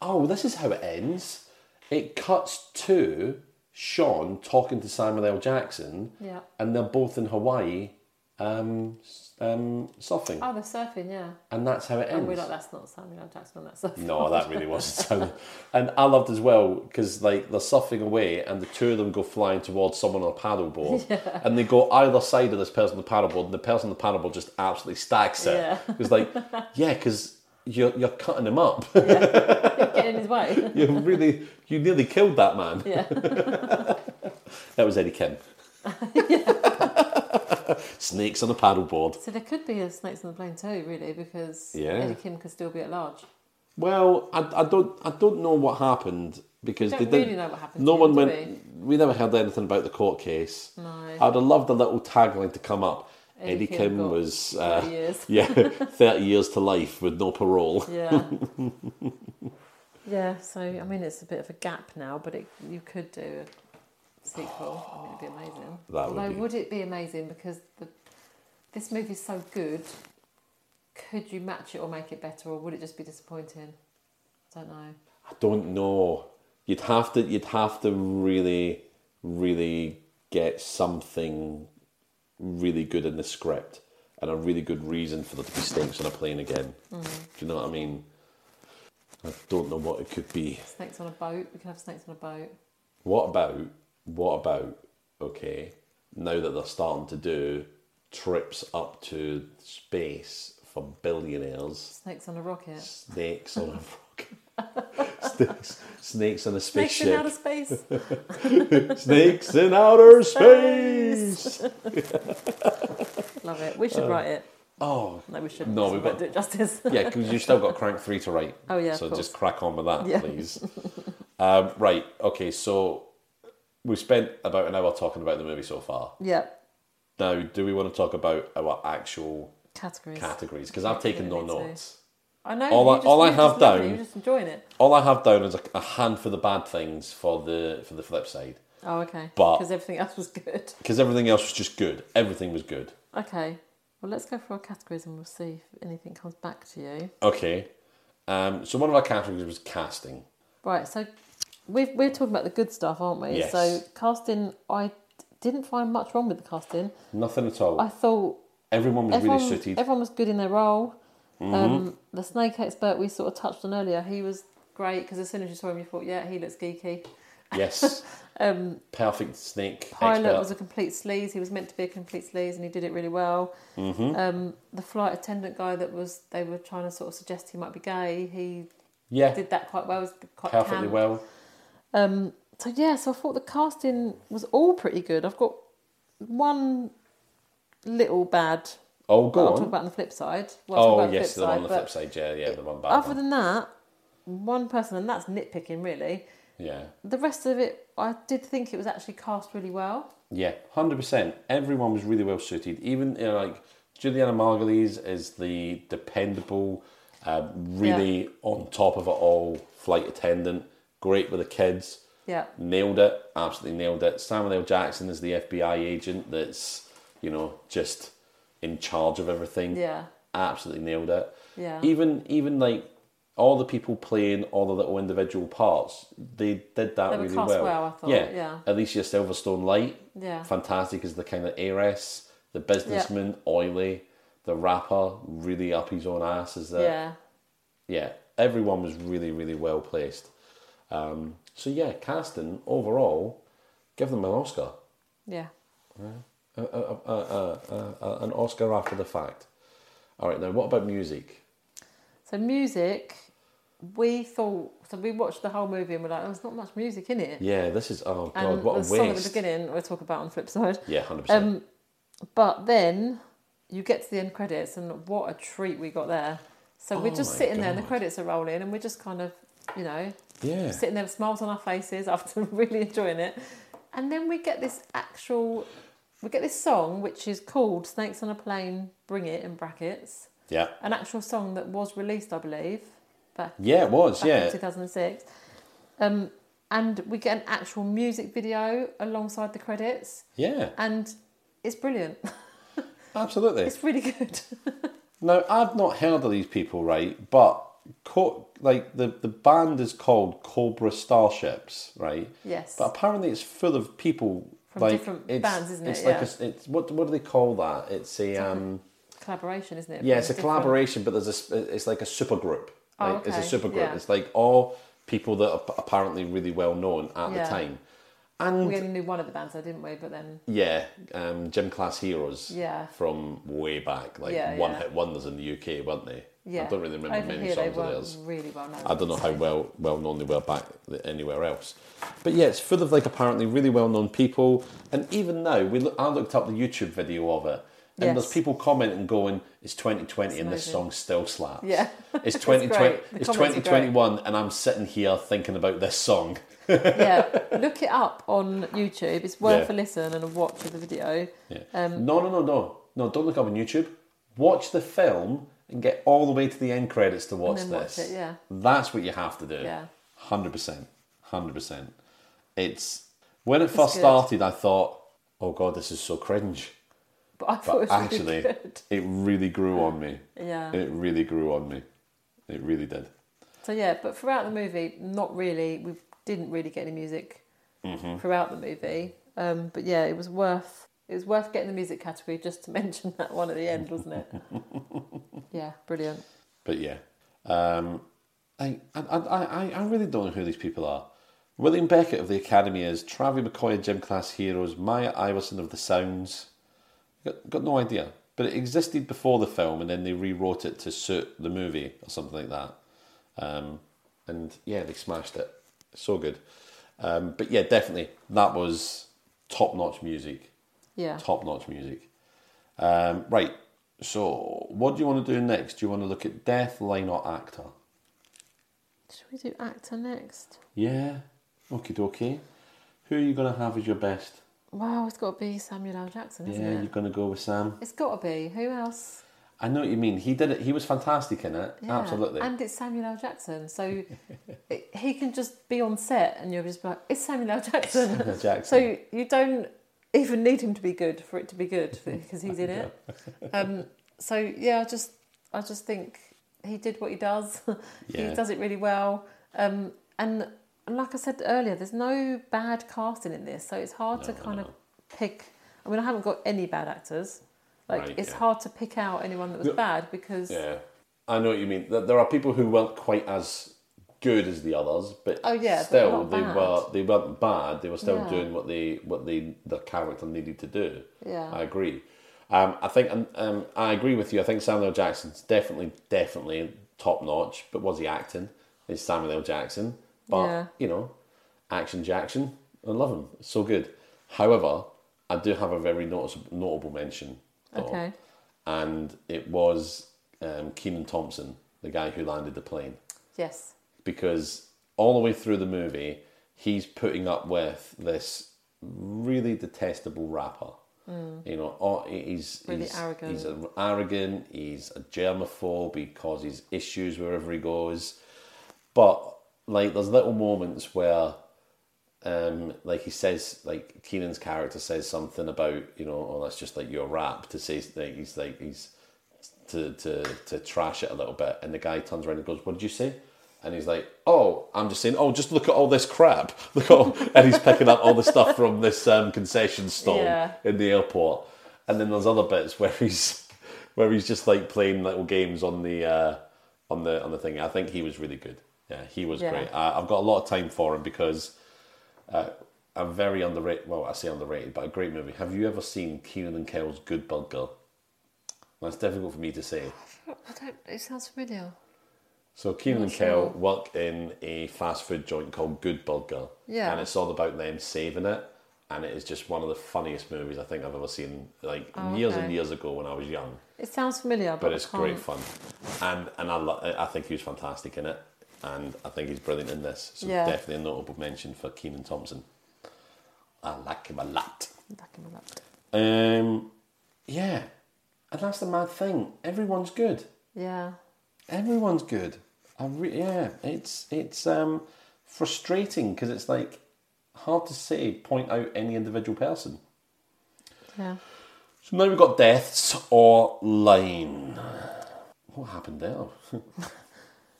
Speaker 1: oh, this is how it ends. It cuts to Sean talking to Samuel L. Jackson,
Speaker 2: yeah.
Speaker 1: and they're both in Hawaii, um, s- um, surfing,
Speaker 2: Oh, the surfing. Yeah,
Speaker 1: and that's how it ends.
Speaker 2: and we're like, that's not Samuel L. Jackson. That's surfing.
Speaker 1: No, that really wasn't sound. And I loved as well because like they're surfing away, and the two of them go flying towards someone on a paddleboard, and they go either side of this person on the paddleboard, and the person on the paddleboard just absolutely stacks it.
Speaker 2: Yeah.
Speaker 1: It was like, yeah, because you're you're cutting him up.
Speaker 2: Get in his way.
Speaker 1: you really you nearly killed that man.
Speaker 2: yeah,
Speaker 1: That was Eddie Kim. Snakes on a paddleboard.
Speaker 2: so there could be a snakes on the plane too, really, because
Speaker 1: Yeah.
Speaker 2: Eddie Kim could still be at large.
Speaker 1: Well, I, I don't I don't know what happened because
Speaker 2: We
Speaker 1: they
Speaker 2: don't
Speaker 1: didn't.
Speaker 2: really know what happened.
Speaker 1: no
Speaker 2: to
Speaker 1: one
Speaker 2: him, do
Speaker 1: went. We never heard anything about the court case.
Speaker 2: we? No.
Speaker 1: I'd have loved the little tagline to come up. Eddie,
Speaker 2: Eddie
Speaker 1: Kim,
Speaker 2: Kim got
Speaker 1: was
Speaker 2: Over the
Speaker 1: uh,
Speaker 2: years.
Speaker 1: yeah, thirty years to life with no parole.
Speaker 2: Yeah. yeah. So I mean, it's a bit of a gap now, but it, you could do a sequel. I mean, it'd be amazing.
Speaker 1: That would
Speaker 2: Although,
Speaker 1: be-
Speaker 2: would it be amazing because the this movie's so good? Could you match it or make it better, or would it just be disappointing? I don't know.
Speaker 1: I don't know. You'd have to. You'd have to really, really get something really good in the script and a really good reason for there to be snakes on a plane again.
Speaker 2: Mm.
Speaker 1: Do you know what I mean? I don't know what it could be.
Speaker 2: Snakes on a boat. We could have snakes on a boat.
Speaker 1: What about what about okay? Now that they're starting to do trips up to space for billionaires,
Speaker 2: Snakes on a rocket.
Speaker 1: snakes on a rocket, snakes, snakes on a
Speaker 2: Snakes in outer
Speaker 1: spaceship,
Speaker 2: space.
Speaker 1: snakes in outer
Speaker 2: Space.
Speaker 1: space.
Speaker 2: Love it. We should write it.
Speaker 1: Oh
Speaker 2: No, we shouldn't.
Speaker 1: Uh, no,
Speaker 2: No, we
Speaker 1: we've
Speaker 2: won't
Speaker 1: got
Speaker 2: do it justice.
Speaker 1: yeah, because you've still got Crank Three to write.
Speaker 2: Oh, yeah, of
Speaker 1: So
Speaker 2: course.
Speaker 1: just crack on with that,
Speaker 2: Yeah.
Speaker 1: please. um, right. Okay. So we spent about an hour talking about the movie so far.
Speaker 2: yeah.
Speaker 1: Now, do we want to talk about our actual
Speaker 2: Categories.
Speaker 1: categories because I've taken no
Speaker 2: Definitely need to.
Speaker 1: notes.
Speaker 2: I know.
Speaker 1: All
Speaker 2: you
Speaker 1: I-
Speaker 2: just,
Speaker 1: all I
Speaker 2: you're
Speaker 1: have
Speaker 2: just loving it,
Speaker 1: down-
Speaker 2: You're just enjoying it.
Speaker 1: All I have down is a, a handful of bad things for the for the flip side
Speaker 2: Oh, okay.
Speaker 1: But-
Speaker 2: Because everything else was good.
Speaker 1: because everything else was just good. Everything was good.
Speaker 2: Okay. Well, let's go for our categories and we'll see if anything comes back to you.
Speaker 1: Okay. Um, so one of our categories was casting.
Speaker 2: Right. So we've, we're talking about the good stuff, aren't we?
Speaker 1: Yes.
Speaker 2: So casting, I didn't find much wrong with the casting.
Speaker 1: Nothing at all.
Speaker 2: I thought
Speaker 1: everyone was
Speaker 2: everyone,
Speaker 1: really suited.
Speaker 2: everyone was good in their role.
Speaker 1: Mm-hmm.
Speaker 2: Um, the snake expert we sort of touched on earlier, he was great because as soon as you saw him, you thought, yeah, he looks geeky.
Speaker 1: yes.
Speaker 2: Um,
Speaker 1: Perfect snake
Speaker 2: Pilot
Speaker 1: expert.
Speaker 2: was a complete sleaze. He was meant to be a complete sleaze, and he did it really well.
Speaker 1: Mm-hmm.
Speaker 2: Um, the flight attendant guy that was they were trying to sort of suggest he might be gay. He
Speaker 1: yeah.
Speaker 2: did that quite well. Was quite
Speaker 1: Perfectly
Speaker 2: camp.
Speaker 1: well.
Speaker 2: Um, so yeah, so I thought the casting was all pretty good. I've got one little bad.
Speaker 1: Oh,
Speaker 2: that
Speaker 1: go
Speaker 2: I'll talk
Speaker 1: on.
Speaker 2: about on the flip side. Well, I'll talk
Speaker 1: Oh
Speaker 2: about the
Speaker 1: yes, the
Speaker 2: flip
Speaker 1: one
Speaker 2: side,
Speaker 1: on the flip
Speaker 2: but
Speaker 1: side. Yeah, yeah, the one bad
Speaker 2: Other
Speaker 1: one.
Speaker 2: than that, one person, and that's nitpicking really.
Speaker 1: Yeah.
Speaker 2: The rest of it, I did think it was actually cast really well.
Speaker 1: Yeah, hundred percent. Everyone was really well suited. Even you know, like Juliana Margulies is the dependable, uh, really on top of it all flight attendant. Great with the kids.
Speaker 2: Yeah.
Speaker 1: Nailed it. Absolutely nailed it. Samuel L. Jackson is the FBI agent that's you know just in charge of everything.
Speaker 2: Yeah.
Speaker 1: Absolutely nailed it.
Speaker 2: Yeah.
Speaker 1: Even even like all the people playing all the little individual parts, they did that
Speaker 2: They were
Speaker 1: really
Speaker 2: cast
Speaker 1: well.
Speaker 2: well, I thought, yeah.
Speaker 1: Alicia Silverstone Light.
Speaker 2: Yeah.
Speaker 1: Fantastic as the kind of heiress, the businessman, oily, the rapper, really up his own ass as the
Speaker 2: Yeah.
Speaker 1: yeah, everyone was really, really well placed. Um, so yeah, casting overall, give them an Oscar,
Speaker 2: Yeah.
Speaker 1: a, a, a, a, a, a, an Oscar after the fact. All right, now what about music?
Speaker 2: So music, we thought so we watched the whole movie and we're like, oh, there's not much music in it.
Speaker 1: Yeah, this is oh god,
Speaker 2: and
Speaker 1: what a
Speaker 2: Um, the song at the
Speaker 1: waste.
Speaker 2: beginning we'll talk about on the flip side.
Speaker 1: Yeah, hundred percent.
Speaker 2: Um, but then you get to the end credits and what a treat we got there. So we're
Speaker 1: Oh
Speaker 2: just
Speaker 1: my
Speaker 2: sitting there and the
Speaker 1: God.
Speaker 2: credits are rolling and we're just kind of, you know,
Speaker 1: Yeah,
Speaker 2: sitting there with smiles on our faces after really enjoying it. And then we get this actual we get this song which is called Snakes on a Plane Bring It in brackets.
Speaker 1: yeah,
Speaker 2: An actual song that was released, I believe, back
Speaker 1: yeah. It was
Speaker 2: back in
Speaker 1: yeah.
Speaker 2: 2006. Um, and we get an actual music video alongside the credits,
Speaker 1: Yeah,
Speaker 2: and it's brilliant.
Speaker 1: absolutely.
Speaker 2: It's really good.
Speaker 1: Now I've not heard of these people, right? But co- like the the band is called Cobra Starships, right?
Speaker 2: yes.
Speaker 1: But apparently, it's full of people
Speaker 2: From
Speaker 1: like
Speaker 2: different
Speaker 1: it's,
Speaker 2: bands, isn't it?
Speaker 1: It's like
Speaker 2: Yeah.
Speaker 1: a, it's what what do they call that? It's a um
Speaker 2: collaboration, isn't it?
Speaker 1: yeah, it's a
Speaker 2: different-
Speaker 1: collaboration, but there's a sp- it's like a super group.
Speaker 2: Oh,
Speaker 1: Like, It's a
Speaker 2: okay,
Speaker 1: super group.
Speaker 2: yeah.
Speaker 1: It's like all people that are p- apparently really well known at
Speaker 2: Yeah.
Speaker 1: the time, and
Speaker 2: We only knew one of the bands, though, didn't we? But then,
Speaker 1: yeah, um, gym class heroes.
Speaker 2: Yeah.
Speaker 1: From way back, like
Speaker 2: Yeah,
Speaker 1: one
Speaker 2: yeah.
Speaker 1: hit wonders in the UK, weren't they?
Speaker 2: yeah.
Speaker 1: I don't really remember
Speaker 2: Over
Speaker 1: many
Speaker 2: here,
Speaker 1: songs
Speaker 2: they
Speaker 1: of
Speaker 2: weren't
Speaker 1: theirs.
Speaker 2: Really well known.
Speaker 1: I don't know how
Speaker 2: so-
Speaker 1: well well known they were back th- anywhere else, but yeah, it's full of like apparently really well known people, and even now we look, I looked up the YouTube video of it, and
Speaker 2: Yes.
Speaker 1: there's people commenting going, "It's 2020 and this
Speaker 2: amazing.
Speaker 1: song still slaps."
Speaker 2: Yeah.
Speaker 1: it's
Speaker 2: It's
Speaker 1: 2020,
Speaker 2: great. The
Speaker 1: it's
Speaker 2: comments are great.
Speaker 1: 2021, and I'm sitting here thinking about this song.
Speaker 2: yeah, look it up on YouTube. It's worth
Speaker 1: Yeah.
Speaker 2: a listen and a watch of the video.
Speaker 1: Yeah.
Speaker 2: Um,
Speaker 1: no, no, no, no, no! Don't look up on YouTube. Watch the film and get all the way to the end credits to watch
Speaker 2: then watch
Speaker 1: this.
Speaker 2: it, yeah.
Speaker 1: That's what you have to do.
Speaker 2: Yeah.
Speaker 1: Hundred percent. Hundred percent. It's when it first
Speaker 2: good.
Speaker 1: started. I thought, oh god, this is so cringe.
Speaker 2: But I thought
Speaker 1: But
Speaker 2: it was
Speaker 1: actually,
Speaker 2: really good.
Speaker 1: it really grew on me.
Speaker 2: Yeah.
Speaker 1: It really grew on me. It really did.
Speaker 2: So yeah, but throughout the movie, not really. We didn't really get any music
Speaker 1: Mm-hmm.
Speaker 2: throughout the movie. Um, but yeah, it was worth it was worth getting the music category just to mention that one at the end, wasn't it? yeah, brilliant.
Speaker 1: But yeah, um, I, I, I, I- I really don't know who these people are. William Beckett of the Academy is Travie McCoy of Gym Class Heroes, Maya Iverson of The Sounds. Got, got no idea, but it existed before the film, and then they rewrote it to suit the movie or something like that. Um, and yeah, they smashed it. So good. Um, but yeah, definitely that was top notch music.
Speaker 2: Yeah.
Speaker 1: Top notch music. Um, right. So, what do you want to do next? Do you want to look at death, line, or actor?
Speaker 2: Should we do actor next?
Speaker 1: Yeah. Okay, dokie. Who are you going to have as your best?
Speaker 2: Wow, it's got to be Samuel L. Jackson, isn't
Speaker 1: yeah,
Speaker 2: it?
Speaker 1: you're going to go with Sam.
Speaker 2: It's got to be. Who else?
Speaker 1: I know what you mean. He did it. He was fantastic in it.
Speaker 2: Yeah.
Speaker 1: Absolutely.
Speaker 2: And it's Samuel L. Jackson, so it, he can just be on set and you'll just be like, it's Samuel L. Jackson.
Speaker 1: Samuel Jackson.
Speaker 2: So you don't even need him to be good for it to be good because he's in it. Um, so yeah, I just I just think he did what he does.
Speaker 1: Yeah.
Speaker 2: he does it really well. Um, and and like I said earlier, there's no bad casting in this, so it's hard to
Speaker 1: No,
Speaker 2: kind
Speaker 1: no.
Speaker 2: of pick. I mean, I haven't got any bad actors. Like
Speaker 1: Right,
Speaker 2: it's
Speaker 1: yeah.
Speaker 2: hard to pick out anyone that was
Speaker 1: No.
Speaker 2: bad because
Speaker 1: yeah. I know what you mean. There there are people who weren't quite as good as the others, but
Speaker 2: Oh, yeah, but
Speaker 1: still
Speaker 2: not
Speaker 1: they
Speaker 2: bad.
Speaker 1: were they weren't bad. They were still
Speaker 2: Yeah.
Speaker 1: doing what they what they their character needed to do.
Speaker 2: Yeah.
Speaker 1: I agree. Um, I think um, um, I agree with you. I think Samuel L. Jackson's definitely definitely top notch. But was he acting? It's Samuel L. Jackson. But
Speaker 2: Yeah.
Speaker 1: you know, action Jackson. I love him. It's so good. However, I do have a very noticeable, notable mention. though
Speaker 2: okay,
Speaker 1: and it was um, Keenan Thompson, the guy who landed the plane,
Speaker 2: yes,
Speaker 1: because all the way through the movie, he's putting up with this really detestable rapper. You know, all- he- he's
Speaker 2: Mm. Really
Speaker 1: he's,
Speaker 2: arrogant.
Speaker 1: He's a, arrogant. He's a germaphobe. He causes issues wherever he goes. But like, there's little moments where um, like he says, like Keenan's character says something about, you know, oh, that's just like your rap to say, like, he's like, he's to, to, to trash it a little bit. And the guy turns around and goes, what did you say? And he's like, oh, I'm just saying, oh, just look at all this crap. Look at all, and he's picking up all the stuff from this um, concession stall
Speaker 2: Yeah.
Speaker 1: in the airport. And then there's other bits where he's, where he's just like playing little games on the, uh, on the, on the thing. I think he was really good. Yeah, he was
Speaker 2: Yeah.
Speaker 1: great. I, I've got a lot of time for him because a very underrated. Well, I say underrated, but a great movie. Have you ever seen Keenan and Kyle's Good Bug Girl? That's difficult for me to say.
Speaker 2: I don't, it sounds familiar.
Speaker 1: So Keenan
Speaker 2: Not
Speaker 1: and Kel
Speaker 2: sure.
Speaker 1: work in a fast food joint called Good Burger.
Speaker 2: Yeah.
Speaker 1: And it's all about them saving it. And it is just one of the funniest movies I think I've ever seen, like
Speaker 2: Oh,
Speaker 1: years
Speaker 2: okay.
Speaker 1: and years ago when I was young.
Speaker 2: It sounds familiar, but,
Speaker 1: But
Speaker 2: I
Speaker 1: it's great
Speaker 2: can't-
Speaker 1: fun. And and I, lo- I think he was fantastic in it. And I think he's brilliant in this. So
Speaker 2: Yeah.
Speaker 1: definitely a notable mention for Keenan Thompson. I like him a lot.
Speaker 2: Back in my lap.
Speaker 1: Um, yeah, and that's the mad thing. Everyone's good.
Speaker 2: Yeah,
Speaker 1: Everyone's good. I re- yeah, it's it's um frustrating because it's like hard to say point out any individual person.
Speaker 2: yeah.
Speaker 1: So now we've got deaths or line. What happened there?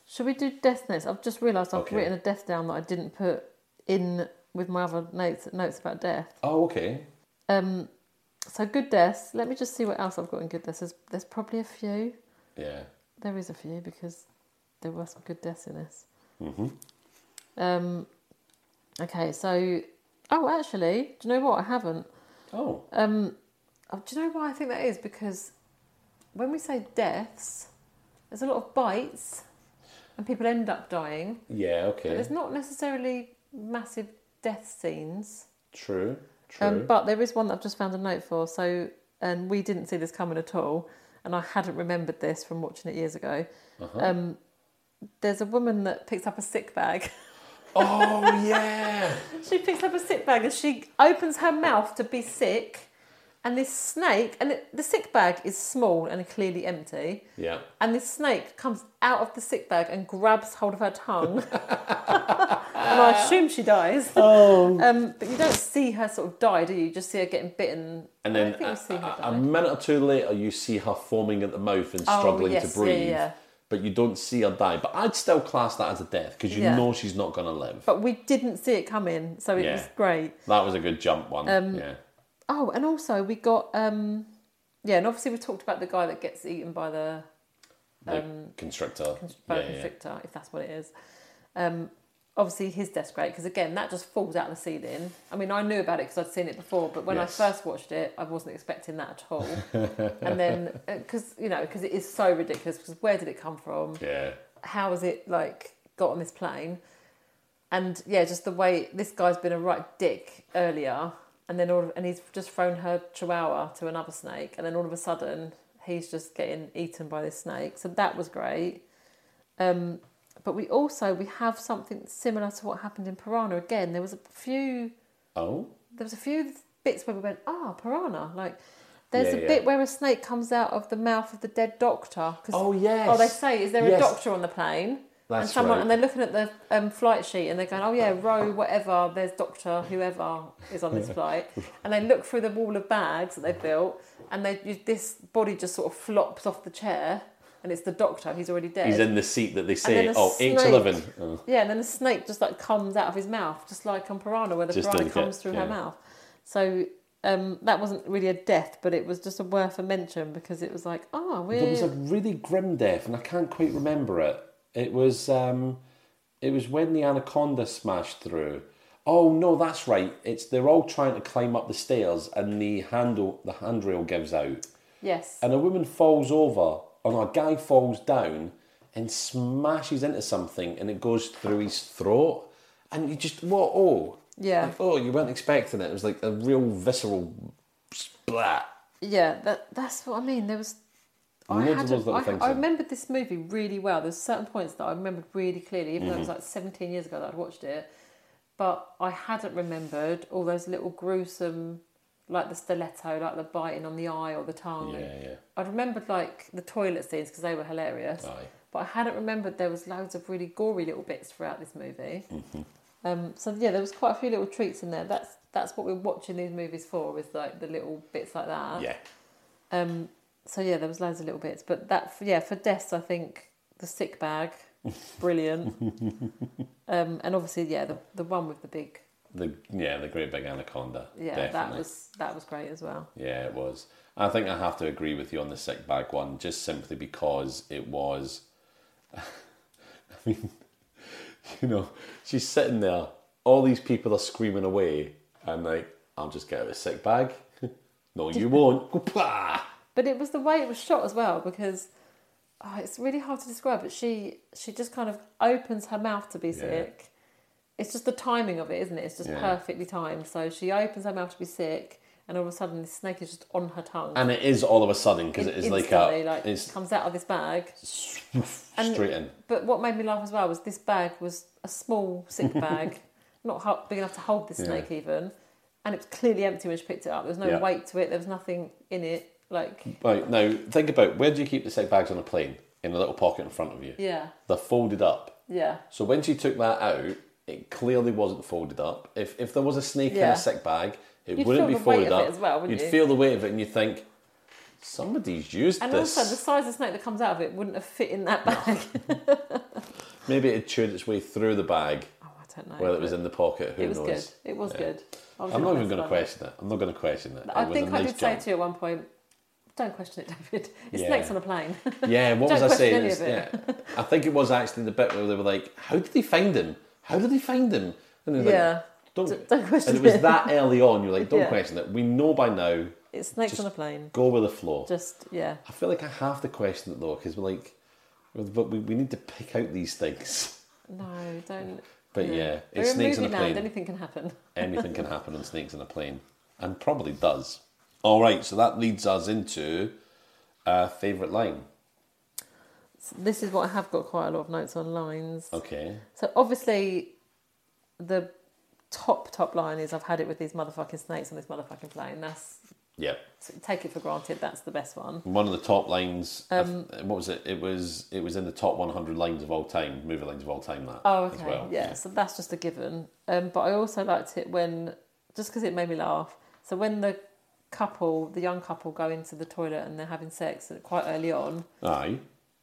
Speaker 2: Should we do death notes? I've just realised I've
Speaker 1: Okay.
Speaker 2: written a death down that I didn't put in with my other notes notes about death.
Speaker 1: oh, okay.
Speaker 2: Um, so good deaths. Let me just see what else I've got in good deaths. There's, there's probably a few.
Speaker 1: Yeah.
Speaker 2: There is a few because there were some good deaths in this. Mm-hmm. Um, okay, so oh, actually, do you know what? I haven't.
Speaker 1: Oh.
Speaker 2: Um, oh, do you know why I think that is? Because when we say deaths, there's a lot of bites, and people end up dying.
Speaker 1: yeah. Okay.
Speaker 2: There's not necessarily massive death scenes,
Speaker 1: True. True.
Speaker 2: um, but there is one that I've just found a note for. So, and we didn't see this coming at all, and I hadn't remembered this from watching it years ago.
Speaker 1: Uh-huh.
Speaker 2: Um, there's a woman that picks up a sick bag.
Speaker 1: oh yeah.
Speaker 2: she picks up a sick bag and she opens her mouth to be sick, and this snake and it, the sick bag is small and clearly empty.
Speaker 1: Yeah.
Speaker 2: And this snake comes out of the sick bag and grabs hold of her tongue. and I assume she dies.
Speaker 1: Oh.
Speaker 2: Um, but you don't see her sort of die, do you? You just see her getting bitten.
Speaker 1: And
Speaker 2: I
Speaker 1: then
Speaker 2: don't think
Speaker 1: a,
Speaker 2: you see her
Speaker 1: a- a
Speaker 2: die.
Speaker 1: minute or two later, you see her foaming at the mouth and
Speaker 2: Oh,
Speaker 1: struggling
Speaker 2: yes,
Speaker 1: to breathe.
Speaker 2: yeah, yeah.
Speaker 1: But you don't see her die. But I'd still class that as a death because you
Speaker 2: Yeah.
Speaker 1: know she's not going to live.
Speaker 2: but we didn't see it coming, so it
Speaker 1: Yeah.
Speaker 2: was great.
Speaker 1: That was a good jump one. yeah.
Speaker 2: Oh, and also we got um, yeah, and obviously we talked about the guy that gets eaten by the
Speaker 1: The
Speaker 2: um,
Speaker 1: constrictor.
Speaker 2: boa
Speaker 1: yeah, yeah.
Speaker 2: constrictor, if that's what it is. Um, obviously his death's great because again that just falls out of the ceiling. I mean, I knew about it because I'd seen it before, but when
Speaker 1: Yes.
Speaker 2: I first watched it, I wasn't expecting that at all. and then because you know because it is so ridiculous because where did it come from?
Speaker 1: Yeah.
Speaker 2: how has it like got on this plane? And yeah, just the way this guy's been a right dick earlier, and then all and he's just thrown her chihuahua to another snake, and then all of a sudden he's just getting eaten by this snake. So that was great. Um, but we also we have something similar to what happened in Piranha again. There was a few
Speaker 1: Oh.
Speaker 2: there was a few bits where we went ah Piranha like There's
Speaker 1: Yeah,
Speaker 2: a
Speaker 1: yeah.
Speaker 2: bit where a snake comes out of the mouth of the dead doctor. 'cause-
Speaker 1: Oh, yes.
Speaker 2: Oh, they say, is there
Speaker 1: Yes.
Speaker 2: a doctor on the plane? and
Speaker 1: That's
Speaker 2: someone,
Speaker 1: right.
Speaker 2: and they're looking at the um, flight sheet, and they're going, "Oh yeah, row whatever." There's doctor whoever is on this flight, and they look through the wall of bags that they've built, and they you- this body just sort of flops off the chair, and it's the doctor, and he's already dead.
Speaker 1: He's in the seat that they
Speaker 2: then
Speaker 1: say,
Speaker 2: a
Speaker 1: oh,
Speaker 2: snake.
Speaker 1: H11. Oh.
Speaker 2: Yeah, and then the snake just like comes out of his mouth, just like on Piranha, where the
Speaker 1: Just
Speaker 2: piranha
Speaker 1: doesn't get-
Speaker 2: comes through
Speaker 1: yeah.
Speaker 2: her mouth. So um, that wasn't really a death, but it was just a worth a mention because it was like, oh, we're
Speaker 1: There was a really grim death, and I can't quite remember it. It was um, it was when the anaconda smashed through. Oh no, that's right. It's they're all trying to climb up the stairs, and the handle, the handrail gives out,
Speaker 2: yes,
Speaker 1: and a woman falls over, and a guy falls down and smashes into something, and it goes through his throat, and you just what oh
Speaker 2: Yeah.
Speaker 1: Like, oh you weren't expecting it. It was like a real visceral splat.
Speaker 2: yeah. That that's what I mean. There was. I,
Speaker 1: Loads of
Speaker 2: had
Speaker 1: those little
Speaker 2: I,
Speaker 1: things
Speaker 2: I
Speaker 1: in.
Speaker 2: remembered this movie really well. There's certain points that I remembered really clearly, even though it
Speaker 1: Mm-hmm.
Speaker 2: was like 17 years ago that I'd watched it. But I hadn't remembered all those little gruesome, like the stiletto, like the biting on the eye or the tongue.
Speaker 1: Yeah, yeah.
Speaker 2: I remembered like the toilet scenes because they were hilarious.
Speaker 1: Aye.
Speaker 2: But I hadn't remembered there was loads of really gory little bits throughout this movie.
Speaker 1: Mm-hmm.
Speaker 2: Um, so yeah, there was quite a few little treats in there. That's that's what we're watching these movies for is like the little bits like that.
Speaker 1: Yeah.
Speaker 2: Um, so yeah, there was loads of little bits, but that yeah for deaths, I think the sick bag, brilliant. um, and obviously yeah, the the one with the big
Speaker 1: The yeah, the great big anaconda.
Speaker 2: yeah that
Speaker 1: definitely.
Speaker 2: was that was great as well.
Speaker 1: yeah, it was. I think I have to agree with you on the sick bag one, just simply because it was. I mean, you know, she's sitting there. All these people are screaming away, and like, I'll just get out of the sick bag. no, you won't. Whoopah!
Speaker 2: But it was the way it was shot as well because oh, it's really hard to describe. But she she just kind of opens her mouth to be sick. It's just the timing of it, isn't it? It's just
Speaker 1: Yeah.
Speaker 2: perfectly timed. So she opens her mouth to be sick, and all of a sudden the snake is just on her tongue.
Speaker 1: And it is all of a sudden because it is like a
Speaker 2: Instantly, like,
Speaker 1: it's
Speaker 2: comes out of this bag. And-
Speaker 1: straight in.
Speaker 2: But what made me laugh as well was this bag was a small sick bag, not ho- big enough to hold this
Speaker 1: Yeah.
Speaker 2: snake even, and it was clearly empty when she picked it up. There was no
Speaker 1: Yeah. Mm.
Speaker 2: weight to it. There was nothing in it. Like
Speaker 1: Right now, think about where do you keep the sick bags on a plane? In a little pocket in front of you.
Speaker 2: yeah,
Speaker 1: They're folded up.
Speaker 2: yeah,
Speaker 1: So when she took that out, it clearly wasn't folded up. If if there was a snake in
Speaker 2: Yeah.
Speaker 1: a sick bag, it
Speaker 2: You'd
Speaker 1: wouldn't
Speaker 2: feel
Speaker 1: be
Speaker 2: the weight
Speaker 1: folded
Speaker 2: of it
Speaker 1: up.
Speaker 2: as well, wouldn't
Speaker 1: You'd
Speaker 2: you?
Speaker 1: feel the weight of it, and you think somebody's used
Speaker 2: and
Speaker 1: this.
Speaker 2: also the size of snake that comes out of it wouldn't have fit in that bag.
Speaker 1: Maybe it chewed its way through the bag
Speaker 2: oh, I don't know.
Speaker 1: while it was
Speaker 2: but
Speaker 1: in the pocket. Who
Speaker 2: it was
Speaker 1: knows?
Speaker 2: good. It was
Speaker 1: Yeah.
Speaker 2: good. I was
Speaker 1: I'm not even going
Speaker 2: impressed
Speaker 1: to
Speaker 2: by
Speaker 1: question it. I'm not going to question it.
Speaker 2: that. I
Speaker 1: It was a
Speaker 2: think I
Speaker 1: nice
Speaker 2: did say
Speaker 1: jump.
Speaker 2: to you at one point, "Don't question it, David. It's
Speaker 1: Yeah.
Speaker 2: snakes on a plane."
Speaker 1: Yeah, what
Speaker 2: Don't
Speaker 1: was I
Speaker 2: question
Speaker 1: saying?
Speaker 2: any
Speaker 1: It's-
Speaker 2: of it.
Speaker 1: Yeah, I think it was actually the bit where they were like, "How did they find him? How did they find him?" And they're like,
Speaker 2: Yeah.
Speaker 1: don't,
Speaker 2: Don't- don't question
Speaker 1: And it was
Speaker 2: it.
Speaker 1: that early on. You're like, "Don't
Speaker 2: Yeah.
Speaker 1: question it. We know by now.
Speaker 2: it's snakes
Speaker 1: Just-
Speaker 2: on a plane.
Speaker 1: Go with the flow."
Speaker 2: Just yeah.
Speaker 1: I feel like I have to question it though, because we're like, but we, we need to pick out these things.
Speaker 2: No, don't.
Speaker 1: But
Speaker 2: no.
Speaker 1: yeah,
Speaker 2: We're
Speaker 1: it's snakes
Speaker 2: movie
Speaker 1: on a
Speaker 2: land,
Speaker 1: plane.
Speaker 2: Anything can happen.
Speaker 1: Anything can happen on snakes in a plane, and probably does. All right, so that leads us into uh, favorite line.
Speaker 2: This is what I have got quite a lot of notes on lines.
Speaker 1: Okay,
Speaker 2: So obviously, the top top line is I've had it with these motherfucking snakes on this motherfucking plane. That's
Speaker 1: yep.
Speaker 2: take it for granted. That's the best one.
Speaker 1: One of the top lines. I
Speaker 2: Um,
Speaker 1: th- what was it? It was it was in the top 100 lines of all time, movie lines of all time. That
Speaker 2: Oh,
Speaker 1: as
Speaker 2: okay,
Speaker 1: well.
Speaker 2: yeah, So that's just a given. Um, but I also liked it when just because it made me laugh. So when the couple, the young couple, go into the toilet and they're having sex quite early on.
Speaker 1: Aye.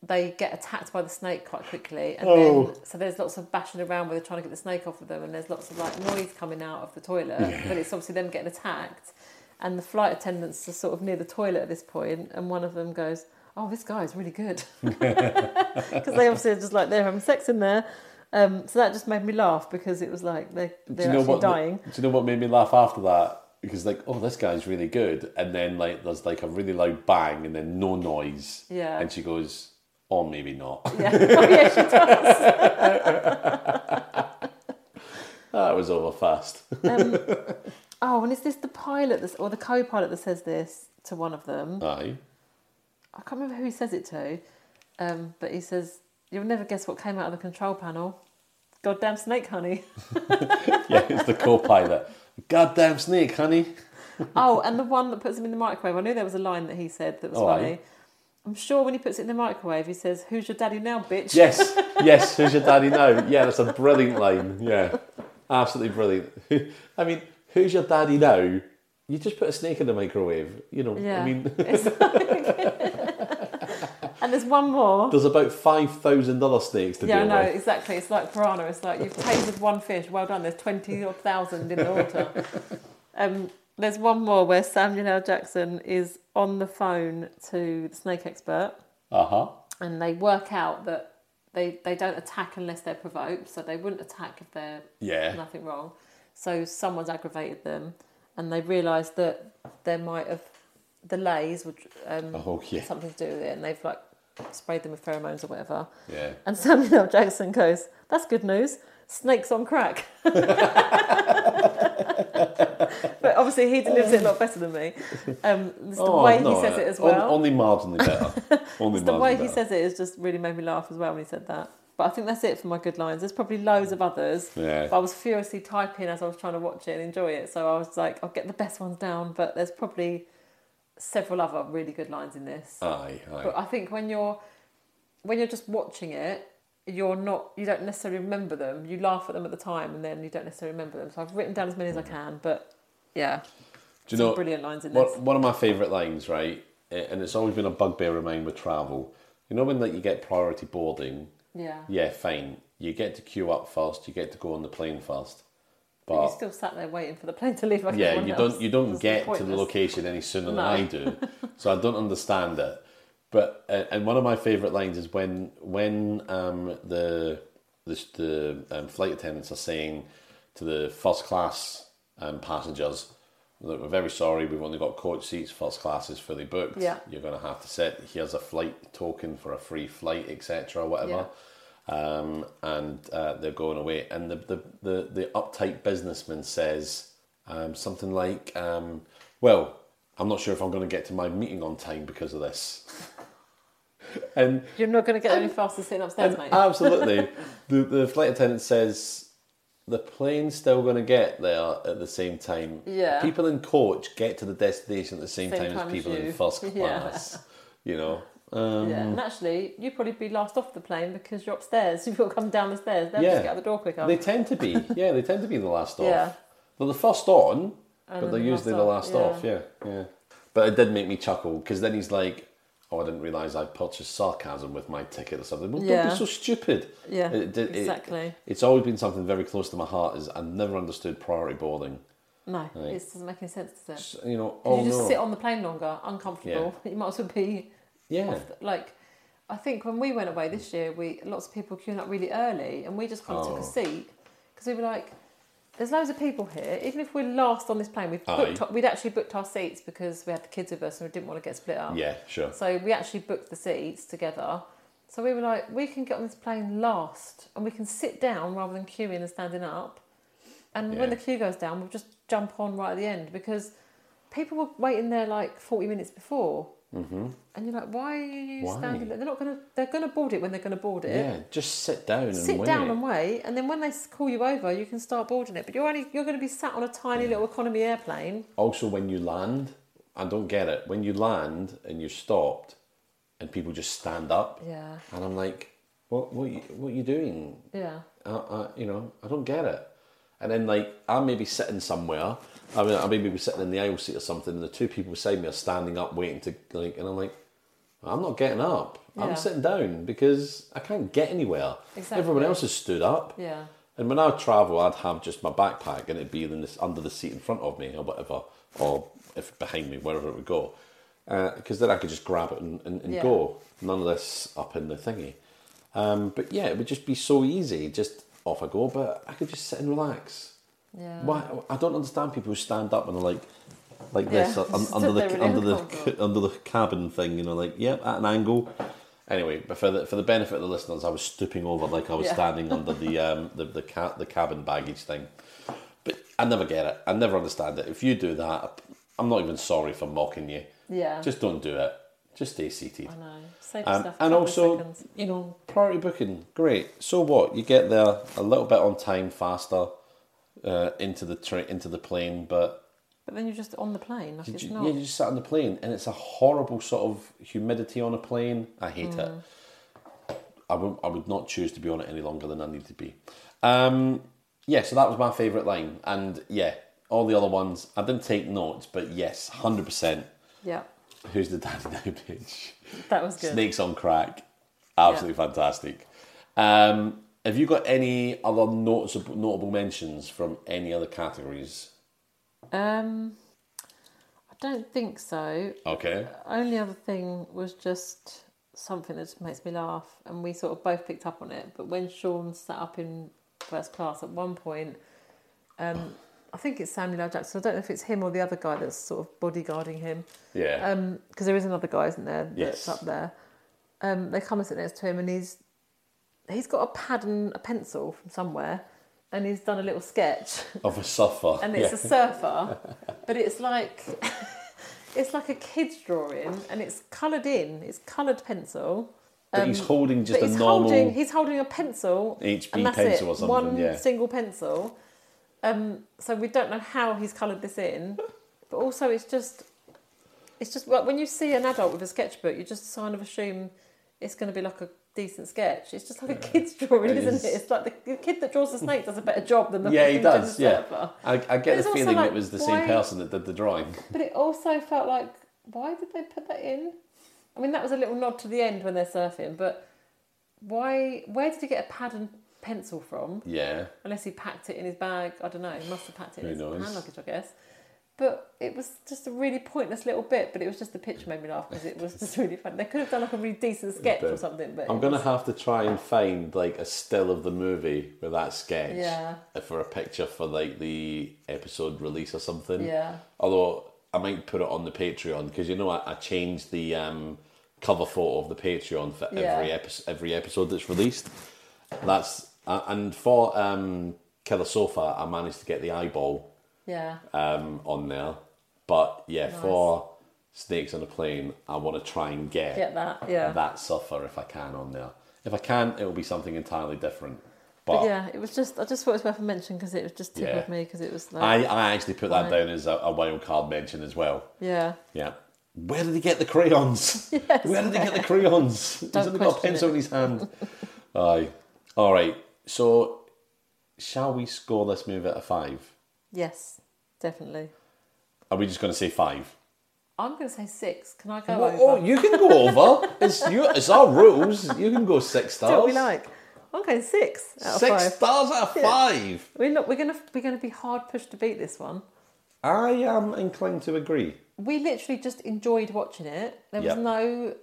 Speaker 2: they get attacked by the snake quite quickly, and
Speaker 1: Oh.
Speaker 2: then so there's lots of bashing around where they're trying to get the snake off of them, and there's lots of like noise coming out of the toilet, but it's obviously them getting attacked, and the flight attendants are sort of near the toilet at this point, and one of them goes, "Oh, this guy is really good," because they obviously are just like they're having sex in there. Um, so that just made me laugh because it was like they
Speaker 1: Do
Speaker 2: they're
Speaker 1: you know
Speaker 2: actually
Speaker 1: what?
Speaker 2: dying.
Speaker 1: Do you know what made me laugh after that? Because like, oh, this guy's really good, and then like, there's like a really loud bang, and then no noise.
Speaker 2: Yeah.
Speaker 1: And she goes, "Oh, maybe not."
Speaker 2: Yeah, oh, yeah, she does.
Speaker 1: that was over fast.
Speaker 2: Oh, and is this the pilot that's, or the co-pilot that says this to one of them?
Speaker 1: Aye.
Speaker 2: I can't remember who he says it to, um, but he says, "You'll never guess what came out of the control panel. Goddamn snake, honey."
Speaker 1: Yeah, it's the co-pilot. Goddamn snake, honey.
Speaker 2: oh, and the one that puts him in the microwave. I knew there was a line that he said that was
Speaker 1: Oh, aye.
Speaker 2: funny. I'm sure when he puts it in the microwave, he says, "Who's your daddy now, bitch?"
Speaker 1: Yes, yes. Who's your daddy now? Yeah, that's a brilliant line. Yeah, absolutely brilliant. I mean, who's your daddy now? You just put a snake in the microwave. You know,
Speaker 2: Yeah.
Speaker 1: I mean,
Speaker 2: It's like- and there's one more.
Speaker 1: there's about five thousand other snakes to
Speaker 2: Yeah, I
Speaker 1: deal
Speaker 2: know,
Speaker 1: with.
Speaker 2: exactly. It's like piranha. It's like you've tasted one fish, well done. There's 20 odd thousand in the water. Um, there's one more where Samuel L. Jackson is on the phone to the snake expert
Speaker 1: Uh huh.
Speaker 2: and they work out that they, they don't attack unless they're provoked, so they wouldn't attack if they're
Speaker 1: Yeah.
Speaker 2: nothing wrong. So someone's aggravated them and they realise that there might have the lays would um,
Speaker 1: Oh yeah.
Speaker 2: something to do with it and they've like sprayed them with pheromones or whatever.
Speaker 1: Yeah.
Speaker 2: And Samuel L. Jackson goes, That's good news. Snakes on crack. but obviously, he delivers it a lot better than me. Um, it's the way
Speaker 1: Oh, no,
Speaker 2: he says it as
Speaker 1: on-
Speaker 2: well.
Speaker 1: Only marginally better. Only
Speaker 2: the
Speaker 1: marginally
Speaker 2: way he
Speaker 1: better.
Speaker 2: says it has just really made me laugh as well when he said that. But I think that's it for my good lines. There's probably loads of others.
Speaker 1: Yeah.
Speaker 2: But I was furiously typing as I was trying to watch it and enjoy it. So I was like, I'll get the best ones down. But there's probably several other really good lines in this.
Speaker 1: Aye,
Speaker 2: But
Speaker 1: aye.
Speaker 2: I think when you're when you're just watching it, you're not you don't necessarily remember them. You laugh at them at the time, and then you don't necessarily remember them. So I've written down as many as I can. But yeah,
Speaker 1: Do Mm. you know?
Speaker 2: brilliant lines in this.
Speaker 1: One, one of my favourite lines, right? eh, And it's always been a bugbear of mine with travel. You know when like you get priority boarding.
Speaker 2: Yeah,
Speaker 1: Yeah, fine. You get to queue up first. You get to go on the plane first.
Speaker 2: but you
Speaker 1: But
Speaker 2: still sat there waiting for the plane to leave. Like
Speaker 1: yeah,
Speaker 2: everyone
Speaker 1: you
Speaker 2: else.
Speaker 1: don't you don't
Speaker 2: It's
Speaker 1: get to the
Speaker 2: pointless.
Speaker 1: location any sooner
Speaker 2: No.
Speaker 1: than I do, so I don't understand it. But uh, and one of my favourite lines is when when um, the the, the um, flight attendants are saying to the first class um, passengers that we're very sorry we've only got coach seats first class is fully booked
Speaker 2: Yeah.
Speaker 1: you're going to have to sit here's a flight token for a free flight etc whatever
Speaker 2: Yeah.
Speaker 1: um, and uh, they're going away. And the, the, the, the uptight businessman says um, something like, um, Well, I'm not sure if I'm going to get to my meeting on time because of this. and
Speaker 2: You're not going to get there
Speaker 1: Um,
Speaker 2: any faster sitting upstairs, mate.
Speaker 1: absolutely, the, the flight attendant says, The plane's still going to get there at the same time.
Speaker 2: Yeah.
Speaker 1: People in coach get to the destination at the same, time, as people
Speaker 2: you.
Speaker 1: in first
Speaker 2: Yeah.
Speaker 1: class. You know?
Speaker 2: yeah,
Speaker 1: um,
Speaker 2: and actually, you'd probably be last off the plane because you're upstairs. You've got to come down the stairs. They'll
Speaker 1: Yeah.
Speaker 2: just get out the door quicker.
Speaker 1: They tend to be, yeah, they tend to be the last off.
Speaker 2: Yeah.
Speaker 1: They're the first on, but
Speaker 2: then
Speaker 1: they're
Speaker 2: the
Speaker 1: usually the last
Speaker 2: last
Speaker 1: off,
Speaker 2: off,
Speaker 1: yeah. yeah. But it did make me chuckle because then he's like, Oh, I didn't realise I purchased sarcasm with my ticket or something. Well, don't
Speaker 2: Yeah.
Speaker 1: be so stupid.
Speaker 2: Yeah,
Speaker 1: did-
Speaker 2: exactly.
Speaker 1: it's always been something very close to my heart is I've never understood priority boarding.
Speaker 2: no, it doesn't make any sense, does it?
Speaker 1: So, You know, oh
Speaker 2: you just
Speaker 1: no.
Speaker 2: sit on the plane longer, uncomfortable. You might as well be
Speaker 1: yeah.
Speaker 2: off the- like. I think when we went away this year, we lots of people queuing up really early, and we just kind of took
Speaker 1: Oh.
Speaker 2: a seat because we were like, "There's loads of people here. Even if we're last on this plane, we've
Speaker 1: Aye.
Speaker 2: booked, we'd actually booked our seats because we had the kids with us and we didn't want to get split up.
Speaker 1: Yeah, sure.
Speaker 2: So we actually booked the seats together. So we were like, we can get on this plane last, and we can sit down rather than queuing and standing up. And when
Speaker 1: Yeah.
Speaker 2: the queue goes down, we'll just jump on right at the end because people were waiting there like forty minutes before. Mm-hmm. And you're like, why are you
Speaker 1: Why?
Speaker 2: standing? there? They're not gonna. They're gonna board it when they're gonna board it.
Speaker 1: Yeah, just sit down and
Speaker 2: Sit
Speaker 1: wait.
Speaker 2: down and wait, and then when they s- call you over, you can start boarding it. But you're only you're going to be sat on a tiny little economy airplane.
Speaker 1: also when you land i don't get it when you land and you're stopped and people just stand up
Speaker 2: Yeah.
Speaker 1: and i'm like what what you, what are you doing
Speaker 2: Yeah,
Speaker 1: I, I, you know i don't get it and then like i may be sitting somewhere i mean i may be sitting in the aisle seat or something and the two people beside me are standing up waiting to like and i'm like i'm not getting up
Speaker 2: Yeah.
Speaker 1: i'm sitting down because i can't get anywhere everyone
Speaker 2: Exactly.
Speaker 1: else has stood up
Speaker 2: yeah.
Speaker 1: and when I would travel, I'd have just my backpack and it'd be in this, under the seat in front of me or whatever, or if behind me, wherever it would go. Because then I could just grab it and, and, and
Speaker 2: Yeah.
Speaker 1: go. None of this up in the thingy. Um, but yeah, it would just be so easy. Just off I go, but I could just sit and relax.
Speaker 2: Yeah.
Speaker 1: Why? I don't understand people who stand up and are like, like this
Speaker 2: Yeah,
Speaker 1: uh, un-
Speaker 2: stood
Speaker 1: under the
Speaker 2: there really
Speaker 1: under the
Speaker 2: uncomfortable.
Speaker 1: under the cabin thing. You know, like yep, at an angle. Anyway, but for the for the benefit of the listeners, I was stooping over like I was
Speaker 2: Yeah.
Speaker 1: standing under the um the the cat the cabin baggage thing. But I never get it. I never understand it. If you do that, I'm not even sorry for mocking you.
Speaker 2: Yeah.
Speaker 1: Just don't do it. Just stay seated.
Speaker 2: I know. Save
Speaker 1: Um,
Speaker 2: stuff.
Speaker 1: and
Speaker 2: couple of
Speaker 1: also,
Speaker 2: seconds.
Speaker 1: you know, priority booking, great. So what? You get there a little bit on time, faster uh, into the train, into the plane, but
Speaker 2: But then you're just on the plane. Like
Speaker 1: Did
Speaker 2: it's
Speaker 1: you,
Speaker 2: not.
Speaker 1: yeah, you just sat on the plane, and it's a horrible sort of humidity on a plane. I hate it.
Speaker 2: Mm.
Speaker 1: I would, I would not choose to be on it any longer than I need to be. Um, yeah, so that was my favourite line, and yeah, all the other ones I didn't take notes, but yes, hundred percent.
Speaker 2: yeah.
Speaker 1: Who's the daddy now, bitch?
Speaker 2: That was good.
Speaker 1: Snakes on crack, absolutely fantastic. Um, have you got any other noticeable notable mentions from any other categories?
Speaker 2: Um, I don't think so.
Speaker 1: Okay,
Speaker 2: Only other thing was just something that just makes me laugh, and we sort of both picked up on it. But when Sean sat up in first class at one point, um, I think it's Samuel L. Jackson. I don't know if it's him or the other guy that's sort of bodyguarding him,
Speaker 1: yeah.
Speaker 2: because Um, there is another guy, isn't there? That's
Speaker 1: Yes.
Speaker 2: up there. Um, they come and sit next to him, and he's he's got a pad and a pencil from somewhere, and he's done a little sketch
Speaker 1: of a suffer.
Speaker 2: uh, and it's a surfer, but it's like it's like a kid's drawing, and it's coloured in. It's coloured pencil.
Speaker 1: But he's holding just
Speaker 2: Um, but
Speaker 1: a
Speaker 2: he's
Speaker 1: normal.
Speaker 2: holding he's holding a pencil,
Speaker 1: HB
Speaker 2: and that's
Speaker 1: E pencil
Speaker 2: it,
Speaker 1: or something,
Speaker 2: One
Speaker 1: yeah.
Speaker 2: single pencil. Um, so we don't know how he's coloured this in, but also it's just it's just like when you see an adult with a sketchbook, you just kind of assume it's going to be like a decent sketch. It's just like a kid's drawing,
Speaker 1: It
Speaker 2: is isn't
Speaker 1: is.
Speaker 2: it? It's like the, the kid that draws the snake does a better job than the
Speaker 1: yeah, he
Speaker 2: fucking ginger
Speaker 1: does. Yeah,
Speaker 2: surfer.
Speaker 1: I, I get
Speaker 2: it's
Speaker 1: the
Speaker 2: also
Speaker 1: feeling
Speaker 2: like,
Speaker 1: it was the
Speaker 2: why-
Speaker 1: same person that did the drawing.
Speaker 2: But it also felt like, why did they put that in? I mean, that was a little nod to the end when they're surfing, but why? Where did he get a pad and pencil from?
Speaker 1: Yeah,
Speaker 2: Unless he packed it in his bag. I don't know. He must have packed it in
Speaker 1: Who
Speaker 2: his
Speaker 1: knows?
Speaker 2: hand luggage, I guess. But it was just a really pointless little bit. But it was just the picture made me laugh because it was just really fun. They could have done like a really decent sketch or
Speaker 1: bit.
Speaker 2: something. But
Speaker 1: I'm gonna have to try and find like a still of the movie with that sketch
Speaker 2: Yeah.
Speaker 1: for a picture for like the episode release or something.
Speaker 2: Yeah.
Speaker 1: Although I might put it on the Patreon because you know I, I changed the um, cover photo of the Patreon for
Speaker 2: Yeah.
Speaker 1: every episode every episode that's released. That's uh, and for um, Killer Sofa, I managed to get the eyeball
Speaker 2: yeah,
Speaker 1: um, on there. But yeah, for Snakes on a Plane, I want to try and get,
Speaker 2: get that. Yeah,
Speaker 1: that suffer if I can on there. If I can't, it'll be something entirely different. But,
Speaker 2: but yeah, it was just. I just thought it was worth a mention because it was just tickled
Speaker 1: Yeah.
Speaker 2: me because it was like,
Speaker 1: I, I actually put that
Speaker 2: Right.
Speaker 1: down as a, a wild card mention as well.
Speaker 2: yeah.
Speaker 1: Yeah. Where did he get the crayons? Where did he get the crayons? He's
Speaker 2: Don't
Speaker 1: only got a
Speaker 2: question
Speaker 1: pencil
Speaker 2: it.
Speaker 1: in his hand. Aye. All right. So, shall we score this movie at a five?
Speaker 2: Yes, definitely.
Speaker 1: Are we just going to say five?
Speaker 2: I'm going to say six. Can I go
Speaker 1: Well,
Speaker 2: over?
Speaker 1: oh, you can go over. it's you. It's our rules. You can go six
Speaker 2: Do
Speaker 1: stars.
Speaker 2: what we like. I'm going six out of
Speaker 1: Six
Speaker 2: five.
Speaker 1: stars out of five.
Speaker 2: We're not. We're going to. We're going to be hard pushed to beat this one.
Speaker 1: I am inclined to agree.
Speaker 2: We literally just enjoyed watching it. There was
Speaker 1: Yep.
Speaker 2: no,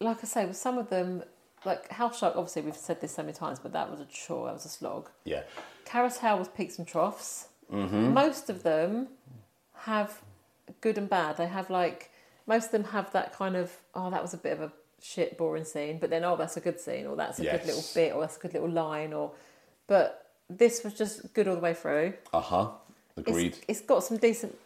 Speaker 2: like I say, with some of them, like House Shark. Obviously, we've said this so many times, but that was a chore. That was a slog.
Speaker 1: Yeah.
Speaker 2: Carousel was peaks and troughs.
Speaker 1: Mm-hmm.
Speaker 2: Most of them have good and bad. They have like most of them have that kind of oh that was a bit of a shit boring scene, but then oh that's a good scene or that's a
Speaker 1: Yes.
Speaker 2: good little bit or that's a good little line or but this was just good all the way through.
Speaker 1: Uh huh.
Speaker 2: It's-
Speaker 1: Agreed.
Speaker 2: it's got some decent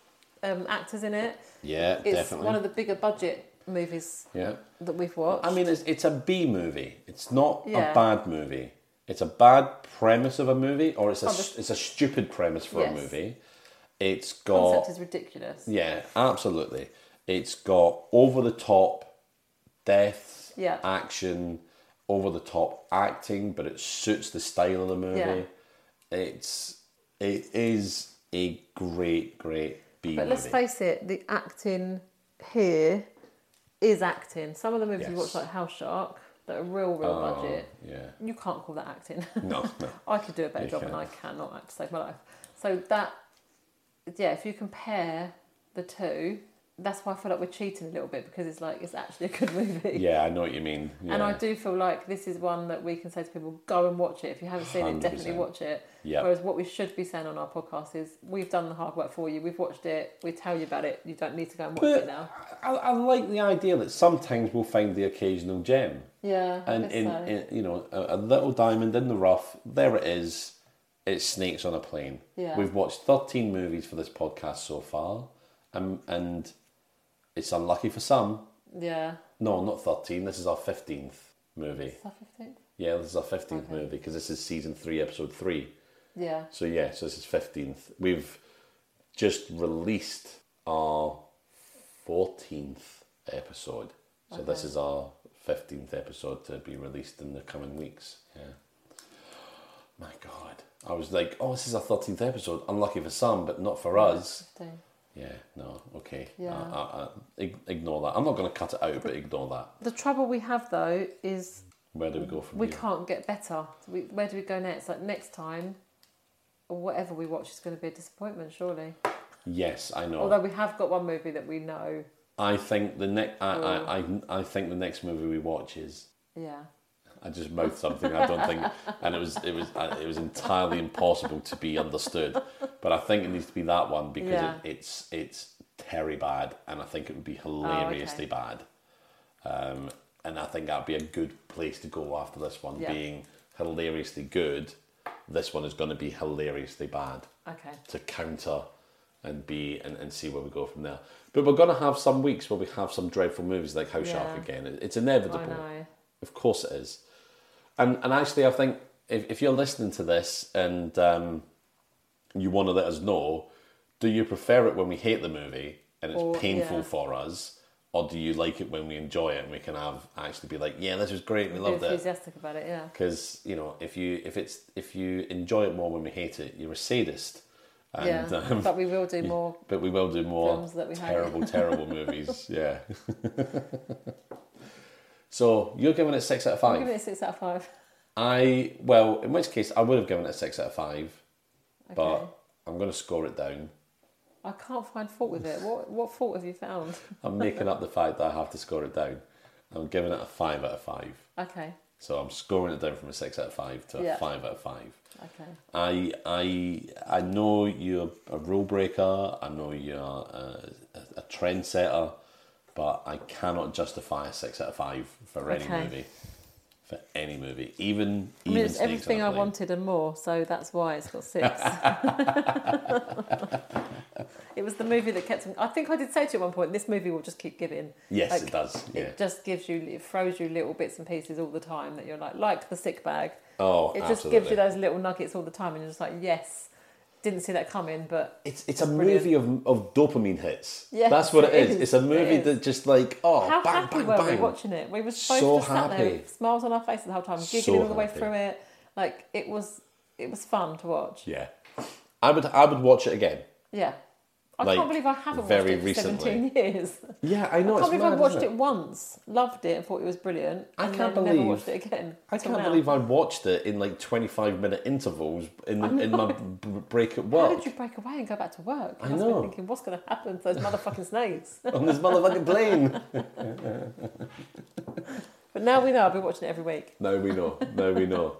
Speaker 2: um, actors in it.
Speaker 1: yeah,
Speaker 2: It's
Speaker 1: definitely.
Speaker 2: one of the bigger budget movies
Speaker 1: yeah.
Speaker 2: that we've watched.
Speaker 1: I mean, it's, it's a B movie. It's not a
Speaker 2: Yeah.
Speaker 1: bad movie. It's a bad premise of a movie, or it's a
Speaker 2: Oh, the-
Speaker 1: it's a stupid premise for
Speaker 2: Yes.
Speaker 1: a movie. It's
Speaker 2: the
Speaker 1: got
Speaker 2: concept is ridiculous.
Speaker 1: Yeah, absolutely. It's got over the top death,
Speaker 2: Yeah.
Speaker 1: action, over the top acting, but it suits the style of the movie. It's it is a great, great B
Speaker 2: But let's
Speaker 1: movie.
Speaker 2: face it, the acting here is acting. Some of the movies you
Speaker 1: Yes. Oh.
Speaker 2: watch, like House Shark, that are real, real budget,
Speaker 1: yeah.
Speaker 2: you can't call that acting.
Speaker 1: No, no.
Speaker 2: I could do a better
Speaker 1: You
Speaker 2: job, and I cannot act to save my life. So that, yeah, if you compare the two, that's why I feel like we're cheating a little bit because it's like it's actually a good movie.
Speaker 1: Yeah, I know what you mean. Yeah.
Speaker 2: And I do feel like this is one that we can say to people, go and watch it. If you haven't seen it, definitely
Speaker 1: 100%.
Speaker 2: watch it.
Speaker 1: Yep.
Speaker 2: Whereas what we should be saying on our podcast is, we've done the hard work for you. We've watched it. We tell you about it. You don't need to go and watch
Speaker 1: But-
Speaker 2: it now.
Speaker 1: I, I like the idea that sometimes we'll find the occasional gem.
Speaker 2: Yeah. I
Speaker 1: and
Speaker 2: guess
Speaker 1: in,
Speaker 2: so.
Speaker 1: in you know a, a little diamond in the rough there it is it's snakes on a plane
Speaker 2: Yeah.
Speaker 1: we've watched 13 movies for this podcast so far and and it's unlucky for some
Speaker 2: yeah.
Speaker 1: no not 13 this is our 15th movie
Speaker 2: Is that 15th?
Speaker 1: yeah this is our 15th movie
Speaker 2: Okay.
Speaker 1: 'cause movie because this is season 3 episode 3
Speaker 2: Yeah.
Speaker 1: so yeah so this is 15th we've just released our 14th episode. So this is our 15th episode to be released in the coming weeks. Yeah. My God. I was like, oh, this is our 13th episode. Unlucky for some, but not for us.
Speaker 2: Fifteen.
Speaker 1: Yeah, no, okay.
Speaker 2: Yeah.
Speaker 1: I, I, I, ig- ignore that. I'm not going to cut it out, but ignore that.
Speaker 2: The trouble we have though is
Speaker 1: Where do we go from
Speaker 2: we
Speaker 1: here?
Speaker 2: can't get better. So we, where do we go next? Like next time, whatever we watch is going to be a disappointment, surely.
Speaker 1: Yes, I know.
Speaker 2: Although we have got one movie that we know.
Speaker 1: I think the next. I, I,
Speaker 2: Oh.
Speaker 1: I, I think the next movie we watch is.
Speaker 2: Yeah.
Speaker 1: I just mouthed something I don't think, and it was it was uh, it was entirely impossible to be understood. But I think it needs to be that one because
Speaker 2: Yeah.
Speaker 1: it, it's it's terry bad, and I think it would be
Speaker 2: Oh,
Speaker 1: hilariously bad. Um, and I think that'd be a good place to go after this one
Speaker 2: Yeah.
Speaker 1: being hilariously good. This one is going to be hilariously bad
Speaker 2: Okay.
Speaker 1: to counter and be and, and see where we go from there. But we're going to have some weeks where we have some dreadful movies like House Shark
Speaker 2: Yeah.
Speaker 1: again. It- It's
Speaker 2: I
Speaker 1: inevitable.
Speaker 2: know.
Speaker 1: Of course it is. And and actually, I think if, if you're listening to this and um, you want to let us know, do you prefer it when we hate the movie and it's
Speaker 2: Or-
Speaker 1: painful
Speaker 2: Oh, yeah.
Speaker 1: for us, or do you like it when we enjoy it and we can have actually be like, yeah, this was great, we
Speaker 2: Be
Speaker 1: loved it.
Speaker 2: enthusiastic about it. Yeah.
Speaker 1: Because you know, if you if it's if you enjoy it more when we hate it, you're a sadist. And,
Speaker 2: yeah.
Speaker 1: um,
Speaker 2: but we will do more.
Speaker 1: but we will do more
Speaker 2: Films that we hate.
Speaker 1: terrible, terrible movies. Yeah. so you're giving it six out of
Speaker 2: I'm
Speaker 1: five.
Speaker 2: giving it a six out of five.
Speaker 1: I well, in which case I would have given it a six out of five,
Speaker 2: Okay.
Speaker 1: but I'm going to score it down.
Speaker 2: I can't find fault with it. What what fault have you found?
Speaker 1: I'm making up the fact that I have to score it down. I'm giving it a five out of five.
Speaker 2: Okay.
Speaker 1: So I'm scoring it down from a six out of five to a
Speaker 2: Yeah.
Speaker 1: five out of five.
Speaker 2: Okay.
Speaker 1: I I I know you're a rule breaker. I know you're a, a, a trendsetter, but I cannot justify a six out of five for any
Speaker 2: Okay.
Speaker 1: movie, for any movie, even
Speaker 2: I mean,
Speaker 1: even
Speaker 2: it's
Speaker 1: Snakes on a
Speaker 2: everything I
Speaker 1: Plane.
Speaker 2: wanted and more, so that's why it's got six. it was the movie that kept. I think I did say to you at one point, this movie will just keep giving.
Speaker 1: Yes,
Speaker 2: Like,
Speaker 1: it does. Yeah.
Speaker 2: It just gives you, it throws you little bits and pieces all the time that you're like, like the sick bag.
Speaker 1: oh,
Speaker 2: It
Speaker 1: absolutely.
Speaker 2: just gives you those little nuggets all the time, and you're just like, yes, didn't see that coming, but
Speaker 1: It's it's a
Speaker 2: brilliant.
Speaker 1: movie of, of dopamine hits.
Speaker 2: Yes,
Speaker 1: that's what it
Speaker 2: it
Speaker 1: is.
Speaker 2: is.
Speaker 1: It's a
Speaker 2: It
Speaker 1: movie
Speaker 2: is.
Speaker 1: that just like oh
Speaker 2: how
Speaker 1: bang
Speaker 2: happy
Speaker 1: bang
Speaker 2: were
Speaker 1: bang.
Speaker 2: we watching it? We were both
Speaker 1: So
Speaker 2: just sat there,
Speaker 1: happy.
Speaker 2: with smiles on our faces the whole time, giggling
Speaker 1: So
Speaker 2: all the way
Speaker 1: happy.
Speaker 2: through it. Like it was, it was fun to watch.
Speaker 1: Yeah, I would I would watch it again.
Speaker 2: Yeah. I
Speaker 1: Like,
Speaker 2: can't believe I haven't
Speaker 1: very
Speaker 2: watched it for
Speaker 1: recently.
Speaker 2: 17 years.
Speaker 1: Yeah, I know.
Speaker 2: I
Speaker 1: it's
Speaker 2: can't believe I
Speaker 1: mad,
Speaker 2: watched
Speaker 1: isn't
Speaker 2: it once, loved it and thought it was brilliant,
Speaker 1: I
Speaker 2: and
Speaker 1: can't
Speaker 2: then
Speaker 1: believe-
Speaker 2: never watched it again.
Speaker 1: I
Speaker 2: till
Speaker 1: can't
Speaker 2: now.
Speaker 1: believe I watched it in like twenty five minute intervals in in my b- break at
Speaker 2: How
Speaker 1: work
Speaker 2: did you break away and go back to work?
Speaker 1: I
Speaker 2: must
Speaker 1: know.
Speaker 2: Be thinking, what's going to happen to those motherfucking snakes?
Speaker 1: on this motherfucking plane.
Speaker 2: but now we know. I'll be watching it every week.
Speaker 1: now we know. Now we know.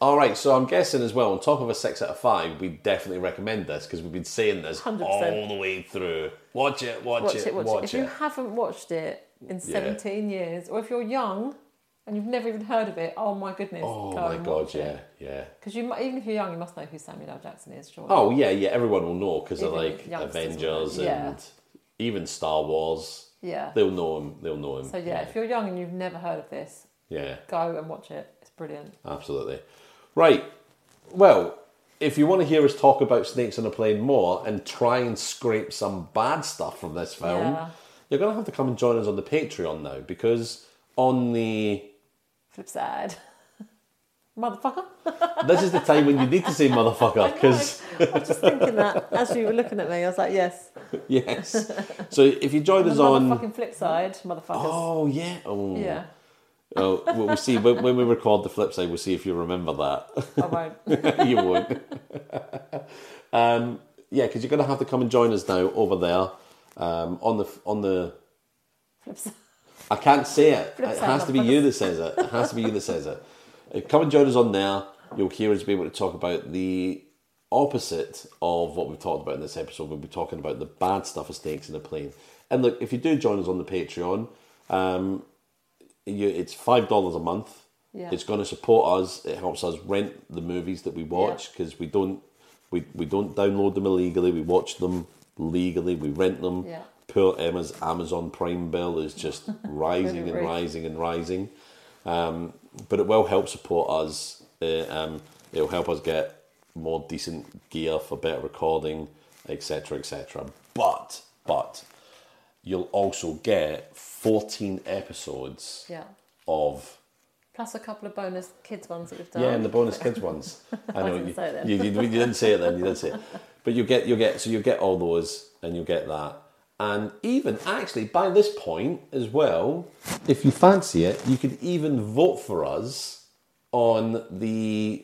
Speaker 1: All right, so I'm guessing as well. On top of a six out of five, we definitely recommend this because we've been saying this
Speaker 2: 100%.
Speaker 1: all the way through. Watch it, watch,
Speaker 2: Watch
Speaker 1: it,
Speaker 2: it, watch,
Speaker 1: watch
Speaker 2: it. If you haven't watched it in 17 years, or if you're young and you've never even heard of it, oh my goodness.
Speaker 1: Oh my god, yeah, yeah.
Speaker 2: Because you, mu- even if you're young, you must know who Samuel L. Jackson is, surely.
Speaker 1: Oh yeah, yeah. Everyone will know because they're
Speaker 2: Even
Speaker 1: like
Speaker 2: youngsters will know,
Speaker 1: Avengers
Speaker 2: yeah.
Speaker 1: and even Star Wars.
Speaker 2: Yeah.
Speaker 1: They'll know him. They'll know him.
Speaker 2: So yeah, if you're young and you've never heard of this,
Speaker 1: yeah,
Speaker 2: go and watch it. It's brilliant.
Speaker 1: absolutely. Right. Well, if you want to hear us talk about Snakes on a Plane more and try and scrape some bad stuff from this film,
Speaker 2: Yeah.
Speaker 1: you're gonna have to come and join us on the Patreon now because on the
Speaker 2: Flip side. Motherfucker.
Speaker 1: this is the time when you need to say motherfucker because.
Speaker 2: I was just thinking that as you were looking at me, I was like, yes.
Speaker 1: Yes. So if you join
Speaker 2: The
Speaker 1: us on.
Speaker 2: motherfucking flip side, motherfuckers.
Speaker 1: Oh, yeah. Oh.
Speaker 2: Yeah.
Speaker 1: Oh, well, we'll see. When, when we record the flip side, we'll see if you remember that.
Speaker 2: I won't.
Speaker 1: you won't. um, yeah, because you're going to have to come and join us now over there um, on the on the.
Speaker 2: Flip side.
Speaker 1: I can't say it.
Speaker 2: Flip
Speaker 1: it
Speaker 2: side
Speaker 1: has to be you that says it. It has to be you that says it. Uh, Come and join us on there. You'll hear us be able to talk about the opposite of what we've talked about in this episode. We'll be talking about the bad stuff of snakes in a plane. And look, if you do join us on the Patreon, um, you, it's five dollars a month.
Speaker 2: Yeah.
Speaker 1: It's going to support us. It helps us rent the movies that we watch because we don't we, we don't download them illegally. We watch them legally. We rent them.
Speaker 2: Yeah.
Speaker 1: Poor Emma's Amazon Prime bill is just rising and
Speaker 2: Really?
Speaker 1: rising and rising. Um, but it will help support us. Uh, um, it'll help us get more decent gear for better recording etc., etc. But, but, you'll also get 14 episodes
Speaker 2: Yeah.
Speaker 1: of
Speaker 2: Plus a couple of bonus kids ones that we've done.
Speaker 1: yeah, and the bonus kids ones. I know
Speaker 2: didn't
Speaker 1: you,
Speaker 2: say it then.
Speaker 1: you, you- you didn't say it then. You did say it, but you get you get so you get all those, and you get that, and even actually by this point as well, if you fancy it, you could even vote for us on the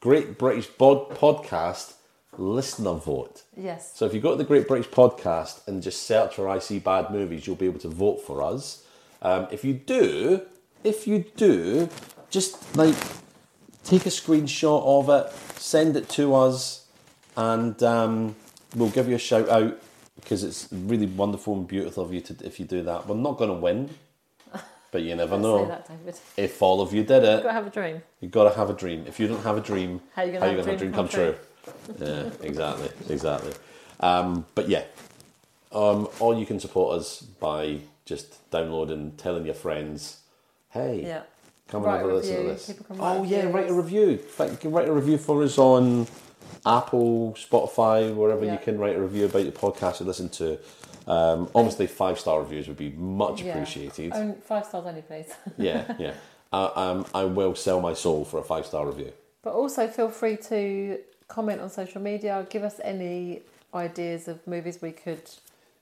Speaker 1: Great British Bod- Podcast listener vote.
Speaker 2: Yes.
Speaker 1: So if you go to the Great British Podcast and just search for I See Bad Movies, you'll be able to vote for us. Um, if you do, if you do, just like take a screenshot of it, send it to us, and um, we'll give you a shout out because it's really wonderful and beautiful of you to if you do that. We're not going to win, but you never
Speaker 2: Say
Speaker 1: know.
Speaker 2: that, David.
Speaker 1: If all of you did it,
Speaker 2: Gotta have a dream.
Speaker 1: You've got to have a dream. If you don't have a dream,
Speaker 2: How you gonna
Speaker 1: you
Speaker 2: have a dream
Speaker 1: come,
Speaker 2: come
Speaker 1: true? yeah, exactly, exactly. Um, but yeah, um, or you can support us by just downloading, telling your friends, hey,
Speaker 2: Yeah.
Speaker 1: come and
Speaker 2: Write
Speaker 1: have
Speaker 2: a
Speaker 1: a listen to
Speaker 2: review.
Speaker 1: this.
Speaker 2: People can write
Speaker 1: Oh yeah, write a
Speaker 2: reviews.
Speaker 1: review. In fact, You can write a review for us on Apple, Spotify, wherever you
Speaker 2: Yeah.
Speaker 1: can write a review about the podcast you listen to. Um, obviously, five star reviews would be much appreciated.
Speaker 2: Only five stars only, please.
Speaker 1: Yeah, yeah. I, um, I will sell my soul for a five star review.
Speaker 2: But also feel free to comment on social media. Give us any ideas of movies we could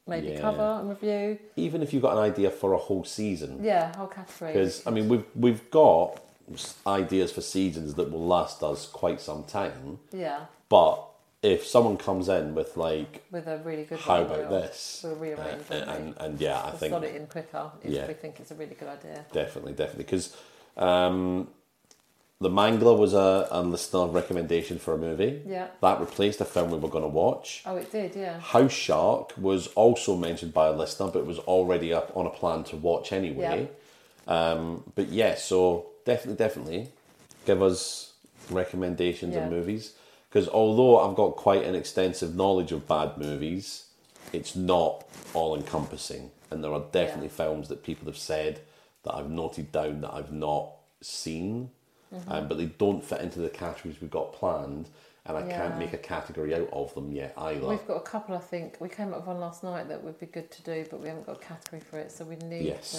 Speaker 2: maybe
Speaker 1: Yeah.
Speaker 2: cover and review.
Speaker 1: even if you've got an idea for a whole season,
Speaker 2: Yeah, whole category.
Speaker 1: because I mean we've we've got s- ideas for seasons that will last us quite some time.
Speaker 2: Yeah,
Speaker 1: But if someone comes in with like,
Speaker 2: with a really good.
Speaker 1: how
Speaker 2: one,
Speaker 1: about
Speaker 2: we'll-
Speaker 1: this?
Speaker 2: We'll rearrange
Speaker 1: Uh,
Speaker 2: it.
Speaker 1: and and yeah, I
Speaker 2: We'll
Speaker 1: think
Speaker 2: slot it in quicker if
Speaker 1: Yeah.
Speaker 2: we think it's a really good idea.
Speaker 1: definitely, definitely, because um, the Mangler was a, a listener recommendation for a movie.
Speaker 2: Yeah.
Speaker 1: that replaced a film we were going to watch.
Speaker 2: Oh, it did. Yeah.
Speaker 1: House Shark was also mentioned by a listener, but was already up on a plan to watch anyway. Um, but yeah, so definitely, definitely give us recommendations
Speaker 2: Yeah.
Speaker 1: of movies. Because although I've got quite an extensive knowledge of bad movies, it's not all encompassing. And there are definitely films that people have said that I've noted down that I've not seen,
Speaker 2: Mm-hmm.
Speaker 1: um, but they don't fit into the categories we've got planned. And I can't
Speaker 2: Yeah.
Speaker 1: make a category out of them yet either.
Speaker 2: We've got a couple, I think. We came up with one last night that would be good to do, but we haven't got a category for it, so we need
Speaker 1: Yes.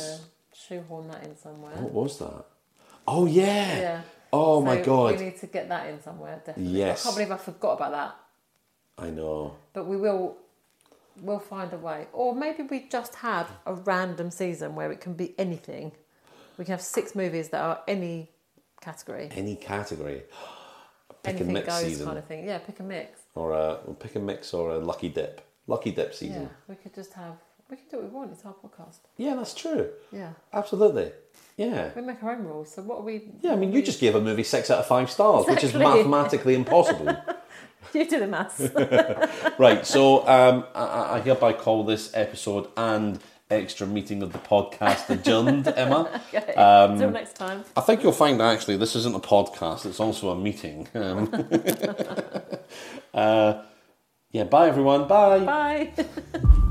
Speaker 2: to shoehorn that in somewhere.
Speaker 1: What was that? Oh yeah.
Speaker 2: Yeah.
Speaker 1: Oh my
Speaker 2: So
Speaker 1: god.
Speaker 2: We need to get that in somewhere, definitely.
Speaker 1: Yes.
Speaker 2: I can't believe I forgot about that,
Speaker 1: I know.
Speaker 2: but we will. We'll find a way, or maybe we just have a random season where it can be anything. We can have six movies that are any category,
Speaker 1: Any category. Pick a
Speaker 2: anything
Speaker 1: mix
Speaker 2: goes
Speaker 1: season.
Speaker 2: kind of thing. Yeah, pick a mix.
Speaker 1: Or a well, pick a mix or a lucky dip. Lucky dip
Speaker 2: Yeah,
Speaker 1: season.
Speaker 2: we could just have. We can do what we want. It's our podcast.
Speaker 1: Yeah, that's true.
Speaker 2: Yeah,
Speaker 1: Absolutely. Yeah.
Speaker 2: we make our own rules. So what are we?
Speaker 1: Yeah, I mean you just gave a movie six out of five stars, which is
Speaker 2: Exactly.
Speaker 1: mathematically impossible.
Speaker 2: You do the maths.
Speaker 1: right, so um, I- I, I hereby call this episode and extra meeting of the podcast adjourned, Emma.
Speaker 2: okay.
Speaker 1: Um,
Speaker 2: Till next time.
Speaker 1: I think you'll find actually this isn't a podcast, it's also a meeting. Um, uh, yeah, bye everyone. Bye.
Speaker 2: Bye.